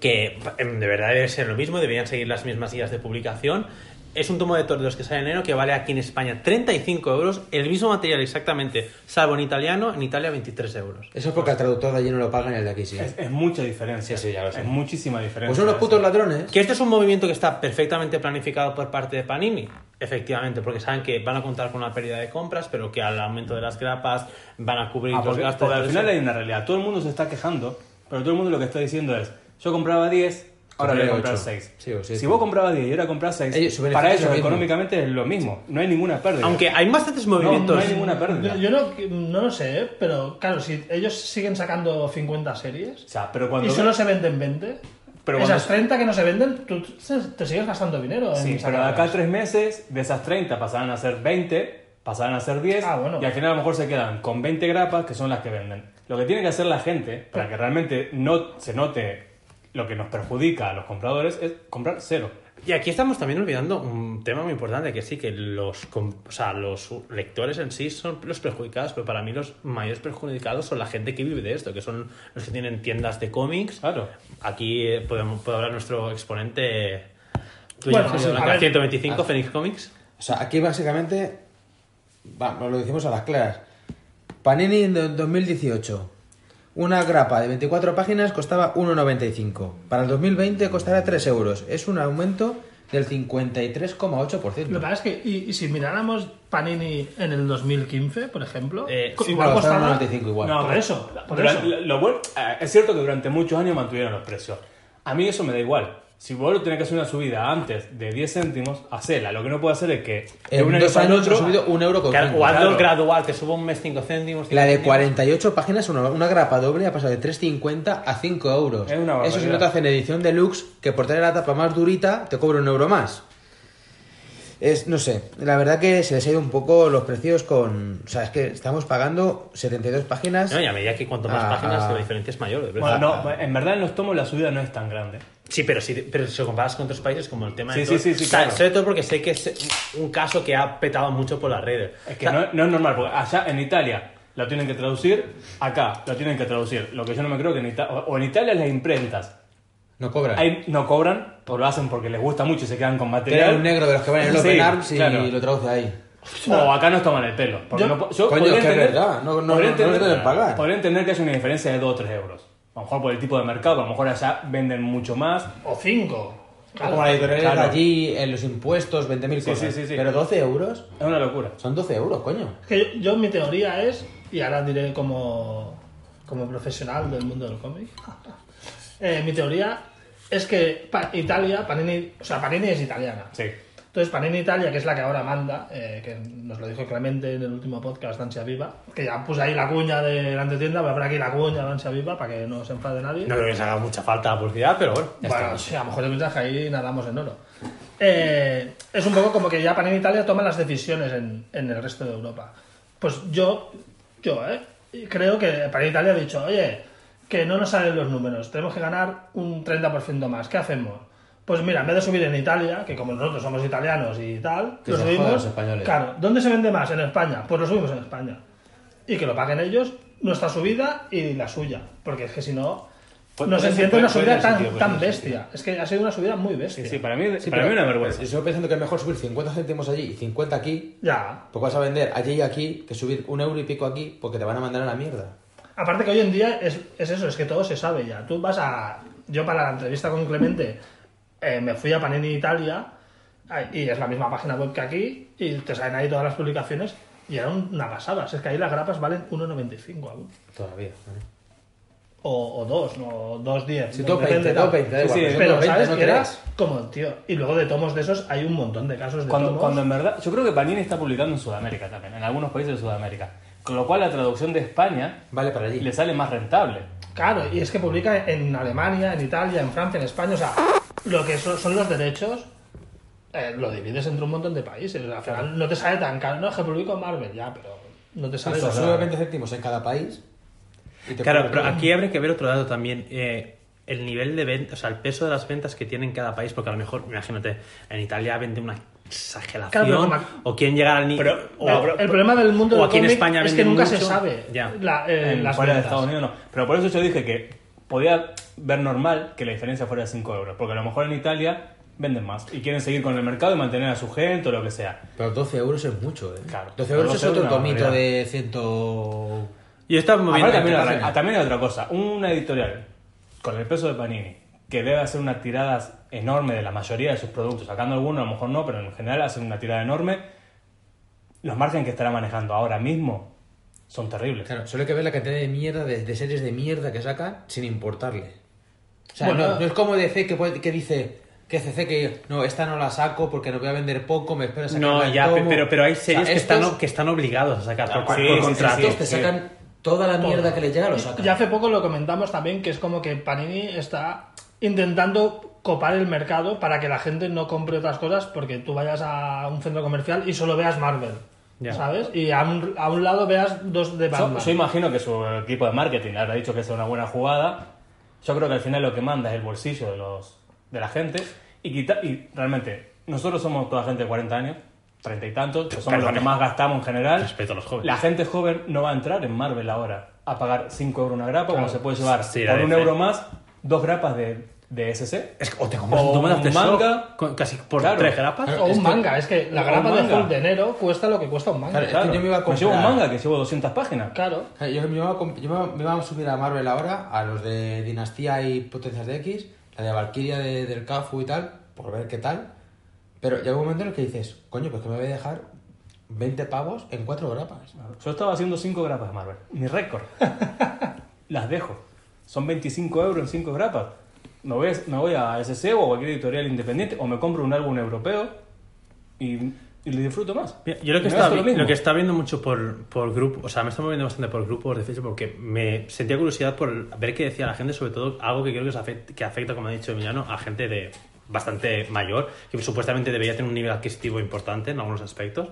que em, de verdad debe ser lo mismo, deberían seguir las mismas guías de publicación. Es un tomo de de los que sale en enero que vale aquí en España 35 euros, el mismo material exactamente, salvo en italiano, en Italia 23 euros.
Eso es porque al traductor de allí no lo pagan y el de aquí sí.
Es, es mucha diferencia.
Sí, sí, ya lo sé.
Es muchísima diferencia.
Pues son unos putos ladrones.
Que este es un movimiento que está perfectamente planificado por parte de Panini, efectivamente, porque saben que van a contar con una pérdida de compras, pero que al aumento de las grapas van a cubrir
Ah,
los
porque,
gastos.
porque al
de-
final hay una realidad. Todo el mundo se está quejando, pero todo el mundo lo que está diciendo es: yo compraba 10, ahora voy
Compré
a comprar
ocho.
6.
Sí, o sí.
si vos comprabas 10 y ahora compras 6,
Ellos- su beneficio
para
es lo
ellos
mismo.
económicamente es lo mismo. No hay ninguna pérdida.
Aunque hay bastantes
no,
movimientos.
no hay ninguna pérdida.
Yo, yo no, no lo sé, ¿eh? pero claro, si ellos siguen sacando 50 series
O sea, pero cuando.
y solo se venden 20,
Pero
esas
cuando-
30 que no se venden, tú se- te sigues gastando dinero. en
Sí, pero de
sacarlas.
acá a tres meses, de esas 30 pasarán a ser 20, pasarán a ser 10,
Ah, bueno.
y al final a lo mejor se quedan con 20 grapas que son las que venden. Lo que tiene que hacer la gente, para que realmente no se note lo que nos perjudica a los compradores, es comprar cero.
Y aquí estamos también olvidando un tema muy importante, que sí, que los, com- o sea, los lectores en sí son los perjudicados, pero para mí los mayores perjudicados son la gente que vive de esto, que son los que tienen tiendas de cómics.
Claro.
Aquí eh, podemos, puede hablar nuestro exponente, tuyo,
Bueno,
Javier
sí, a
Blanca,
ver.
125, Phoenix Comics.
O sea, aquí básicamente. Vamos, lo decimos a las claras. Panini en do- 2018. Una grapa de 24 páginas costaba 1,95. Para el 2020 costará 3 euros. Es un aumento del
Lo que
53,8%.
pasa es que, y, y si miráramos Panini en el 2015, por ejemplo,
Eh,
co-
sí,
igual
Bueno,
costaba.
costaba 95 igual.
No,
por
pero-
eso, por
pero
eso.
lo- lo bueno- eh, es cierto que durante muchos años mantuvieron los precios. A mí eso me da igual. Si vos tenés que hacer una subida antes de 10 céntimos, hacela. Lo que no puede hacer es que de un
En
año
dos
para el
años
otro-
ha subido 1 euro con
Claro, o hazlo
claro.
gradual, que suba un mes 5 céntimos.
La de
cinco
48 páginas, una, una grapa doble, ha pasado de 3,50 a 5 euros.
Es una
Eso se
barbaridad.
nota en edición deluxe, que por tener la tapa más durita te cobra un euro más. Es, no sé, la verdad que se les ha ido un poco los precios con... O sea, es que estamos pagando 72 páginas.
céntimos. No, y a medida que cuanto más
Ah,
páginas,
ah.
la diferencia es mayor, de verdad.
Bueno, no, en verdad en los tomos la subida no es tan grande.
Sí, pero si, pero si lo comparas con otros países, como el tema de.
Sí,
Thor-
sí, sí, sí,
o sea,
claro.
Sobre todo porque sé que es un caso que ha petado mucho por las redes.
Es que no, no es normal, porque allá en Italia la tienen que traducir, acá la tienen que traducir. Lo que yo no me creo que en Italia, o en Italia las imprentas
No cobran.
ahí no cobran, o lo hacen porque les gusta mucho y se quedan con
Era
material.
un negro de los que van en el
(laughs) Sí,
Open Arms y
claro.
lo traduce ahí.
O acá nos toman el pelo.
Yo-
porque no po- yo
Coño,
podría
es que es
entender-
verdad, no- no-
podría
no- no les deben pagar.
Podría entender que haya una diferencia de 2 o 3 euros. A lo mejor por el tipo de mercado, a lo mejor allá venden mucho más.
O 5.
Como la editorial
claro.
de allí, en los impuestos, 20.000
Sí,
cosas.
sí, sí, sí.
Pero 12 euros,
Es una locura.
son 12 euros, coño.
Que yo, yo mi teoría es, y ahora diré como, como profesional del mundo del
(laughs)
cómic, eh, mi teoría es que Pa- Italia, Panini, o sea, Panini es italiana.
Sí.
Entonces Panini Italia, que es la que ahora manda, eh, que nos lo dijo Clemente en el último podcast de Ansia Viva, que ya puse ahí la cuña de la antetienda, voy a poner aquí la cuña de Ansia Viva para que no se enfade nadie.
No creo que se haga mucha falta la publicidad, pero bueno. ya
Bueno,
está.
sí, a lo mejor el mensaje ahí nadamos en oro. e Eh, es un poco como que ya Panini Italia toma las decisiones en, en el resto de Europa. Pues yo, yo, ¿eh? Creo que para Italia ha dicho, oye, que no nos salen los números, tenemos que ganar un 30% más, ¿qué hacemos? Pues mira, en vez de subir en Italia, que como nosotros somos italianos y tal,
Que
lo
se
subimos.
jodan los españoles.
Claro, ¿dónde se vende más? En España, pues lo subimos en España. Y que lo paguen ellos, nuestra subida y la suya, porque es que si no,
Puede-
no se
puede-
siente una
puede-
subida
puede
tan,
sentido, puede
tan
tener
bestia. Es que ha sido una subida muy bestia.
Sí, sí, para mí, para mí una vergüenza.
Yo estoy pensando que es mejor subir 50 céntimos allí y 50 aquí,
Ya.
porque Pues vas a vender allí y aquí, que subir un euro y pico aquí, porque te van a mandar a la mierda.
Aparte que hoy en día es, es eso, es que todo se sabe ya. Tú vas a... Yo para la entrevista con Clemente eh, me fui a Panini Italia ay, y es la misma página web que aquí y te salen ahí todas las publicaciones y era una pasada. Si es que ahí las grapas valen 1,95 aún.
Todavía. ¿vale?
O, o dos, no, 2,10.
Si
no,
top 20,
depende, tal.
top 20, da
Sí,
igual.
sí,
pero
Pero
top 20,
sabes
no
que era
creas.
como tío. Y luego de tomos de esos hay un montón de casos de
Cuando,
tomos.
cuando en verdad, yo creo que Panini está publicando en Sudamérica también, en algunos países de Sudamérica. Con lo cual la traducción de España
Vale para allí.
le sale más rentable.
Claro, y es que publica en Alemania, en Italia, en Francia, en España. O sea, lo que son, son los derechos eh, lo divides entre un montón de países. Al final no te sale tan caro. No es que publico en Marvel, ya, pero no te sale
Eso,
tan
sube
caro.
20 céntimos en cada país. y te
Claro,
cubre
pero
todo.
aquí habría que ver otro dato también. eh, el nivel de ventas, o sea, el peso de las ventas que tiene en cada país, porque a lo mejor, imagínate, en Italia vende una exageración.
Claro, pero como-
o quién llegar al nivel.
Pero-
o-
No, el problema del mundo
o
del
aquí en
cómic
España
es que
venden
nunca se
mucho.
sabe
Ya.
la- eh,
En-
las
fuera de
ventas.
Estados Unidos no. Pero por eso yo dije que podía ver normal que la diferencia fuera de 5 euros. Porque a lo mejor en Italia venden más y quieren seguir con el mercado y mantener a su gente o lo que sea.
Pero 12 euros es mucho, ¿eh?
Claro.
12 euros
12
es otro
euros es una
tomito
barbaridad.
de 100.
Yo estaba moviendo.
Ahora
entre
también, otra-
páginas.
ah, también hay otra cosa. Una editorial con el peso de Panini, que debe hacer una tirada enorme de la mayoría de sus productos, sacando algunos, a lo mejor no, pero en general hacen una tirada enorme. Los márgenes que estará manejando ahora mismo son terribles.
Claro, solo hay que ver la cantidad de mierda, de, de series de mierda que sacan sin importarle. O sea,
Bueno.
no, no es como DC que, puede- que dice que CC que no, esta no la saco porque no voy a vender poco, me espero a sacar
No,
el
ya,
tomo".
pero, pero hay
O sea,
series que, están,
estos-
que están obligados a sacar por,
sí,
por
sí, sí,
contrato.
estos te sacan toda la mierda que les llega, lo sacan.
Y hace poco lo comentamos también que es como que Panini está intentando copar el mercado para que la gente no compre otras cosas porque tú vayas a un centro comercial y solo veas Marvel.
Ya.
¿Sabes? Y a un, a un lado veas dos de
Yo,
Batman.
yo imagino que su equipo de marketing habrá dicho que es una buena jugada. Yo creo que al final lo que manda es el bolsillo de los de la gente. Y, quita- y realmente, nosotros somos toda gente de 40 años, 30 y tantos, que somos los
Perdone.
que más gastamos en general.
Respeto a los jóvenes.
La gente joven no va a entrar en Marvel ahora a pagar 5 euros una grapa, como se puede llevar
Sí, la
por un
DC.
euro más dos grapas de, de SC.
Es que o te compras
O
un tomo de
un
Aftershock
manga.
con- casi por
Claro.
tres grapas.
Claro.
o un
esto-
manga, es que la
o
grapa
un
de
manga.
Hulk de enero cuesta lo que cuesta un manga.
Claro,
Claro, Pues
yo me iba a
llevo un
comprar-
manga que llevo 200 páginas.
Claro.
Claro, Yo, me iba, a comp- yo me iba- me iba a subir a Marvel ahora, a los de Dinastía y Potencias de X, la de Valkyria de- del Cafu y tal, por ver qué tal. Pero llega un momento en el que dices, coño, pues que me voy a dejar 20 pavos en 4 grapas.
Yo estaba haciendo 5 grapas de Marvel. Mi
(laughs)
récord. Las dejo. Son 25 euros en 5 grapas. Me voy, a, me voy a SC o a cualquier editorial independiente o me compro un álbum europeo y, y lo disfruto más.
Mira, Yo lo que,
Me
estaba,
gasto
vi- lo,
mismo.
que estaba viendo mucho por, por grupo, o sea, me está moviendo bastante por grupos de Facebook porque me sentía curiosidad por ver qué decía la gente, sobre todo algo que creo que, os afect- que afecta, como ha dicho Emiliano, a gente de bastante mayor, que supuestamente debería tener un nivel adquisitivo importante en algunos aspectos.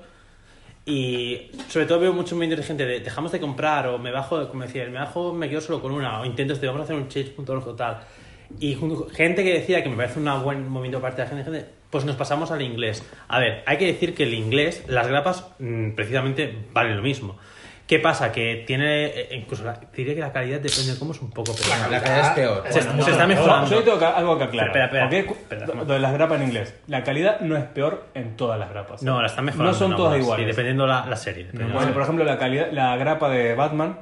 Y sobre todo veo mucho medio de gente de dejamos de comprar o me bajo, como decía, él, me bajo, me quedo solo con una o intento este, vamos a hacer un change.org o tal. Y jun- gente que decía que me parece un buen movimiento parte de la gente, gente, pues nos pasamos al inglés. A ver, hay que decir que el inglés, las grapas mm, precisamente valen lo mismo. ¿Qué pasa? Que tiene, eh, incluso la- diría que la calidad depende de cómo es un poco peor.
La calidad es peor.
Se-
se,
bueno,
se está
no, no,
mejorando.
Yo ahí tengo que- algo que aclarar.
Espera, espera,
¿ok?
espera,
Lo-
espera.
lo de las grapas en inglés. La calidad no es peor en todas las grapas.
No, la están mejorando.
No son
en
todas
algunas,
iguales.
Y dependiendo la, la serie. dependiendo
Bueno,
la-
por ejemplo, la calidad, la grapa de Batman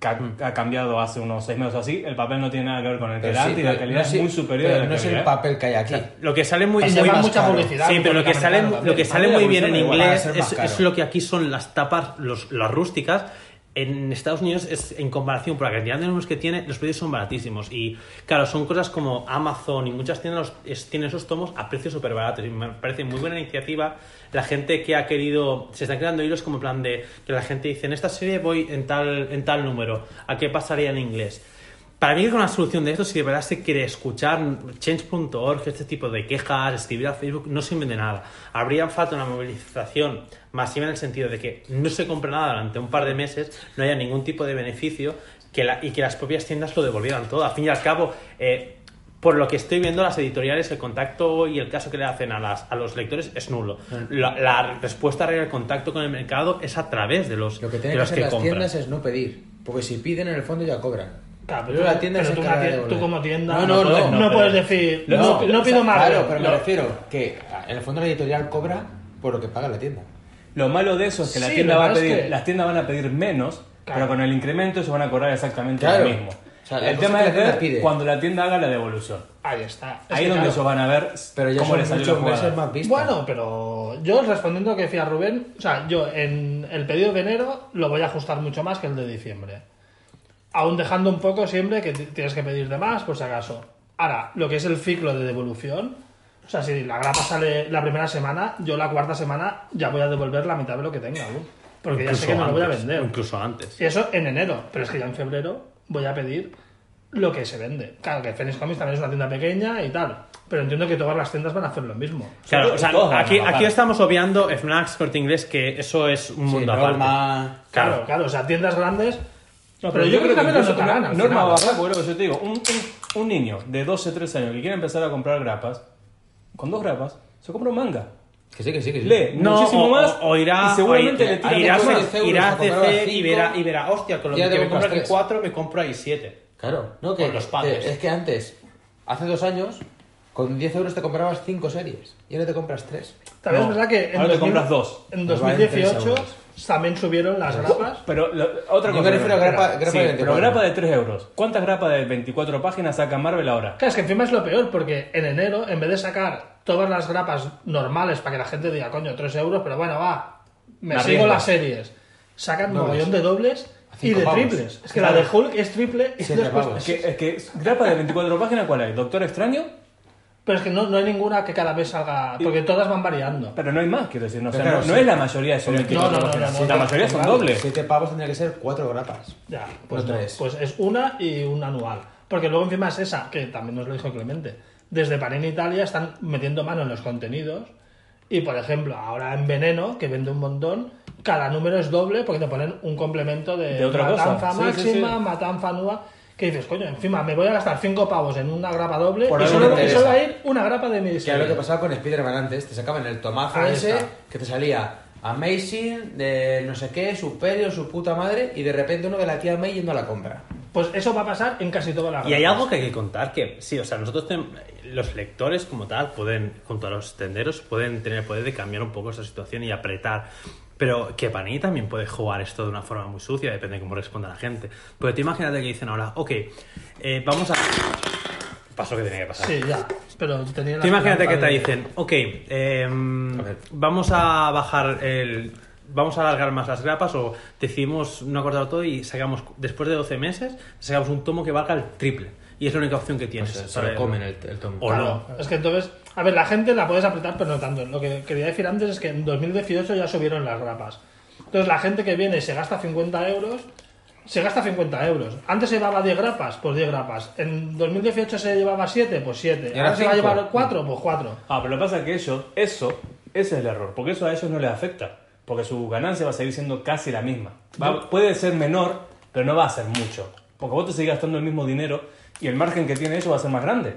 que ha,
Mm.
ha cambiado hace unos seis meses o así. El papel no tiene nada que ver con el que
Pero
era
sí,
antes y
pero
la calidad
no
es
el-
muy superior a
pero
la
no es el
calidad.
papel que hay aquí.
Lo que sale muy,
Y
Y
se
muy
lleva
más
mucha
caro.
publicidad.
Sí, pero lo que sale,
norteamericana
lo que
también.
sale
Vale,
muy bien en
evoluciona igual,
va a
inglés
ser
es,
más
es
caro.
lo que aquí son las tapas, los, las rústicas. En Estados Unidos, es, en comparación por la cantidad de números que tiene, los precios son baratísimos. Y claro, son cosas como Amazon y muchas tiendas los- es- tienen esos tomos a precios súper baratos. Y me parece muy buena iniciativa. La gente que ha querido, se están creando hilos como en plan de que la gente dice: En esta serie voy en tal, en tal número, ¿a qué pasaría en inglés? Para mí, una solución de esto, si de verdad se quiere escuchar change.org, este tipo de quejas, escribir a Facebook, no se invente nada. Habría falta una movilización masiva en el sentido de que no se compre nada durante un par de meses, no haya ningún tipo de beneficio que la- y que las propias tiendas lo devolvieran todo. Al fin y al cabo, eh, por lo que estoy viendo, las editoriales, el contacto y el caso que le hacen a, las, a los lectores es nulo. La, la respuesta real al contacto con el mercado es a través de los
Lo que
de
tienen que
los
hacer las
compran.
tiendas es no pedir. Porque si piden, en el fondo ya cobran.
Claro,
Pero la tienda
pero
se
tú,
encarga
como
de
tie-
devolver.
tú como tienda
No, no,
puedes,
no,
no
pero-
puedes decir, no, no,
o sea,
pido más.
Claro, pero me
Lo-
refiero que a- en el fondo la editorial cobra por lo que paga la tienda.
Lo malo de eso es que la
Sí,
tienda
lo
va a
malo es
pedir,
que-
las tiendas van a pedir menos,
Claro.
pero con el incremento ellos van a cobrar exactamente
Claro.
lo mismo.
O sea, la
el
cosa
tema
es que
es
la tienda
ver
pide.
cuando la tienda haga la devolución.
Ahí está. Es
Ahí
que,
es donde
claro,
ellos van a ver
Pero ya
cómo
son
les salió la
muchos
jugada.
meses más vistas.
Bueno, pero yo respondiendo a lo que decía Rubén, o sea, yo en el pedido de enero lo voy a ajustar mucho más que el de diciembre. Aún dejando un poco siempre que t- tienes que pedir de más, por si acaso. Ahora, lo que es el ciclo de devolución, o sea, si la grapa sale la primera semana, yo la cuarta semana ya voy a devolver la mitad de lo que tenga aún. Porque ya sé que no lo voy a
antes,
vender.
Incluso antes.
Y eso en enero, pero es que ya en febrero voy a pedir lo que se vende. Claro que Phoenix Comics también es una tienda pequeña y tal, pero entiendo que todas las tiendas van a hacer lo mismo.
Claro, o sea,
Todos van a
aquí,
bajar.
aquí estamos obviando FNAX, Corte Inglés, que eso es un
Sí,
mundo aparte.
Norma-
Claro,
Claro.
claro, o sea, tiendas grandes.
No,
pero, yo, creo que también lo
incluso
notarán. al
Norma
final.
Barra, porque lo que yo te digo, un, un- un niño de 12, 13 años que quiere empezar a comprar grapas, con dos grapas, se compra un manga.
Que sí, que sí, que sí.
Lee
No,
muchísimo
o-
más
o, o irá,
y seguramente le tira
o irá,
mucho
a-
más.
más.
irá a
Euros, compraba
CC y
cinco,
verá, y verá, hostia, con lo
ya
que
te
me
compras
compro aquí
tres.
4, me compro ahí 7.
Claro, no, que,
Por los padres.
que- es que antes, hace dos años, con 10 euros te comprabas 5 series y ahora te compras 3.
También
No,
es verdad que en,
ahora te compras dos.
en
Nos valen tres
2018
euros.
también subieron las grapas.
Pero lo- otra
Yo me
cosa.
refiero a grapa-
Sí,
grapa de
pero
24.
grapa de 3 euros. ¿Cuántas grapas de 24 páginas saca Marvel ahora?
Claro, es que encima es lo peor, porque en enero, en vez de sacar todas las grapas normales para que la gente diga, coño, 3 euros, pero bueno, va, me
Me
sigo
arriesgo.
las series, sacan mogollón de dobles y
cinco
de
pavos.
triples. Es que la de Hulk es triple y
Siete
después-
pavos.
Es que, es que grapa de 24 páginas, ¿cuál hay? ¿Doctor Extraño?
Pero es que no, no hay ninguna que cada vez salga, porque todas van variando.
Pero no hay más, quiero decir. No, o sea,
Claro,
no, no
sí.
es la mayoría de solo
No, no,
24
no,
páginas.
no, no,
la
no,
mayoría son dobles.
7 pavos tendría que ser 4 grapas.
Ya, pues
No
no,
tres.
pues es una y un anual. Porque luego encima es esa, que también nos lo dijo Clemente. Desde Panini Italia están metiendo mano en los contenidos. Y por ejemplo, ahora en Veneno, que vende un montón, cada número es doble porque te ponen un complemento de,
De otra cosa.
matanza
Sí, sí,
máxima,
sí.
matanza nua. Que dices, coño, encima me voy a gastar 5 pavos en una grapa doble
Por
y
algo
solo,
me
y solo va a
interesa.
ir una grapa de mi
Que era lo que
serie.
pasaba con Spider-Man antes. Te sacaban el tomazo
Ahí
ese
está.
que te salía Amazing, de no sé qué, Superior, su puta madre, y de repente uno de la tía May yendo a la compra.
Pues eso va a pasar en casi todas las
Y hay
grapas.
algo que hay que contar, que sí, o sea, nosotros, ten- los lectores como tal, pueden, junto a los tenderos, pueden tener el poder de cambiar un poco esta situación y apretar. Pero que Panini también puede jugar esto de una forma muy sucia, depende de cómo responda la gente. Porque tú imagínate que dicen ahora, ok, eh, vamos a... Pasó que tenía que pasar.
Sí, ya. Pero tenía
Tú
la-
imagínate
la-
que te
la-
dicen, ok, em,
A ver.
vamos a bajar el... Vamos a alargar más las grapas o decidimos no acordar todo y sacamos, después de 12 meses, sacamos un tomo que valga el triple. Y es la única opción que tienes.
Pues se, se
para
lo comen el, el tomo.
O
Claro, es que entonces, a ver, la gente la puedes apretar, pero no tanto. Lo que quería decir antes es que en 2018 ya subieron las grapas. Entonces, la gente que viene y se gasta 50 euros, se gasta 50 euros. Antes se llevaba 10 grapas, pues 10 grapas. En 2018 se llevaba 7, pues 7.
Y ahora
Ahora se va a
cinco.
llevar 4, pues 4.
Ah, pero lo que pasa es que ellos, eso, ese es el error, porque eso a ellos no les afecta, porque su ganancia va a seguir siendo casi la misma. Va- puede ser menor, pero no va a ser mucho, porque vos te seguís gastando el mismo dinero y el margen que tiene ellos va a ser más grande.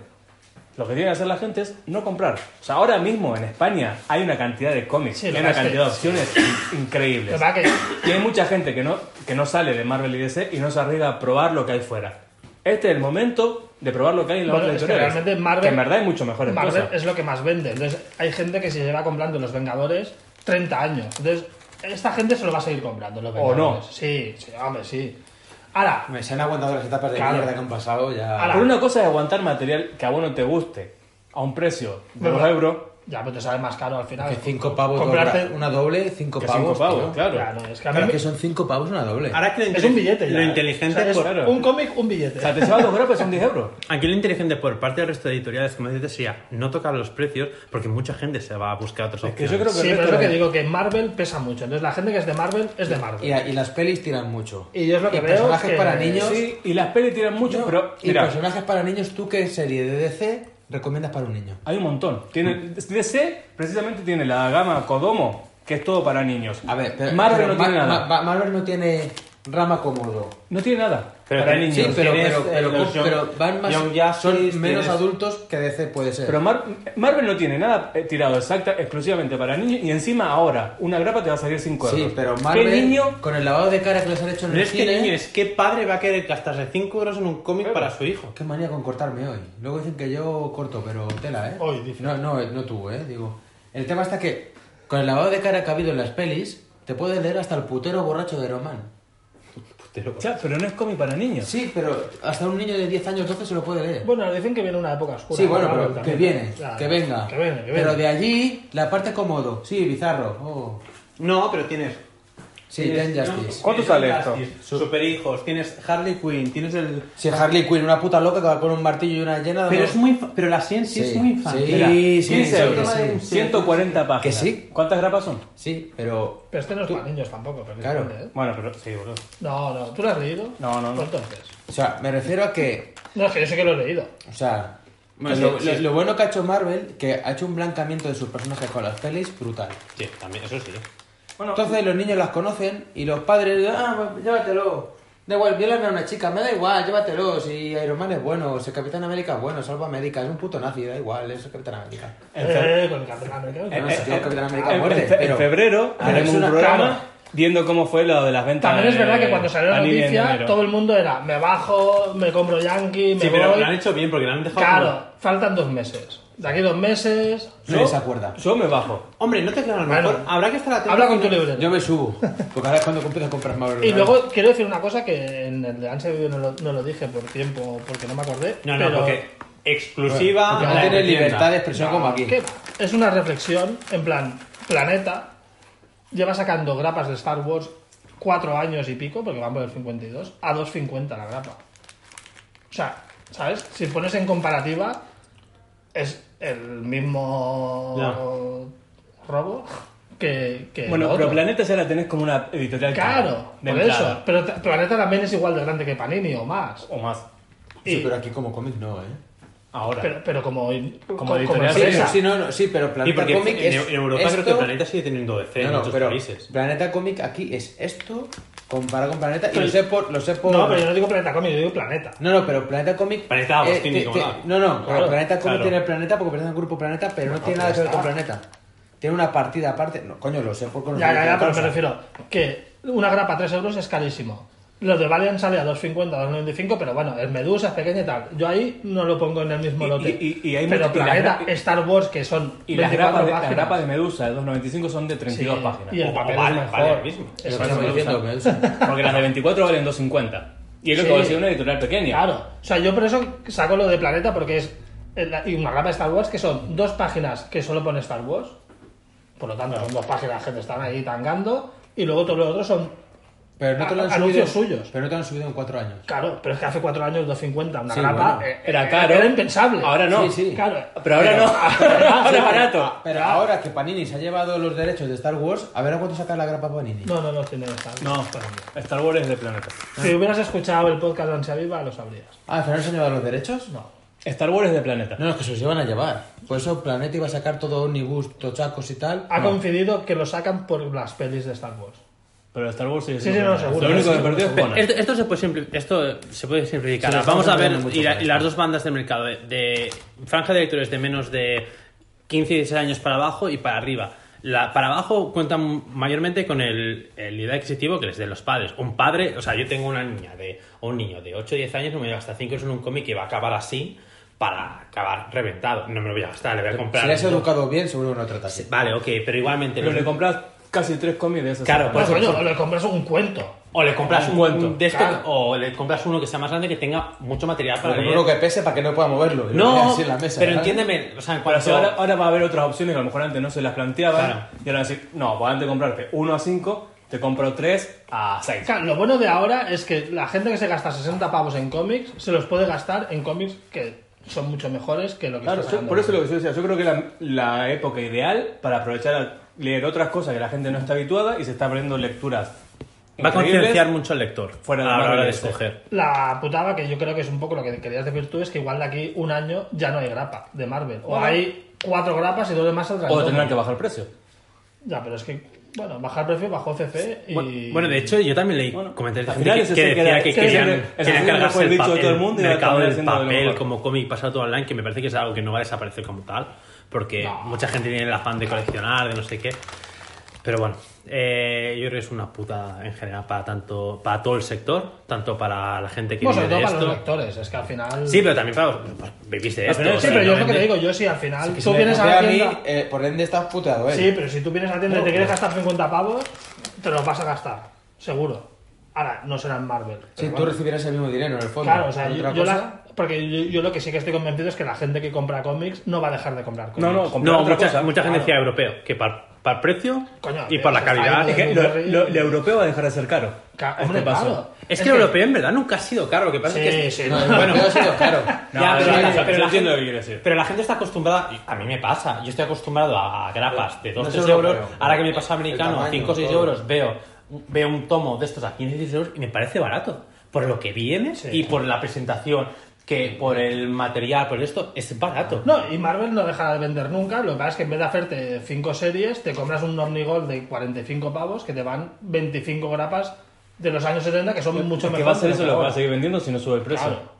Lo que tiene que hacer la gente es no comprar. O sea, ahora mismo en España hay una cantidad de cómics,
Sí,
y
lo
hay una
que hace-
cantidad de opciones
Lo (coughs)
increíbles.
que pasa que-
Y hay mucha gente que no, que no sale de Marvel y DC y no se arriesga a probar lo que hay fuera. Este es el momento de probar lo que hay en la
Bueno,
otra
es que
editorial.
realmente Marvel-
en verdad hay mucho mejores
Marvel
cosas.
es lo que más vende. Entonces, hay gente que se lleva comprando Los Vengadores 30 años. Entonces, esta gente se lo va a seguir comprando, Los
O no.
Vengadores. Sí, sí, hombre, sí. Ahora,
Me se han aguantado las etapas de
Claro.
mierda que han pasado ya.
Ahora-
Por una cosa es aguantar material que a vos no te guste a un precio de
Bueno.
2 euros
Ya, pero te sale más caro al final.
Que 5 pavos
Comprarte
doble- una doble, 5
Que
pavos.
cinco pavos,
tío.
claro.
Claro, es que a mí
Claro,
me-
que son 5 pavos una doble.
Ahora que lo
es
intele-
un billete. ya,
Lo
¿eh?
inteligente
O sea, es
por-
claro.
Un cómic, un billete.
O sea, te llevas dos euros, pero son 10 euros.
Aquí lo inteligente por parte del resto de editoriales, como dices, sería no tocar los precios porque mucha gente se va a buscar otras
Que
opciones.
yo creo que
Sí, pero
el
es
resto
lo que
de-
digo, que Marvel pesa mucho. Entonces la gente que es de Marvel es de Marvel.
Y, a- y las pelis tiran mucho.
Y yo es lo que veo
personajes
que-
para niños.
Sí, y las pelis tiran mucho,
No,
pero
y
mira,
pues
personajes para niños, ¿tú qué serie de DC recomiendas para un niño?
hay un montón. Tiene, DC precisamente tiene la gama Kodomo, que es todo para niños.
A ver, pero,
Marvel
pero
no tiene
Ma-
nada.
Ma- Ma- Marvel no tiene rama cómodo.
no tiene nada
Pero
para
tiene-
niños.
Sí, pero, pues,
tienes,
pero,
eh,
pero,
los
pero
Young-
van más,
Young Justice,
son
tienes-
menos adultos que DC puede ser.
Pero Mar- Marvel no tiene nada eh, tirado exacta, exclusivamente para niños. Y encima ahora, una grapa te va a salir 5 euros.
sí, pero Marvel,
¿Qué niño?
con el lavado de cara que les han hecho en
No
el
es que
cine-
niño, es que padre va a querer gastarse 5 euros en un cómic para su hijo.
Qué manía con cortarme hoy. Luego dicen que yo corto, pero tela, ¿eh?
Hoy, dice.
No, no, no tú, ¿eh? Digo. El tema está que con el lavado de cara que ha habido en las pelis, te puedes leer hasta el putero borracho de Román.
Ya, pero no es cómic para niños.
Sí, pero hasta un niño de 10 años, 12 se lo puede leer.
Bueno, dicen que viene una época oscura.
sí, bueno,
Marvel
pero que
también.
viene,
Claro,
que venga.
Que viene, que viene.
Pero de allí, la parte cómodo. Sí, bizarro. Oh.
No, pero tienes.
Sí, Young Justice.
¿Cuánto sale esto?
Superhijos, tienes Harley Quinn, tienes el.
Si Harley Quinn, una puta loca que va con un martillo y una llena.
Pero
no.
es muy. infa- Pero la ciencia es
Sí,
muy infantil.
sí,
Mira,
sí,
tienes
sí,
el
sí,
tema
sí.
de un-
140 páginas.
Que sí.
¿Cuántas grapas son?
Sí, pero.
Pero este no es para niños tampoco, pero
Claro.
depende, ¿eh?
Bueno, pero sí, boludo.
No, no, ¿tú lo has leído?
No, no, no.
Pues entonces.
O sea, me refiero a que
No, es que yo sé que lo he leído.
O sea,
Bueno,
que lo,
sí, sí.
lo- lo bueno que ha hecho Marvel, que ha hecho un blancamiento de sus personajes con las pelis brutal.
Sí, también, eso sí.
Bueno,
Entonces los niños las conocen y los padres, ah, pues, llévatelo. Da igual, violan a una chica, me da igual, llévatelo. Si Iron Man es bueno, si Capitán América es bueno, Salva América, es un puto nazi, da igual, es Capitán América.
en, fe-
Eh, con el Capitán América.
No,
eh,
no, si yo Capitán América
en-
muere,
en fe- en
pero-
febrero
Ah, es
haremos un
una
programa
cama.
viendo cómo fue lo de las ventas.
También es verdad que cuando salió la
a nivel de
noticia,
enero.
todo el mundo era, me bajo, me compro Yankee, me
Sí,
voy.
pero lo han hecho bien porque lo han dejado.
Claro,
como-
faltan dos meses. De aquí dos meses.
No les acuerda.
Yo me bajo.
Hombre, no te creas, a lo
Bueno.
mejor habrá que estar atento.
Habla con tu librero.
Yo me subo, porque ahora es cuando empiezas a comprar Marvel.
Y
¿no?
luego quiero decir una cosa que en el de Anse Vive no lo, no lo dije por tiempo, porque no me acordé.
No, no,
pero-
porque exclusiva.
Porque no
la
tienes
tienda.
libertad de expresión como aquí.
¿Qué va? Es una reflexión, en plan, Planeta lleva sacando grapas de Star Wars cuatro años y pico, porque van por el 52, a 2.50 la grapa. O sea, ¿sabes? Si pones en comparativa, es el mismo robo que, que
Bueno,
Eh, lo
pero
otro.
Planeta ya la tenés como una editorial.
Claro,
de
por
entrada.
eso. Pero t- Planeta también es igual de grande que Panini o más.
O más.
Sí,
Y-
pero aquí como cómic no, ¿eh?
Ahora.
pero, pero como, como,
editorial,
Sí,
empresa.
sí, no, no, sí, pero
Y
Planeta
porque en,
Comic es
en Europa creo que
esto-
Planeta sigue teniendo DC en
No, no,
muchos
pero
países.
Planeta Comic aquí es esto comparado con Planeta y
Pero-
lo sé por... Lo sé por-
No, pero yo no digo Planeta Comic, yo digo Planeta.
No, no, pero Planeta Comic...
Planeta Agostini,
te-
como
te-
nada.
No, no, pero
Claro,
Planeta Comic
claro.
tiene el Planeta porque pertenece al grupo Planeta, pero no tiene nada que ver con Planeta. Tiene una partida aparte... No, coño, lo sé por conocer.
Ya, ya, ya, pero me
causa.
refiero que una grapa a 3 euros es carísimo. Los de Valiant sale a 2,50, 2,95, pero bueno, el Medusa es pequeña y tal. Yo ahí no lo pongo en el mismo
Y-
lote.
y- y- y hay
pero
mucho- y la
Planeta,
gra-
Star Wars, que son
Y las
24
grapas, de, las
páginas.
grapas de Medusa de 2.95 son de
Sí,
32 páginas.
Y el
O- o
papel
vale,
es mejor.
vale, el mismo.
Es lo
Eso
que
es
estamos
lo que
diciendo,
usa.
que es-
Porque las de 24 valen 2.50. Y es lo que
Sí.
va a ser una editorial pequeña.
Claro. O sea, yo por eso saco lo de Planeta porque es en la- y una grapa de Star Wars que son dos páginas que solo pone Star Wars. Por lo tanto, son dos páginas que te están ahí tangando. Y luego todo lo otro son
Pero no te lo han
A-
subido...
anuncios suyos.
Pero no te lo han subido en cuatro años.
Claro, pero es que hace cuatro años 2.50, una
Sí,
grapa,
bueno.
eh,
Era caro.
Era impensable.
Ahora no.
Sí, sí.
Claro.
Pero ahora no.
ah,
(laughs) ahora es barato.
Pero ah. ahora que Panini se ha llevado los derechos de Star Wars, a ver a cuánto saca la grapa Panini.
No, no, no tiene esta.
No, Star Wars es de planeta.
Si hubieras escuchado el podcast de Ansia Viva, lo sabrías.
Ah, ¿pero no se han llevado los derechos?
No.
Star Wars es de planeta.
No, no, es que se los iban a llevar. Por eso Planeta iba a sacar todo Omnibus, tochacos y tal.
Ha
No.
coincidido que lo sacan por las pelis de Star Wars.
Pero Star Wars sigue
Sí,
siendo
sí, no,
planeta.
seguro.
Lo único que
Sí,
perdió es
seguro. Este-
Conan.
Esto, esto se puede simpli- esto se puede simplificar.
Sí, lo
Vamos a
estamos
ver
hablando mucho
y la-
con
y las dos bandas del mercado, de, de franja de lectores de menos de 15 y 16 años para abajo y para arriba. La, para abajo cuentan mayormente con el, el nivel adquisitivo que les de los padres. Un padre, o sea, yo tengo una niña de, o un niño de 8 o 10 años, no me voy a gastar 5 euros en un cómic que va a acabar así para acabar reventado. No me lo voy a gastar, le voy a
Si
comprar.
le has educado bien, seguro que no trata así.
Vale, ok, pero igualmente.
Pero
los-
le compras casi tres cómics de esos.
Claro, por
Pues
eso-
coño, le compras un cuento.
O le compras un,
cuento.
un de esto,
Claro.
o le compras uno que sea más grande que tenga mucho material para
Pero
leer.
uno que pese para que no pueda moverlo. y lo ponía
No,
así en la mesa,
pero
¿vale?
entiéndeme, o sea, en
Pero
cuanto...
si ahora, ahora va a haber otras opciones que a lo mejor antes no se las planteaban.
Claro.
Y ahora decir, no, pues antes de comprarte uno a 5, te compro 3 a 6.
Claro, lo bueno de ahora es que la gente que se gasta 60 pavos en cómics se los puede gastar en cómics que son mucho mejores que lo que
Claro,
está
yo-
sacando
por eso
ahora.
lo que yo decía, yo creo que la, la época ideal para aprovechar a leer otras cosas que la gente no está habituada y se está aprendiendo lecturas.
Va a
increíbles.
concienciar mucho al lector
Fuera de
a la
Marvel
hora de
este.
escoger.
La putada que yo creo que es un poco lo que querías decir tú es que igual de aquí un año ya no hay grapa de Marvel. O
Bueno.
hay cuatro grapas y dos demás saldrán.
O
dos.
tendrán que bajar el precio.
Ya, pero es que, bueno, bajar precio bajó CC y...
Bueno, bueno, de hecho, yo también leí comentarios de
al
gente
final
que,
ese
que
se
decía
queda-
que
ese
querían,
siempre- ese
querían
siempre
cargarse
fue el
el,
dicho de
papel,
todo el mundo y ahora
mercado
termina
del
siendo de lo
papel
mejor.
como cómic pasado todo online, que me parece que es algo que no va a desaparecer como tal, porque mucha gente tiene el afán de coleccionar, de no sé qué. Pero bueno, eh, yo creo que es una puta en general para tanto para todo el sector, tanto para la gente que
Bueno, sobre
vive
todo
de
para los
esto.
lectores, es que al final...
Sí, pero también para vos- pues, vivís de esto.
Sí,
o sea,
pero yo es lo que te
realmente-
digo, yo si al final
Que si
tú
me
vienes a
putea
la
a mí,
tienda...
eh, por ende estás puteado, ¿eh?
Sí, pero si tú vienes a la tienda y te quieres gastar 50 pavos, te los vas a gastar, seguro. Ahora, no será en Marvel.
Si
pero
tú
bueno.
recibirás el mismo dinero en el fondo.
Claro, o sea,
¿Por
yo,
otra
yo
cosa? (laughs)
la- porque yo, yo lo que sí que estoy convencido es que la gente que compra cómics no va a dejar de comprar cómics.
No, no, comprar
No,
otra
mucha,
cosa.
mucha gente decía europeo, que para el precio
Coño,
y por la
está ahí,
calidad.
¿no?
Es que lo, lo- lo europeo va a dejar de ser caro.
Ca-
Es
hombre,
que pasó.
claro.
Es que el europeo en verdad nunca ha sido caro, lo que pasa
Sí,
es que
sí, (laughs)
No,
no,
bueno, ha sido caro.
No,
Ya, pero,
sí,
la,
sí,
pero
sí,
la
entiendo
gente,
lo que quieres decir.
pero la gente está acostumbrada, y a mí me pasa, yo estoy acostumbrado a grapas de 2
No es
3
europeo,
euros, ahora que me pasa
el
americano,
tamaño,
5 o 6
todo.
euros, veo, veo un tomo de estos a 15 16 euros y me parece barato, por lo que viene
Sí.
y por la presentación, que por el material, por esto, es barato.
No, y Marvel no dejará de vender nunca. Lo que pasa es que en vez de hacerte 5 series, te compras un Omnigol de 45 pavos que te van 25 grapas de los años 70 que son mucho
Que
mejor.
va a ser
que
eso
lo
lo que va
ahora.
a seguir vendiendo si no sube el precio.
Claro.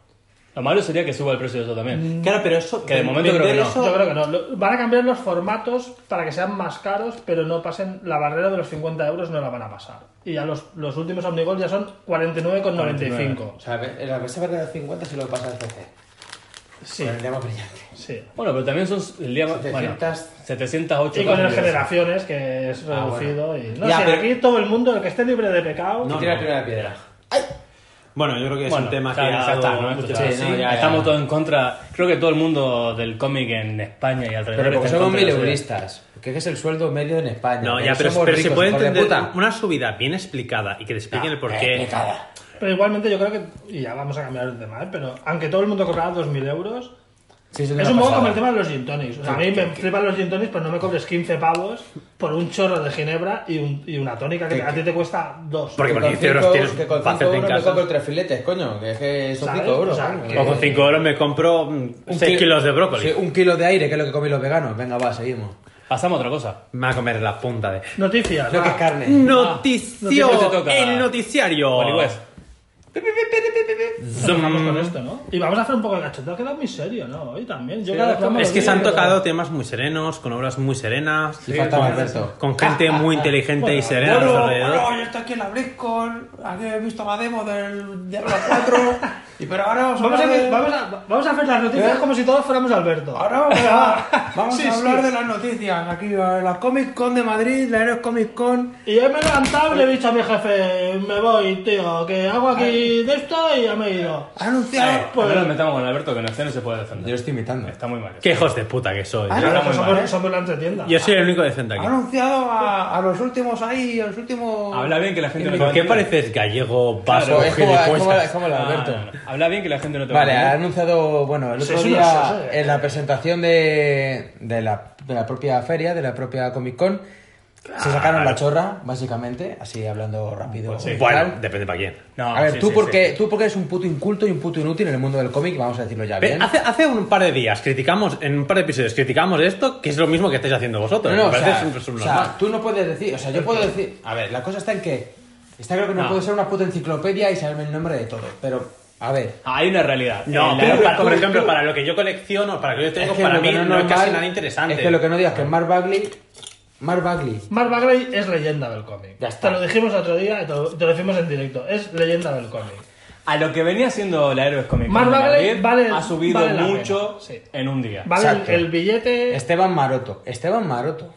Lo malo sería que suba el precio de eso también.
Claro, pero eso,
Que de momento creo
vender
que no.
eso-
Yo creo que no. Lo- Van a cambiar los formatos para que sean más caros, pero no pasen la barrera de los 50 euros, no la van a pasar. Y ya los, los últimos Omnigol ya son 49,95.
O sea, a ver, en la mesa verde de 50 se lo pasa al PC.
Sí,
Con el tema brillante.
sí.
Bueno, pero también son el día más-
700.
bueno, 708
Y con el
páginas.
generaciones, que es
Ah, bueno.
reducido. y... No
Ya,
sé,
pero-
aquí todo el mundo, el que esté libre de pecado.
Y
No,
tira
no.
la primera piedra.
Bueno, yo creo que es
Bueno,
un tema que
claro,
ha
ya está,
dado
¿no?
mucho-
Esto ya-
sí,
sí,
¿no? Ya,
estamos
ya.
todos en contra. Creo que todo el mundo del cómic en España y alrededor.
Pero porque
está en
somos
contra de la
mileuristas, que es el sueldo medio en España.
No,
que
ya, pero,
somos
pero se
ricos,
puede
hijos de
entender
puta.
una subida bien explicada y que te expliquen el porqué.
Eh, pecada.
Pero igualmente yo creo que, y ya vamos a cambiar el tema, ¿eh? pero aunque todo el mundo cobraba 2.000 euros,
Sí, es
es un poco
pasada.
como el tema de los gin tonics. O sea, a mí me flipan los gin tonics, pero no me cobres 15 pavos por un chorro de ginebra y, un- y una tónica que
Que-
a ti te cuesta 2.
Que
Porque por
con
15
cinco-
euros tienes
que con
para
5
hacerte en
euros me
casa.
compro tres filetes, coño, que es que son
¿Sabes?
5 euros.
O sea,
coño,
que-
O con 5 euros me compro
Un
6
kilo-
kilos de brócoli.
Sí, un kilo de aire, que es lo que comen los veganos. Venga, va, seguimos.
sociedad. Pasamos a otra cosa.
Me va a comer la punta
Eh,
de.
Noticias. Ah,
Lo
va.
que es carne.
Mm.
Noticio,
Noticias te toca.
el noticiario.
Wally West.
Nos vamos
Mm.
con esto, ¿no? Y vamos a hacer un poco el cacheteo, ha quedado muy serio, ¿no? Hoy también. Yo
Sí,
cada
es
programa
Es
lo
que se han
digo,
tocado temas muy serenos, con obras muy serenas,
Y faltaba
sí,
Alberto.
con gente muy inteligente y serena a su alrededor.
yo estoy aquí en la BlizzCon, aquí he visto la demo del Diablo 4,
(laughs)
y pero ahora vamos,
Vamos a,
hablar
ver-
de-
vamos, a, vamos a hacer las noticias como si todos fuéramos Alberto.
ahora vamos a, vamos
Sí,
a hablar
sí.
de las noticias. Aquí va la Comic Con de Madrid, la Eres Comic Con.
Y yo me he levantado y le he dicho a mi jefe, me voy, tío, que hago aquí de esto y ya me he ido.
Ha anunciado.
Eh, no nos metamos con Alberto, que no sé, no se puede defender.
Yo lo estoy imitando.
Está muy mal.
Qué hijos de puta que soy.
Ah,
Yo
no,
era muy mal. ¿eh?
Somos, somos la entretienda.
Yo soy el único decente
ha
aquí.
anunciado a, a los últimos ahí, a los últimos.
Ah, Habla bien que la gente no te va a
¿Por qué
entender.
pareces gallego, vasco,
Claro, es como, es como- es
gilipollas?
como el Alberto.
Ah, no, no. Habla bien que la gente no te va
Vale,
a
¿eh?
ha
entender.
anunciado, bueno, el
Sí,
otro
es una
día
sosa, eh.
en la presentación de, de, la, de la propia feria, de la propia Comic Con,
Ah,
se sacaron la chorra, básicamente, así hablando rápido.
Pues sí.
y
Bueno,
tal.
depende para quién.
No,
a ver,
sí,
tú,
sí,
porque,
sí.
tú porque eres un puto inculto y un puto inútil en el mundo del cómic, vamos a decirlo ya
Ve,
bien.
Hace, hace un par de días criticamos, en un par de episodios, criticamos esto, que es lo mismo que estáis haciendo vosotros.
No, no,
Me
o
parece
sea,
un- es un
o sea,
normal.
tú no puedes decir, o sea, yo puedo decir, a ver, la cosa está en que, está claro que no,
No.
puedo ser una puta enciclopedia y saberme el nombre de todo, pero, a ver,
Ah, Hay una realidad.
No,
eh,
En la-
pero para-
tú-
por ejemplo, para lo que yo colecciono, para lo que yo tengo,
que
para
lo que
mí no, es casi
normal
nada interesante.
Es que lo que no digas que Mark Bagley, Mark Bagley,
Mark Bagley es leyenda del cómic.
Ya está.
Te lo dijimos el otro día y te lo, te lo decimos en directo. Es leyenda del cómic.
A lo que venía siendo la Héroes Comic Con
Mark
de
Bagley
Madrid,
vale-
ha subido
vale la
mucho
pena, sí.
en un día.
Vale, el,
Exacto.
el billete...
Esteban Maroto, Esteban Maroto.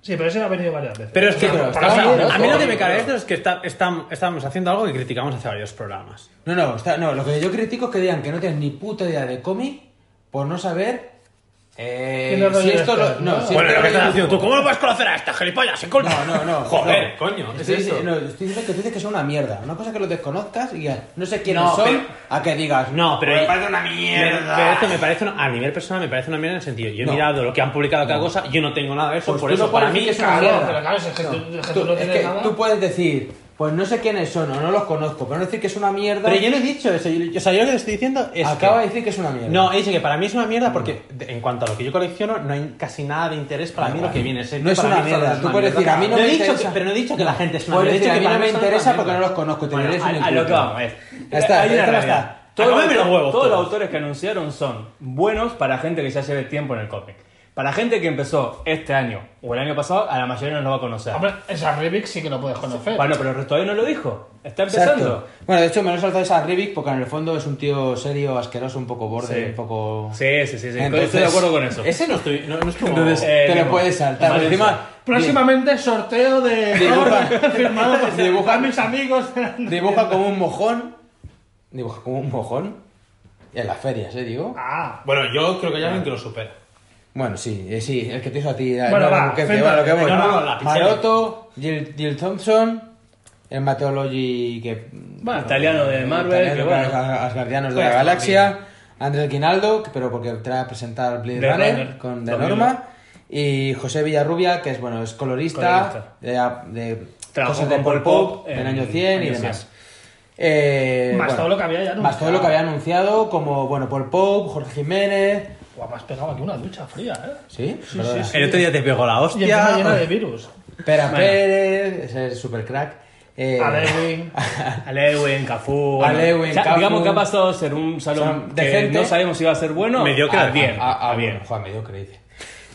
Sí, pero ese ha venido varias veces.
Pero es que,
O sea,
pero
para
está
mí-
bien,
a mí lo que me
Ojo.
cabe esto es que está- está- estamos haciendo algo que criticamos hace varios programas.
No, no, está- no, lo que yo critico es que digan que no tienes ni puta idea de cómic por no saber eh,
Que no lo
si esto
llevas,
lo- no,
¿no?
si
Bueno, lo
esto
que
lo
estás
llevas-
haciendo tú, ¿cómo lo puedes conocer a esta gilipollas? Sin culpa.
No, no, no.
Joder,
no.
coño.
Estoy, dic- no, estoy diciendo que tú dices que son una mierda. Una cosa es que lo desconozcas y ya, no sé quiénes
No,
son
pero-
a que digas.
No, pero.
Me parece una
Me- pero
mierda.
esto me parece una- a nivel personal me parece una mierda en el sentido. Yo he
No.
mirado lo que han publicado cada cosa, yo no tengo nada de eso,
Pues
por
tú
eso
no
para
puedes
mí.
decir que es una
claro,
mierda.
pero claro, si es que tú- es que tú no
es
tienes
que
nada.
tú puedes decir, pues no sé quiénes son o no los conozco, pero no decir que es una mierda.
Pero yo no he dicho eso. yo- o sea, yo lo que te estoy diciendo es.
acaba
Ah, que- Mm.
de decir que es una mierda.
No, he dicho que para mí es una mierda porque de- en cuanto a lo que yo colecciono no hay casi nada de interés para mí lo que viene. Sé
No
que
es
para
una
mí solo
mierda, tú puedes decir, a mí no
he
me
dicho que-
interesa.
pero no he dicho que la gente es una
Puedes
mierda. he
decir,
dicho
a
que
mí
para
no me
son
interesa
una
porque no
mierda.
los conozco, te
Bueno,
leeré
a,
sin
a lo que
inculto.
vamos es.
Ya está,
hay
ya
una
está,
realidad.
está.
Todos,
Acómeme los huevos, Ah, todos los
todos.
autores que anunciaron son buenos para gente que ya lleve tiempo en el cómic. Para gente que empezó este año o el año pasado, a la mayoría no lo va a conocer.
Hombre, esa Rivik sí que lo puedes conocer.
Bueno, pero el resto todavía no lo dijo. Está empezando.
Exacto. Bueno, de hecho me lo he saltado esa Rivik porque en el fondo es un tío serio, asqueroso, un poco borde,
Sí.
un poco...
Sí, sí, sí, sí.
Entonces-
Estoy de acuerdo con eso.
Ese no, estoy, no, no es como...
Entonces,
Te
Eh,
lo
no.
puedes saltar.
Vale,
Pero encima,
Próximamente sorteo de
Dibuja.
(laughs) Thor, firmado por
Dibuja.
dibujar mis amigos. (laughs)
di- dibuja como un mojón. Dibuja como un mojón. En las ferias, ¿eh? Digo.
Ah,
Bueno, yo creo que hay alguien que lo supera.
Bueno, sí, eh, sí, el que te hizo a ti.
Bueno,
no,
va,
que,
frente
va,
a-
lo que voy.
no, no, la
pizzería.
Maroto, Jill, Jill Thompson, el Mateology que...
Bueno, italiano de Marvel,
italiano
que
de
bueno.
los Asgardianos de
Pues,
la Galaxia, Andrés Quinaldo, que- pero porque trae a presentar Blade
Blade
Runner,
Runner,
con De
2001.
Norma, y José Villarrubia, que es, bueno, es colorista, de, de
Trabajó
cosas de
con
Pol
Pol
Pop,
Pop
del
en
año 100 y
año
demás.
100.
Eh,
Más
bueno,
todo lo que había ya
Más todo lo que
anunciado.
había anunciado, como, bueno, Pol Pop, Jorge Jiménez...
guau, me has pegado aquí una ducha fría, ¿eh?
¿Sí?
Sí,
Perdona.
sí, sí.
El otro día te pegó la
Y encima
hostia.
llena de virus.
Pera Pérez, ese es super crack. Eh,
A
(laughs)
Lewin.
Alewin, Cafú. bueno,
Alewin,
ya-
Cafú.
Digamos que ha pasado a ser un
Son
salón
de
que
gente- Ah,
no sabemos si va a ser bueno.
Mediocre
a
a-
bien.
a, a-
a bien.
Joder, mediocre, dice.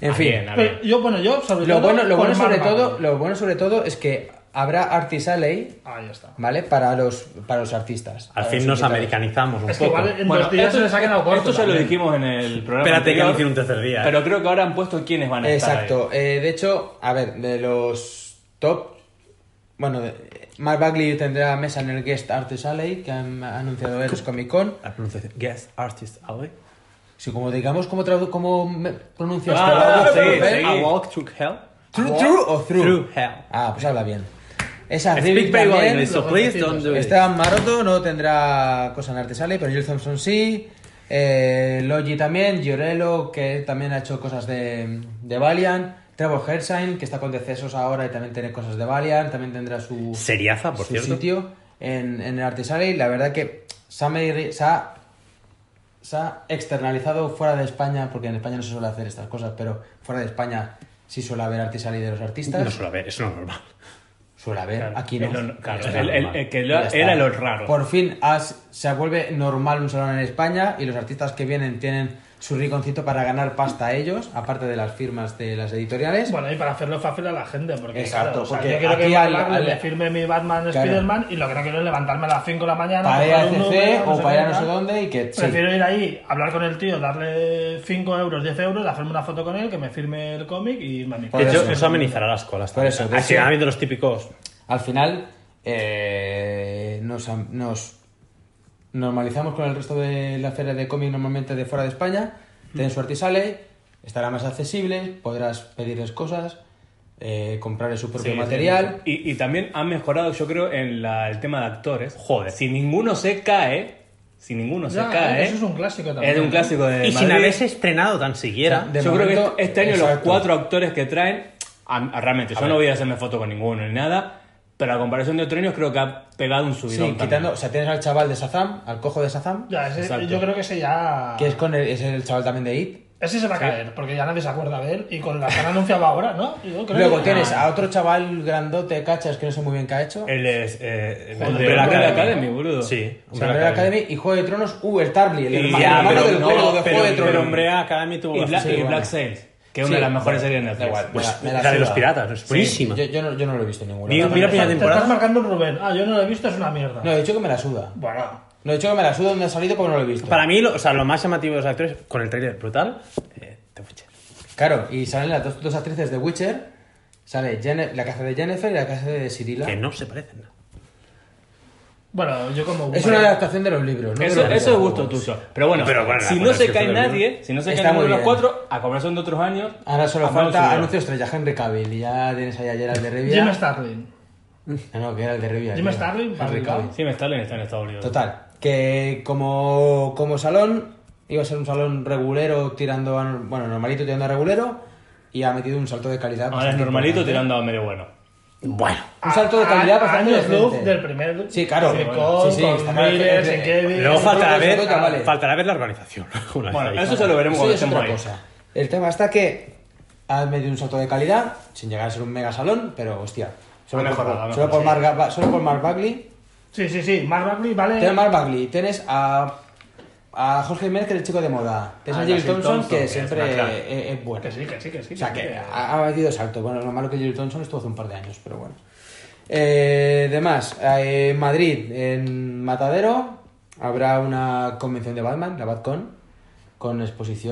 En
A
fin,
bien, a bien.
Pero Eh, yo, bueno, yo sobre
lo
todo.
bueno, lo
por
bueno sobre
Marvel.
todo, lo bueno sobre todo es que habrá Artis Alley,
Ahí está.
¿vale? Para los para los artistas.
Al
para
fin
los
nos
invitados.
americanizamos un
Es que
poco.
igual en dos días se les ha quedado corto.
esto ya lo
también.
dijimos en el programa.
Espérate que
anterior,
no tiene un tercer día. ¿eh?
Pero creo que ahora han puesto quiénes van a estar. ahí.
Exacto. Eh, de hecho, a ver, de los top bueno, de- Mark Bagley tendrá mesa en el Guest Artist Alley que han anunciado ellos Comic Con.
La pronunciación. Guest Artist Alley.
Si como digamos cómo tradu- cómo me- pronuncias
Ah,
todo,
sí,
¿eh?
sí.
A Walk Through Hell.
True, Oh, true o through?
Through hell.
Ah, pues habla bien. Esa
Speak
Rivik
very well
también.
English, so
los
please
vecinos.
don't do it.
Esteban Maroto no tendrá cosa en Artesale, pero Jill Thompson sí. Eh, Logi también, Giorello, que también ha hecho cosas de, de Valiant. Trevor Herzine, que está con decesos ahora y también tiene cosas de Valiant. También tendrá su,
Seriaza, por
su
cierto.
sitio en, en el Artesale. Y la verdad que se ha, medi- se ha- se ha externalizado fuera de España, porque en España no se suele hacer estas cosas, pero fuera de España sí suele haber Artesale de los artistas.
No suelo ver, eso no es normal.
Suele haber,
Claro,
aquí no.
es lo- claro,
Ya está,
el- el-
normal.
el que lo-
Ya está.
era lo raro.
Por fin has- se vuelve normal un salón en España y los artistas que vienen tienen su rinconcito para ganar pasta a ellos, aparte de las firmas de las editoriales.
Bueno, y para hacerlo fácil a la gente, porque
Exacto,
claro, o sea,
porque
yo quiero que
aquí
me
al-
hagan,
al-
me firme mi Batman
Claro.
Spiderman y lo que no quiero es levantarme a las 5 de la mañana
para ir
coger
a
un
CC
Uber,
o
sé
para ir a
qué,
no sé
tal.
dónde y que sí.
Prefiero ir ahí, hablar con el tío, darle 5 euros, 10 euros, hacerme una foto con él, que me firme el cómic y irme a mi
Por
De
casa.
hecho,
eso.
eso, amenizará las colas.
Por
también.
eso, de
Así
hecho-
van viendo los típicos.
Al final eh, nos, am- nos normalizamos con el resto de la feria de cómic normalmente de fuera de España.
Mm.
Tienes su artisale, estará más accesible, podrás pedirles cosas, eh, comprarles su propio
Sí,
material.
sí, sí. Y, y también han mejorado, yo creo, en la- el tema de actores.
Joder.
Si ninguno se cae, si ninguno
Ya,
se cae,
Eso es un clásico también.
es un clásico de
Y sin
Madrid.
haberse estrenado tan siquiera.
de-
yo creo que
momento,
este, este año los
exacto.
cuatro actores que traen, a- a- realmente, yo no voy a hacerme foto con ninguno ni nada, pero a comparación de otros años creo que ha pegado un
Sí,
subidón. también.
quitando, o sea, tienes al chaval de Sazam, al cojo de Sazam,
Ah.
Ya, ese-
Exacto.
yo creo que ese ya.
que es con el, es el chaval también de IT.
Ese se va a caer, porque ya nadie se acuerda de él y con la que han anunciado ahora, ¿no? Yo creo
Luego
que- Ah,
tienes a otro chaval grandote, cachas, que no sé muy bien qué ha hecho.
Él es. Eh,
El
hombre
de la Academy,
Academy.
boludo.
Sí.
O sea, Umbrella Academy y Juego de Tronos, uh, el Tarly, el,
Y
herma-
ya,
el hermano
pero
del
no,
juego de Juego de
pero-
Tronos.
pero
Hombre Academy tuvo.
Y,
la
Bla-
sí,
y
bueno.
Black Sails, que es
Sí,
una de las mejores
bueno,
series de
da
Netflix.
igual, me
Pues,
me
la de los
suda.
piratas, es
Sí,
buenísima.
Yo, yo no, yo no lo he visto ninguna.
Mira-
No,
mira
Te
primera
estás- Te
temporada.
estás marcando un Rubén. Ah, yo no lo he visto, es una mierda.
No, he dicho que me la suda.
Bueno,
No, he dicho que me la suda donde ha salido porque no lo he visto.
Para mí, lo, o sea, lo más llamativo de los actores, con el trailer brutal, eh, te fuché.
Claro, y salen las dos, dos actrices de Witcher. Sale Jenne- la casa de Jennifer y la casa de Cirila.
Que no se parecen.
Bueno, yo como.
Es una adaptación de los libros, ¿no?
Eso,
De los
eso es gusto
videojuegos.
tuyo. Pero bueno,
Pero bueno,
si
la
no se
conexión
cae
del
nadie, si no se cae
Está
ninguno de
muy
los
bien. Ah.
cuatro, a comparación de otros años,
Ahora solo
Amado
falta
Sudor.
anuncio estrella Henry Cavill. y Ya tienes ahí a Gerald de Rivia.
Jim Starlin.
Ah, no, que era el de Rivia.
Jim
tío.
Starlin,
Henry
Pablo
Cavill.
sí me está bien, está en Estados Unidos.
Total, que como, como salón, iba a ser un salón regulero tirando a, nor- bueno, normalito tirando a regulero y ha metido un salto de calidad.
Ahora es
bastante
normalito
importante.
tirando a medio bueno.
Bueno.
Un salto de calidad bastante
Ah, años luz
decente.
del primer.
Sí, claro.
Sí,
bueno,
con,
sí, sí,
con
está claro que-
Miller,
que-
sin Kevin.
Luego
Eso
faltará
creo que
ver,
eso ya vale.
faltará ver la organización. (laughs) una vez
Bueno,
ahí.
eso se lo veremos
Eso
cuando
ya es
estemos
otra
ahí.
cosa. El tema está que ha metido un salto de calidad sin llegar a ser un mega salón, pero hostia. Solo,
Ha
por,
mejorado, ha
solo, por
mejorado,
Mark, Ga- solo por Mark Bagley
Sí, sí, sí. Mark Buckley, vale.
Tienes a Mark Bagley, tienes a, a Jorge Jiménez, que es el chico de moda. Tienes a,
Ah,
Jill
Jill
Thompson,
Thompson,
que
que es
siempre
una
es,
crack.
es bueno.
Que sí, que sí, que sí.
O sea, que
que-
ha, ha metido salto. Bueno, lo malo que Jill Thompson estuvo hace un par de años, pero bueno. Eh, demás, eh, en Madrid, en Matadero, habrá una convención de Batman, la BatCon, con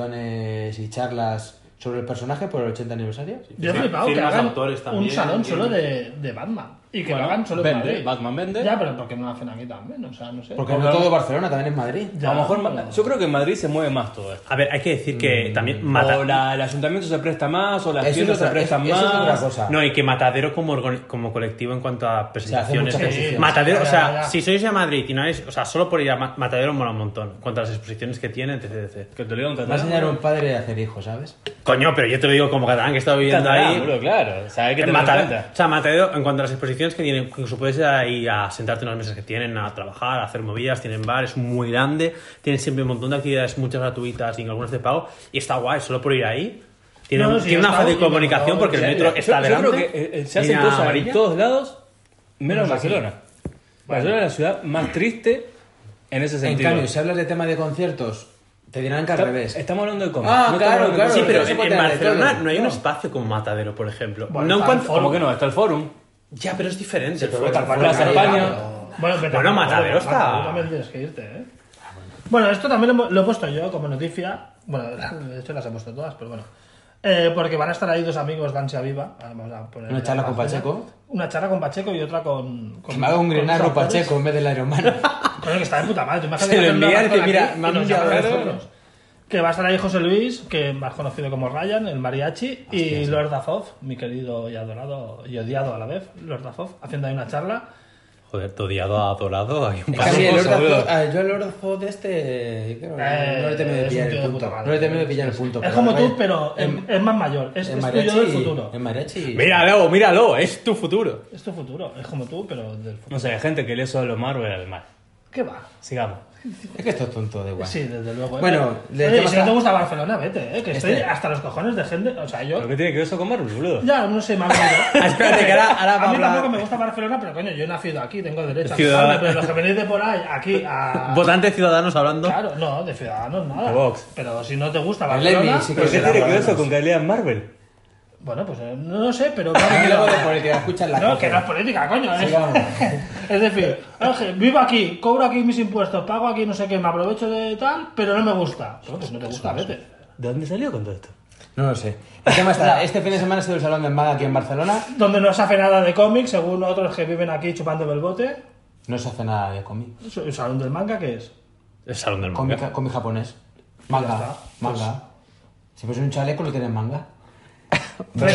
exposiciones y charlas sobre el personaje por el 80 aniversario.
Yo he
Sí,
flipado que
firmas
hagan
autores
un
también,
salón
entiendo.
solo de, de Batman. Y que lo hagan solo en
Vende,
Madrid.
Batman vende.
Ya, pero ¿por qué no lo hacen aquí también? O sea, no sé.
Porque no todo Barcelona, también es Madrid.
Ya,
a lo mejor,
pero-
yo creo que en Madrid se mueve más todo esto.
A ver, hay que decir que
mm,
también
O
Matadero.
la- el ayuntamiento se presta más, o las
Eso es
tiendas
otra-
se prestan
es- eso es
más.
otra cosa.
No, y que Matadero como, organ- como colectivo en cuanto a presentaciones.
muchas
eh,
exposiciones.
Matadero, o
Ya, ya,
sea,
ya.
si sois a Madrid y no es, o sea, solo por ir a Ma- Matadero mola un montón. En cuanto a las exposiciones que tiene, etc. etc.
Que te lo digo en
Va a
catalán.
enseñar a un padre a hacer hijos, ¿sabes?
Coño, pero yo te lo digo como catalán que he estado viviendo
Catalán,
ahí.
boludo, claro. O sea, hay que
En
tener en
Matadero,
cuenta.
o sea, Matadero, en cuanto a las exposiciones que tienen, incluso puedes ir ahí a sentarte en las mesas que tienen, a trabajar, a hacer movidas, tienen bar, es muy grande, tienen siempre un montón de actividades, muchas gratuitas y algunas de pago, y está guay, solo por ir ahí. Tiene,
No, no,
un-
sí,
tiene
yo
una
he
fácil
estado y me
comunicación
moló,
porque el
en
metro
Yo-
está
yo creo
delante.
que, eh, se hacen
Línea
cosas
amarilla.
en todos lados, menos Barcelona. Barcelona es la ciudad más triste en ese
En
sentido.
cambio, si hablas de tema de conciertos, te dirán que al
Está- eh,
revés.
Estamos hablando de cómics.
Ah,
estamos
claro,
hablando de
claro.
Sí,
cosas.
pero
eso
en,
puede
en
tener de todo.
Barcelona no hay un espacio como Matadero, por ejemplo.
Bueno,
no en
está
cuanto-
el foro.
¿Cómo que no? Está el forum.
Ya, pero es diferente. el
pero
foro.
tampoco
Plaza
hay
España.
nada.
Bueno,
Bueno,
pero también-
Matadero está-
Tú también tienes que irte, ¿eh? Bueno, esto también lo, he- lo he puesto yo como noticia. Bueno, (laughs) de hecho las he puesto todas, pero bueno. Eh, porque van a estar ahí dos amigos de Ansia Viva. Ahora vamos a poner-
Una charla con Pacheco.
Una charla con Pacheco y otra con. con
Me hago un
con
grenarro
los actores.
Pacheco en vez del Iron
(laughs)
Man.
Coño, que está de puta madre. Tú imagínate
Se lo
hacer una
envían,
maratón
que mira,
aquí y
me han
nos
enviado
llaman a
esto.
nosotros. Que va a estar ahí José Luis, que más conocido como Ryan, el mariachi, y Lord Azov, mi querido y adorado y odiado a la vez, Lord Azov, haciendo ahí una charla.
Joder, te odiado a adorado. Hay un
Es que a mí el
paso.
Lord
cosa,
Azor-
boludo.
ah, yo el orzo de este. creo que
Eh,
no le termino de
es un
pillar el
tío de
punto.
puta madre. eh,
No le termino de pillar el punto.
es como tú,
en-
pero es,
en-
es más mayor. Es,
En
es tuyo del
mariachi.
futuro.
En mariachi.
Míralo, míralo, es tu futuro.
Es tu futuro. Es como tú, pero del futuro.
No sé, hay gente que lee solo Marvel al mal.
¿Qué va?
Sigamos.
Es que esto es tonto, de igual.
Sí, desde luego. ¿eh?
Bueno, le-
Oye,
¿qué
y si no
pasa?
te gusta Barcelona, vete, eh, que
Este.
estoy hasta los cojones de gente. O sea, yo.
¿Pero qué tiene que ver eso con Marvel, boludo?
Ya, no sé, me
(laughs)
ha venido.
Ah, Espérate, que ahora- ahora va
a
a
mí
hablar-
tampoco me gusta Barcelona, pero coño, yo he nacido aquí, tengo derecho a
Ciudadano.
quejarme, pero los que venís de por ahí, aquí, a...
Votantes ciudadanos hablando.
Claro, no, de Ciudadanos nada.
De Vox.
Pero si no te gusta
El
Barcelona...
Levi, sí que
¿Pero
Pues
qué
era
tiene que ver
Marvel.
eso con que lean Marvel?
Bueno, pues eh, no lo sé, pero...
No hablamos Ah, de
(laughs)
política, escuchas la
No,
cosa.
que no es política, coño, ¿eh?
Sí, vamos.
(laughs) es decir, Ángel, vivo aquí, cobro aquí mis impuestos, pago aquí no sé qué, me aprovecho de tal, pero no me gusta. Bueno, pues no te gusta, vete.
¿De dónde salió con todo esto?
No lo sé. El tema
(laughs)
está. Este fin de semana ha sido el Salón del Maga aquí en Barcelona.
Donde no se hace nada de cómics, según otros que viven aquí chupando el bote.
No se hace nada de cómic.
¿El salón del manga qué es?
El salón del
Cómic,
mundo.
cómic japonés.
Ya
Manga.
está. pues.
Manga. Si pones un chaleco, lo tienes manga.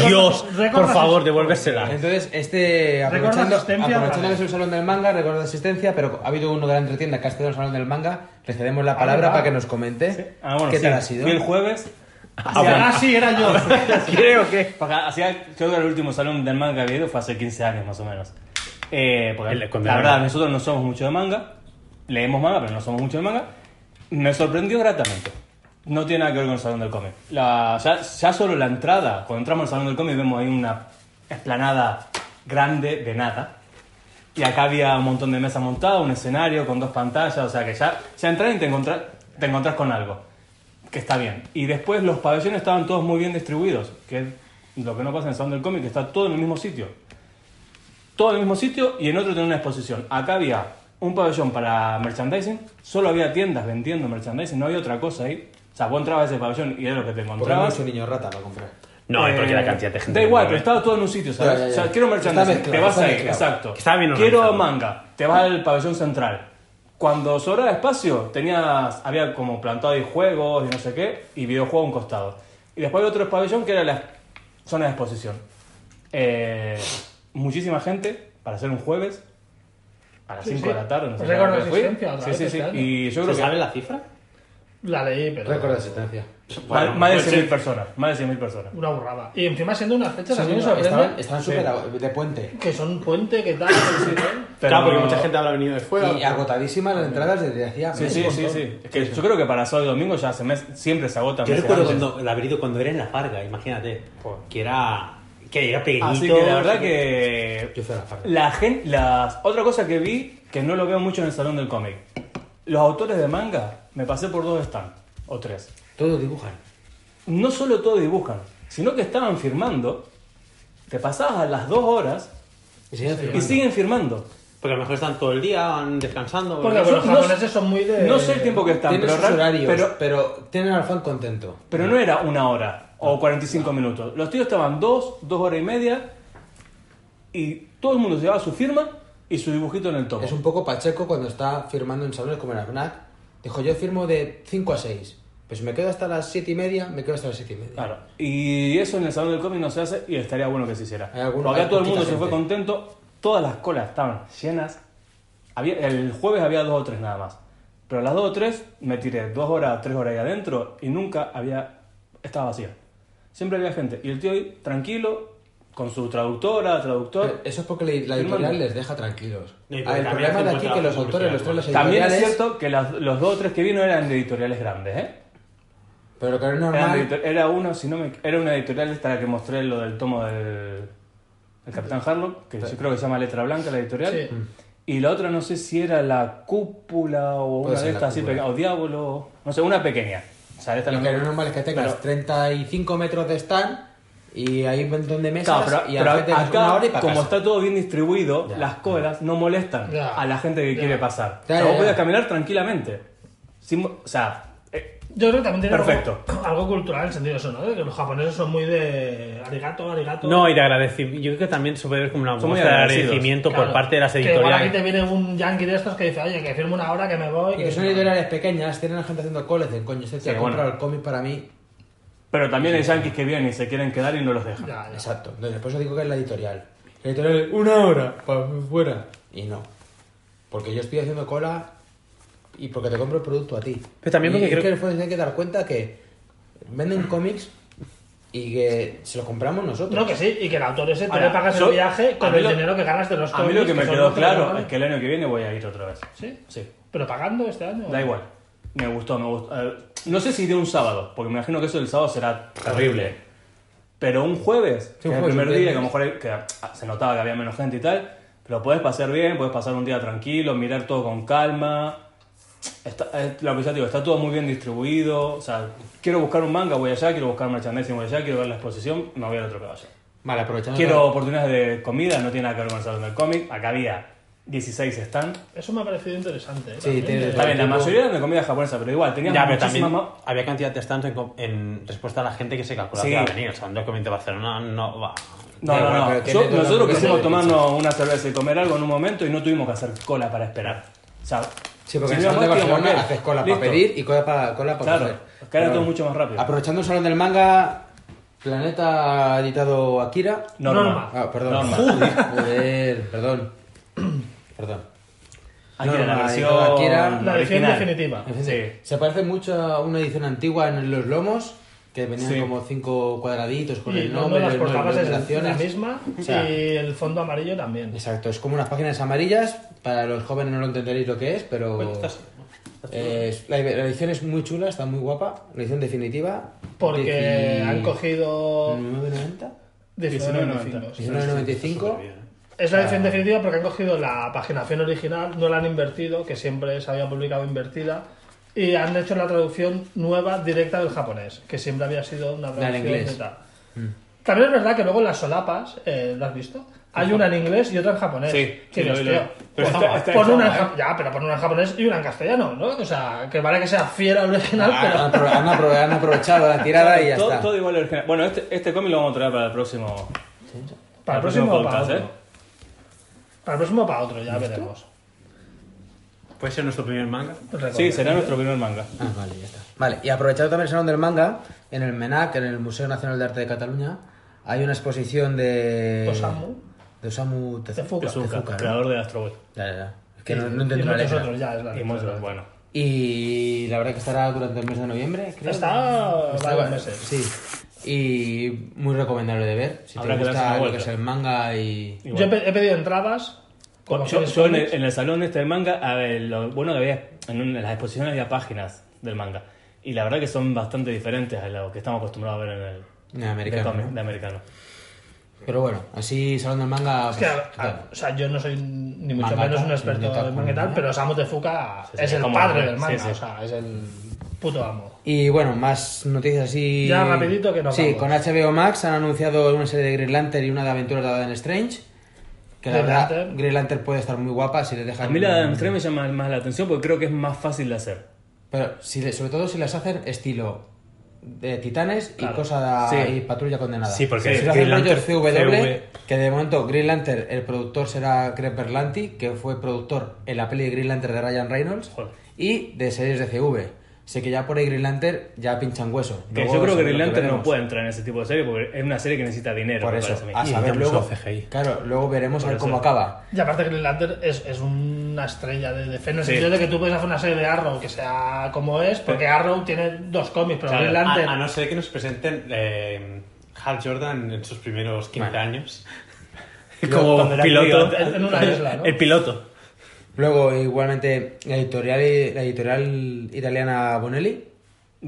Dios,
Récord- récord
por favor,
asist-
Eh,
devuélvesela.
Entonces, este,
Récord de
aprovechando,
asistencia
aprovechando
otra
que
vez.
es el salón del manga, recuerdo de asistencia, pero ha habido uno de la entretienda que ha estado en el salón del manga, le cedemos la palabra
verdad.
para que nos comente
Ah, bueno,
qué
sí.
tal ha sido.
Fui el jueves.
Ah, bueno. Ah, sí, era
(laughs)
yo.
Creo que. Hacía, creo que el último salón del manga que había ido fue hace 15 años más o menos. Eh, porque
El de
la
Condenado.
verdad, nosotros no somos mucho de manga. Leemos manga, pero no somos mucho de manga. Me sorprendió gratamente. No tiene nada que ver con el salón del cómic. La- ya, ya solo la entrada, cuando entramos al salón del cómic, vemos ahí una esplanada grande de nada. Y acá había un montón de mesas montadas, un escenario con dos pantallas, o sea que ya, ya entras y te, encontra- te encontrás con algo, que está bien. Y después los pabellones estaban todos muy bien distribuidos, que es lo que no pasa en el Salón del Cómic, que está todo en el mismo sitio. Todo en el mismo sitio y en otro tenía una exposición. Acá había un pabellón para merchandising, solo había tiendas vendiendo merchandising, no había otra cosa ahí. O sea, vos entrabas a ese pabellón y era lo que te
Porque hay
encontrabas.
mucho niño rata para comprar.
No,
Eh,
porque la cantidad de gente.
Da
que
igual, pero
mueve.
estaba todo en un sitio, ¿sabes?
Ya, ya, ya.
O sea, quiero
Está
merchandising, te
mezclado,
vas
está
ahí,
mezclado.
exacto.
Que estaba bien
quiero
organizado.
manga, te vas al pabellón central. Cuando sobraba espacio, tenías, había como plantado ahí juegos y no sé qué, y videojuegos a un costado. Y después había otro pabellón que era la zona de exposición. Eh, muchísima gente para hacer un jueves a las
Sí,
5
sí.
de la tarde, no sé
Récord de
qué hora fui.
asistencia otra
Sí,
vez
sí,
este
sí.
año.
Y yo
¿Se
creo que
sabe la cifra?
La leí, pero.
Récord de asistencia.
más, más
pues
de 100.000 personas, más de 100.000 personas.
Una burrada. Y encima siendo unas fechas, a mí me
estaban
sorprende
estaban súper a- de puente.
que son puente, que tal. que sí, tal.
Pero-
Claro, porque mucha gente habrá venido de fuera.
Y agotadísimas las entradas desde hacía
Sí,
meses.
sí, sí, sí. Es que yo creo que para sábado y domingo ya se mes- siempre se agotan.
Yo
meses
recuerdo
antes.
cuando, el abrido cuando era en La Farga, imagínate. Que era, que era pequeñito.
Así Ah, que la verdad que
Yo fui a La Farga.
la gente, las otra cosa que vi que no lo veo mucho en el salón del cómic. Los autores de manga me pasé por dos stands o tres.
Todo dibujan.
No solo todos dibujan, sino que estaban firmando. Te pasabas a las dos horas
Y siguen
y
firmando.
siguen firmando.
Porque a lo mejor están todo el día van descansando.
Porque
Bueno,
los
no-
japoneses son muy de.
No sé el tiempo que están,
Tienen
pero,
sus
real-
horarios,
pero
pero, tienen al fan contento.
Pero no era una hora o 45 minutos. Los tíos estaban dos, dos horas y media y todo el mundo llevaba su firma y su dibujito en el topo.
Es un poco Pacheco cuando está firmando en salones como en la FNAC. Dijo, yo firmo de 5 a 6. Pues me quedo hasta las 7 y media, me quedo hasta las 7 y media.
Claro. Y eso en el salón del cómic no se hace y estaría bueno que se hiciera.
Hay algunos-
Porque acá
hay
todo el mundo
poquita
se fue
gente.
contento, todas las colas estaban llenas. Había, el jueves había dos o tres nada más. Pero a las dos o tres me tiré dos horas, tres horas ahí adentro y nunca había. estaba vacía. Siempre había gente. Y el tío ahí, tranquilo, con su traductora, traductor.
Pero Eso es porque le- la
Firmando.
editorial les deja tranquilos.
No, y porque
Ah, el
también
problema
hacen
de
buen
aquí es
trabajo
que los autores, los todas las
También
editoriales...
es cierto que las- los dos o tres que vino eran de editoriales grandes, ¿eh?
Pero lo que no es
Eran de
normal...
edito- era uno, si no me, era una editorial esta la que mostré lo del tomo del, del Capitán Harlock, que yo creo que se llama Letra Blanca la editorial.
Sí.
Y la otra no sé si era la cúpula o
Puede
una
ser
de
La
estas así
Cúpula.
pequeña, o Diablo, no sé, una pequeña. O sea, esta
Lo
no-
que no es normal es que tengas
Pero-
35 metros de stand y hay un montón de mesas
Claro, pero,
y
pero
a la gente
acá,
una hora y para
como
casa.
está todo bien distribuido, las colas no molestan
Ya.
a la gente que
Ya.
quiere pasar.
Ya,
o sea,
ya,
vos
ya.
podías caminar tranquilamente. Sin mo- o sea, eh,
Yo creo que también tiene
Perfecto.
Algo, algo cultural en el sentido de eso, ¿no? De que los japoneses son muy de arigato, arigato.
No, y de agradecimiento. Yo creo que también se puede ver como una
Son muy
muestra de
agradecidos.
agradecimiento
Claro.
por parte de las
Que igual aquí te
editoriales.
viene un yankee de estos que dice, oye, que firme una hora, que me voy.
Y que son editoriales pequeñas, tienen a la gente haciendo coles de coño, este tío
Sí,
ha
bueno.
comprado el cómic para mí.
pero también hay yanquis que vienen y se quieren quedar y no los dejan.
Ya, ya.
Exacto. Entonces, por eso digo que es la editorial. La editorial, una hora, para fuera. Y no. Porque yo estoy haciendo cola y porque te compro el producto a ti.
Pero también
Y
porque
es
creo-
que los fans tienen que dar cuenta que venden cómics y que se los compramos nosotros.
No, que sí, y que el autor ese tú
Ahora,
le pagas
yo-
el viaje
a
con
mí
el
lo-
dinero que ganas de los
A mí
cómics,
lo que me
son
quedó
los te
claro
pagan.
es que el año que viene voy a ir otra vez.
¿Sí?
Sí.
¿Pero pagando este año?
Da igual. Me gustó, me gustó. Eh, no sé si de un sábado, porque me imagino que eso del sábado será terrible. Pero un jueves, que
un
es el
jueves,
primer
un
día, que a lo
viernes.
mejor hay- que, ah, se notaba que había menos gente y tal, pero puedes pasar bien, puedes pasar un día tranquilo, mirar todo con calma. Está, es lo que ya te digo, está todo muy bien distribuido. O sea, quiero buscar un manga, voy allá, quiero buscar merchandising, voy allá, quiero ver la exposición, me voy al otro caballo.
Vale, aprovechando.
Quiero oportunidades de comida, no tiene nada que ver con el salón del cómic. Acá había 16 stands.
Eso me ha parecido interesante. ¿eh?
Sí,
También,
tiene-
de-
Está bien, la mayoría eran de comida japonesa, pero igual, tenías
Ya, pero
muchísimas
también
ma-
había cantidad de stands en, co- en respuesta a la gente que se calculaba
Sí.
que iba a venir. O sea, un documento de Barcelona no va.
No,
Ya,
no,
Eh, bueno,
no.
pero
Yo-
tiene todo
nosotros
el mundo.
quisimos tomarnos una cerveza y comer algo en un momento y no tuvimos que hacer cola para esperar. O sea,
Sí, porque
si
en el salón de
hubiéramos ido,
Barcelona
bien.
haces cola para
Listo.
pedir y cola para cola para
Claro,
coger.
es que ahora
Pero
todo
bueno.
mucho más rápido.
Aprovechando el salón del manga, Planeta ha editado Akira.
Norma.
Norma.
Ah, perdón.
Norma.
Joder, (laughs) joder, perdón. Perdón.
Aquí era la
Norma,
versión
aquí era
La edición
original.
definitiva.
Sí.
Se parece mucho a una edición antigua en los lomos, que venían
Sí.
como cinco cuadraditos con
Y
el
no, no
nombre,
las
el nombre,
portadas
las
es la
relaciones.
misma
O sea,
y el fondo amarillo también.
Exacto, es como unas páginas amarillas, para los jóvenes no lo entenderéis lo que es, pero...
Pues
eh, es- la, la edición es muy chula, está muy guapa, la edición definitiva.
Porque
Dieci-
han cogido Pues
9,90.
19.95. sí.
19,95.
¿eh? Es
Ah.
la edición definitiva porque han cogido la paginación original, no la han invertido, que siempre se había publicado invertida, y han hecho la traducción nueva directa del japonés, que siempre había sido una
Del
traducción
inglés. Mm.
de tal. También es verdad que luego en las solapas, eh, ¿lo has visto? Hay una en inglés y otra en japonés.
Sí,
Que
sí, lo-
dices,
lo-
tío,
pero
pon-
está- ¿eh? está
pon
en
una en
chino,
ja- Ya, pero pon una en japonés y una en castellano, ¿no? O sea, que vale que sea fiera al original,
Ah,
pero...
Ah, Han, apro- han apro- han aprovechado la tirada y ya
todo,
está.
todo igual al original. Bueno, este, este cómic lo vamos a traer para el próximo,
Para el próximo, o para
podcast,
otro.
¿eh?
Para el próximo o para otro, ya veremos.
¿Puede ser nuestro primer manga?
Sí, será nuestro primer manga.
Ah, vale, ya está. Vale, y aprovechando también el Salón del Manga, en el MENAC, en el Museo Nacional de Arte de Cataluña, hay una exposición de...
Osamu.
De Osamu Tez-
Tezuka.
Tezuka, ¿no?
creador de Astro Boy.
Ya, ya, ya. Es que
Y-
no, no
y
entiendo la
muchos
letra.
otros ya, es la
Y muchos, bueno.
Y la verdad que estará durante el mes de noviembre, creo.
Está
Está-
varios meses.
Sí. Y muy recomendable de ver. Si
Habrá
te
que darse
gusta
una
lo que
vuelta.
es el manga y...
Y
Yo he
bueno.
pe- he pedido entradas. como
Yo,
sois
yo en, el,
cómics.
en el salón este del manga, a ver, lo bueno que había, en, una de las exposiciones había páginas del manga. Y la verdad que son bastante diferentes a lo que estamos acostumbrados a ver en el
En
de
americano,
cómic,
¿no?
de americano.
Pero bueno, así Salón del Manga...
Es que,
pues,
a- a-
total.
o sea, yo no soy ni mucho
Mangaka,
menos un
ni
experto
otaku,
en manga y tal,
¿no?
pero Osamu Tezuka
sí,
es el
como-
padre del
sí,
manga,
sí.
o sea, es el puto amo.
Y bueno, más noticias así.
Ya, rapidito, que nos
Sí,
vamos.
con HBO Max han anunciado una serie de Green Lantern y una de aventuras de Adam Strange. Que la
Green
verdad,
Lantern.
Green Lantern puede estar muy guapa si le dejan.
A mí la de Adam Strange me llama más la atención porque creo que es más fácil de hacer.
Pero si le- sobre todo si las hacen estilo de titanes y cosa
Sí.
y patrulla condenada.
Sí, porque
si
es
lo hacen
Green
rollo
Lantern,
CW,
CW.
que de momento Green Lantern, el productor será Greg Berlanti, que fue productor en la peli de Green Lantern de Ryan Reynolds y de series de CW. Sé que ya por ahí Green Lantern ya pinchan hueso.
Que
Luego
yo creo que
seguro
Green Lantern no
veremos.
puede entrar en ese tipo de serie porque es una serie que necesita dinero.
Por
me
eso, Ah,
parece a
a
mí.
saber
ya
luego.
puso CGI.
Claro, luego veremos a
Por
ver
eso.
cómo acaba.
Y aparte Green Lantern es, es una estrella de, de fe, en el
Sí.
sentido de que tú puedes hacer una serie de Arrow que sea como es, porque Arrow tiene dos cómics, pero
Claro. Ah.
Green Lantern...
A, a no ser que nos presenten eh, Hal Jordan en sus primeros 15 años.
Como
Cuando era
piloto.
tío,
en- en una isla, ¿no?
El piloto.
Luego, igualmente, la editorial, la editorial italiana Bonelli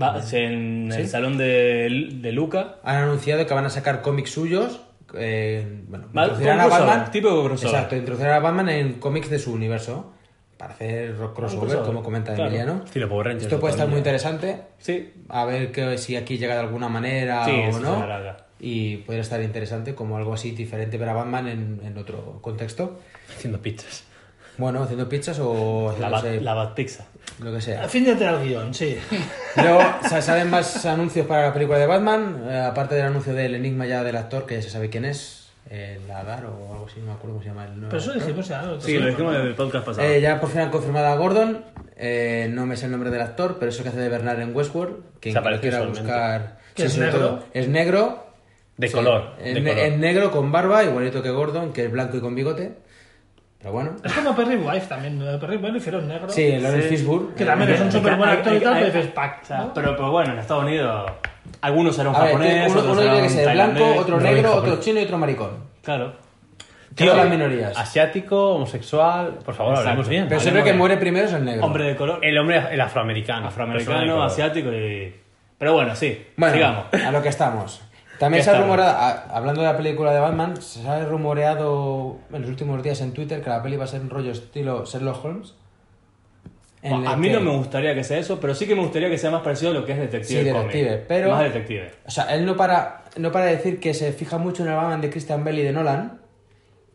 Va, sí, en el salón de, de Luca.
han anunciado que van a sacar cómics suyos. eh, bueno,
Va-
introducirán a
con crossover,
Batman.
típico crossover.
Exacto, introducirán a Batman en cómics de su universo. Para hacer rock crossover,
crossover,
como comenta
Ah, pues, claro.
Emiliano.
Estilo Power Rangers.
Esto puede estar muy
totalmente.
interesante.
Sí,
A ver que, si aquí llega de alguna manera
Sí,
o
eso
no.
será acá.
Y podría estar interesante como algo así diferente para Batman en, en otro contexto.
Haciendo pizzas.
Bueno, haciendo pizzas o
la, bat,
haciéndose
la Batpizza.
lo que sea.
Afínate al guión, sí.
Luego sa- salen más anuncios para la película de Batman, eh, aparte del anuncio del enigma ya del actor, que ya se sabe quién es, el Adar o algo así, no me acuerdo cómo se llama el nuevo
Pero eso
actor.
dijimos ya. ¿no?
Sí, lo dijimos en el podcast pasado.
Eh, ya por fin han confirmado a Gordon, eh, no me sé el nombre del actor, pero es el que hace de Bernard en Westworld, que
Se aparece
quiera
solamente.
buscar...
¿Que es
sobre
negro?
es negro,
De
Sí,
color.
Es,
de
ne-
color.
es negro con barba, igualito que Gordon, que es blanco y con bigote. Pero bueno.
Es como Perry Wife también, ¿no? Perry Wife lo hicieron negro.
Sí, Lawrence Fishburne. eh,
Que también es un
Hay-
súper buen
hay-
actor y
hay-
tal, pero
hay-
dices, pack,
O sea,
¿no?
pero, pero bueno, en Estados Unidos algunos serán
A ver,
japoneses,
uno, uno
otros
tiene que
serán
ser blanco,
tailandés.
otro
no
negro,
hay
otro
japonés.
chino y otro maricón.
Claro.
Tío, las minorías.
Asiático, homosexual. Por favor,
Exacto.
hablemos bien.
Pero
hablemos
siempre que
bien.
muere primero es el negro.
Hombre de color,
El hombre, el afroamericano. persona de
afroamericano,
color.
asiático y... Pero bueno, sí,
bueno,
sigamos.
a lo que estamos. También
Ya
se ha
estamos.
rumorado, a- hablando de la película de Batman, se ha rumoreado en los últimos días en Twitter que la peli va a ser un rollo estilo Sherlock Holmes. en
A
el
mí no
que-
me gustaría que sea eso, pero sí que me gustaría que sea más parecido a lo que es detective.
Sí,
cómic.
detective, pero-
Más detective.
O sea, él no para, no para de decir que se fija mucho en el Batman de Christian Bale y de Nolan,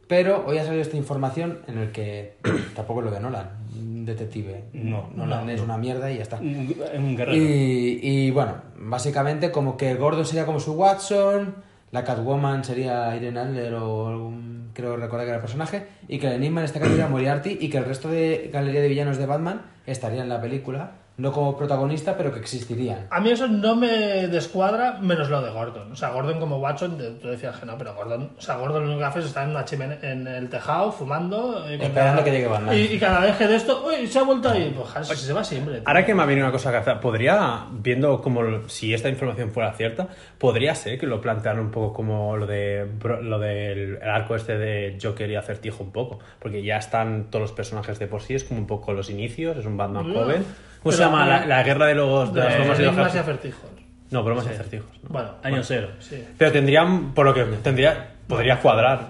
pero hoy ha salido esta información en el que (clears throat) tampoco es lo de Nolan, un detective.
No,
Nolan es una mierda y ya está.
Un- Es un guerrero.
Y, y, bueno, básicamente como que Gordon sería como su Watson, la Catwoman sería Irene Adler o algún, creo recordar que era el personaje, y que el enigma en este (clears throat) caso era Moriarty y que el resto de galería de villanos de Batman estaría en la película, no como protagonista, pero que existirían.
A mí eso no me descuadra, menos lo de Gordon. O sea, Gordon como Watson, te- tú decías que no, pero Gordon, o sea, Gordon lo único que hace es estar en, una chimene- en el tejado, fumando. y con
Esperando que llegue Batman.
Y, y cada vez que de esto, uy, se ha vuelto ahí. Pues joder, si se va siempre. tío.
Ahora que me ha venido una cosa que hacer, podría, viendo como l- si esta información fuera cierta, podría ser que lo plantearan un poco como lo de bro- lo del el arco este de Joker y Acertijo un poco, porque ya están todos los personajes de por sí, es como un poco los inicios, es un Batman
Ya.
joven. ¿Cómo
Pero-
se llama? La, la guerra de los, de
De
las bromas y los
enigmas y
acertijos.
acertijos.
No, bromas y acertijos. ¿no?
Bueno,
Año cero.
sí.
Pero tendrían, por lo que tendría, podría cuadrar.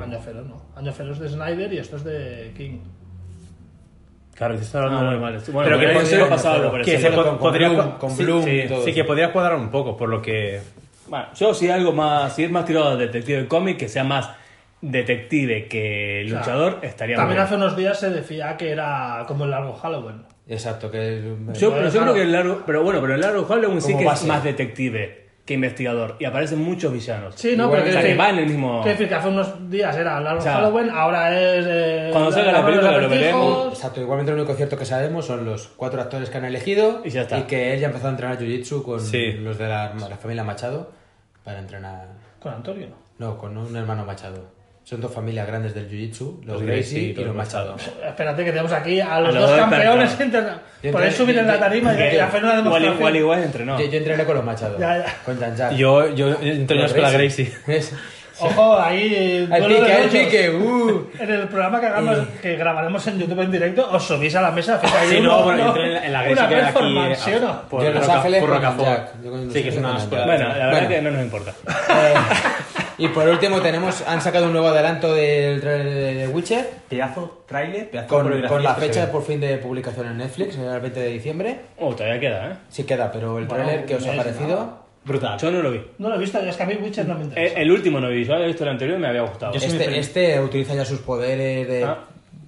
Año Cero no. Año Cero es de Snyder y esto es de King.
Claro, te está
Ah,
hablando
bueno,
muy
vale.
mal.
Bueno,
pero que
el
por
año
eso-
pasado lo
que
parecía.
se
Con-
po-
con
podría
Bloom,
cua-
con
sí,
Bloom
sí,
y todo
sí, que
eso.
podría cuadrar un poco, por lo que
Bueno, yo sí algo más, si es más tirado a detective cómic, que sea más detective que
sea,
luchador estaría muy
También
bien.
hace unos días se decía que era como el largo Halloween.
Exacto, que...
Yo,
Bueno,
pero yo
claro.
creo que el Largo. Pero bueno, pero el Largo Halloween sí
Como
que
base.
es más detective que investigador. Y aparecen muchos villanos.
Sí, no,
Igual,
pero
o sea,
quiero
que
decir-
va en el mismo.
quiero decir que hace unos días era el largo
O sea,
Halloween, ahora es. eh,
cuando salga la
Ladrones de
película lo
Acertijos.
veremos.
Exacto, igualmente el único cierto que sabemos son los cuatro actores que han elegido
Y ya está.
que él ya empezó a entrenar Jiu-Jitsu con
Sí.
los de la, la familia Machado para entrenar...
Con Antonio.
No, con un hermano Machado. Son dos familias grandes del Jiu-Jitsu,
Los
los, Gracie
Gracie
y los Machado.
Espérate que tenemos aquí a los
A los
dos
dos
campeones
campeones.
interna-
Yo
Podéis
entré-
subir en la tarima y
Que-
y hacer una
igual,
demostración.
igual, igual entrenó.
Yo, yo entrené con los Machado,
Ya, ya.
con Jan
Yo, yo entreno con la Gracie.
(laughs)
Ojo, ahí. eh,
Al
duelo de
pique, al
muchos.
pique, uh.
En el programa que, hagamos, que grabaremos en YouTube en directo, os subís a la mesa. hacéis ahí
Sí,
uno-
no, bueno,
uno-
entré en- en la
Una
Grecia que era aquí,
performance,
eh,
¿sí o no?
por
Yo en Los
Roca-
Ángeles
por
con
Rocafort.
Jack. Yo
Sí,
con
que es
Los
una
Ángeles
escuela.
con Jack.
Bueno, la
Bueno.
verdad que no nos importa.
Eh, (laughs) y por último tenemos, han sacado un nuevo adelanto del trailer de Witcher
Pedazo, trailer, pedazo
con, con la fecha por fin de publicación en Netflix, el 20 de diciembre.
Oh, todavía queda, ¿eh?
Sí queda, pero el
Bueno,
trailer que os ha
no es
parecido.
Brutal.
Yo no lo vi.
No lo he visto, es que a mí Witcher no me
Eh,
interesa.
El, último no vi. Yo había visto el anterior y me había gustado.
Yo sí me
Este,
feliz.
este utiliza ya sus poderes de.
Ah.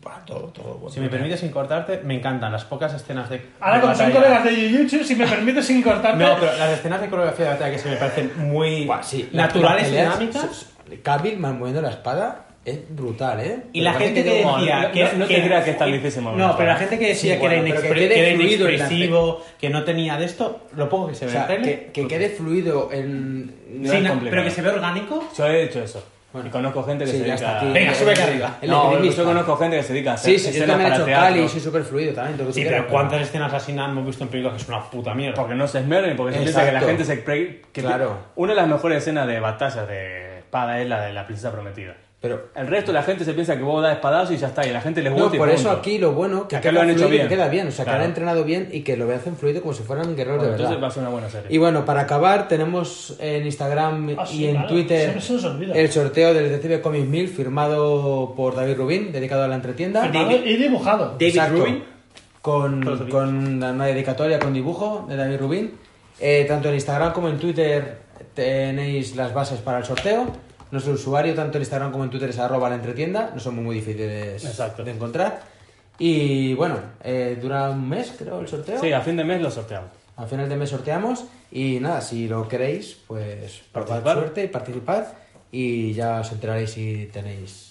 Buah, todo, todo. bueno.
Si me permites sin cortarte, me encantan las pocas escenas de.
eh,
Ahora
de
con son
batalla.
colegas de YouTube, si me permites sin cortarte.
No, pero las escenas de coreografía de batalla que se me parecen muy
Buah, sí, las-
naturales
las
y
peleas,
dinámicas.
s- Cavill moviendo la espada es brutal, ¿eh?
Y la
Pero
gente
parece
que
como-
decía
no-
que,
no te
que-
creas que es tan difícil mover
No,
una
pero la
pala.
gente que decía
Sí,
que,
bueno,
era
pero que
inexpre-
quede
que era
fluido en la-
inexpresivo, que no tenía de esto, lo poco que se
O
ve
sea,
en el trailer.
que, que quede fluido en.
No
Sí,
es
na-
complicado.
pero que se ve orgánico.
Yo he hecho eso.
Bueno.
y conozco gente que
Sí,
se
ya
dedica
está aquí.
Venga, sube acá arriba.
El
No,
esgrimista.
yo conozco gente que se dedica a hacer
Sí, sí, yo
escenas
también he
para
hecho
teatro.
Cali, soy súper fluido también. todo lo que
Sí,
tú
pero
quieras,
¿cuántas escenas así na- hemos visto en películas que es una puta mierda?
Porque no se esmeren, porque se piensa que la
Exacto.
gente se... pre- Que
Claro.
Una de las mejores escenas de batallas de espada es la de la princesa prometida.
Pero
El resto la gente se piensa que vos das espadazo y ya está, y la gente les gusta
No,
y
por eso
punto.
aquí lo bueno que
Acá
queda
lo han hecho
fluido y
bien.
queda bien, o sea, que
Claro.
han entrenado bien y que lo hacen fluido como si fueran guerreros
Bueno,
de
entonces va a
verdad.
ser una buena serie.
Y bueno, para acabar, tenemos en Instagram
Ah, sí,
y en
claro,
Twitter
se- se nos olvida.
el sorteo del Detective Comics 1000 firmado por David Rubin, dedicado a la entretienda.
Firmado y dibujado.
David Rubin. Con, con una dedicatoria, con dibujo de David Rubin. Eh, tanto en Instagram como en Twitter tenéis las bases para el sorteo. Nuestro usuario, tanto en Instagram como en Twitter, es arroba la entretienda. No son muy, muy difíciles
Exacto.
de encontrar. Y bueno, eh, dura un mes, creo, el sorteo.
Sí, a fin de mes lo sorteamos.
Al final de mes sorteamos. Y nada, si lo queréis, pues probad
Participar.
suerte y participad. Y ya os enteraréis si tenéis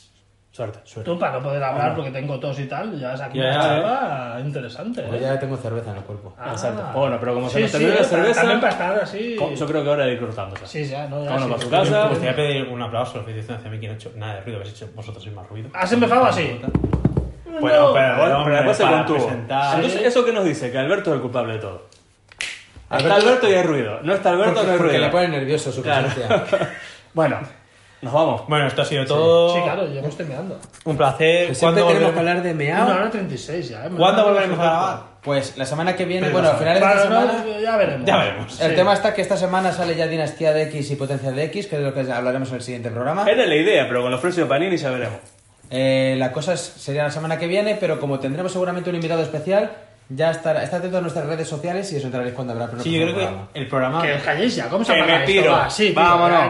Suerte.
suerte.
Tú para no poder hablar porque tengo tos y tal, ya es aquí
Ya,
una
ya,
chapa interesante.
Yo
¿eh?
Pues ya tengo cerveza en el cuerpo.
Ah.
Exacto. Bueno, pero como se
Sí,
nos
sí,
termina la
eh, para-
cerveza-
También para estar así.
Co- Yo creo que ahora de ir cortando ya.
Sí, ya, no, ya.
Vámonos
sí.
para su casa.
Me gustaría pedir un aplauso, felicitaciones hacia mí que no he hecho nada de ruido, habéis hecho vosotros sois más ruido.
Has empezado así.
Bueno,
No.
pero,
Pero
hombre,
después se
para
contuvo.
presentar-
Entonces, ¿eso qué nos dice? Que Alberto es el culpable de todo. Está
Alberto-
Alberto y hay ruido. No está Alberto,
porque,
no hay
porque
ruido.
le pone nervioso su presencia.
Bueno, nos vamos.
Bueno, esto ha sido todo.
Sí, claro, ya me estoy meando.
Un placer.
Que Siempre tenemos
volveremos-
que hablar de
Una
meao.
hora 36 ya, ¿eh?
¿Cuándo volveremos a grabar?
Pues la semana que viene, bueno, a finales de
Bueno,
esta
no,
semana.
ya veremos.
Ya veremos.
El tema está que esta semana sale ya Dinastía de X y Potencia de X, que es lo que hablaremos en el siguiente programa.
Era la idea, pero con los precios de Panini ya veremos.
Eh, la cosa es- sería la semana que viene, pero como tendremos seguramente un invitado especial, ya estará, está atento a nuestras redes sociales y os enteraréis cuando habrá.
Sí, yo creo que el programa.
Que os calléis ya, ¿cómo se
Que
apaga
me
esto?
piro.
Va, sí, tío,
Vámonos.
ya,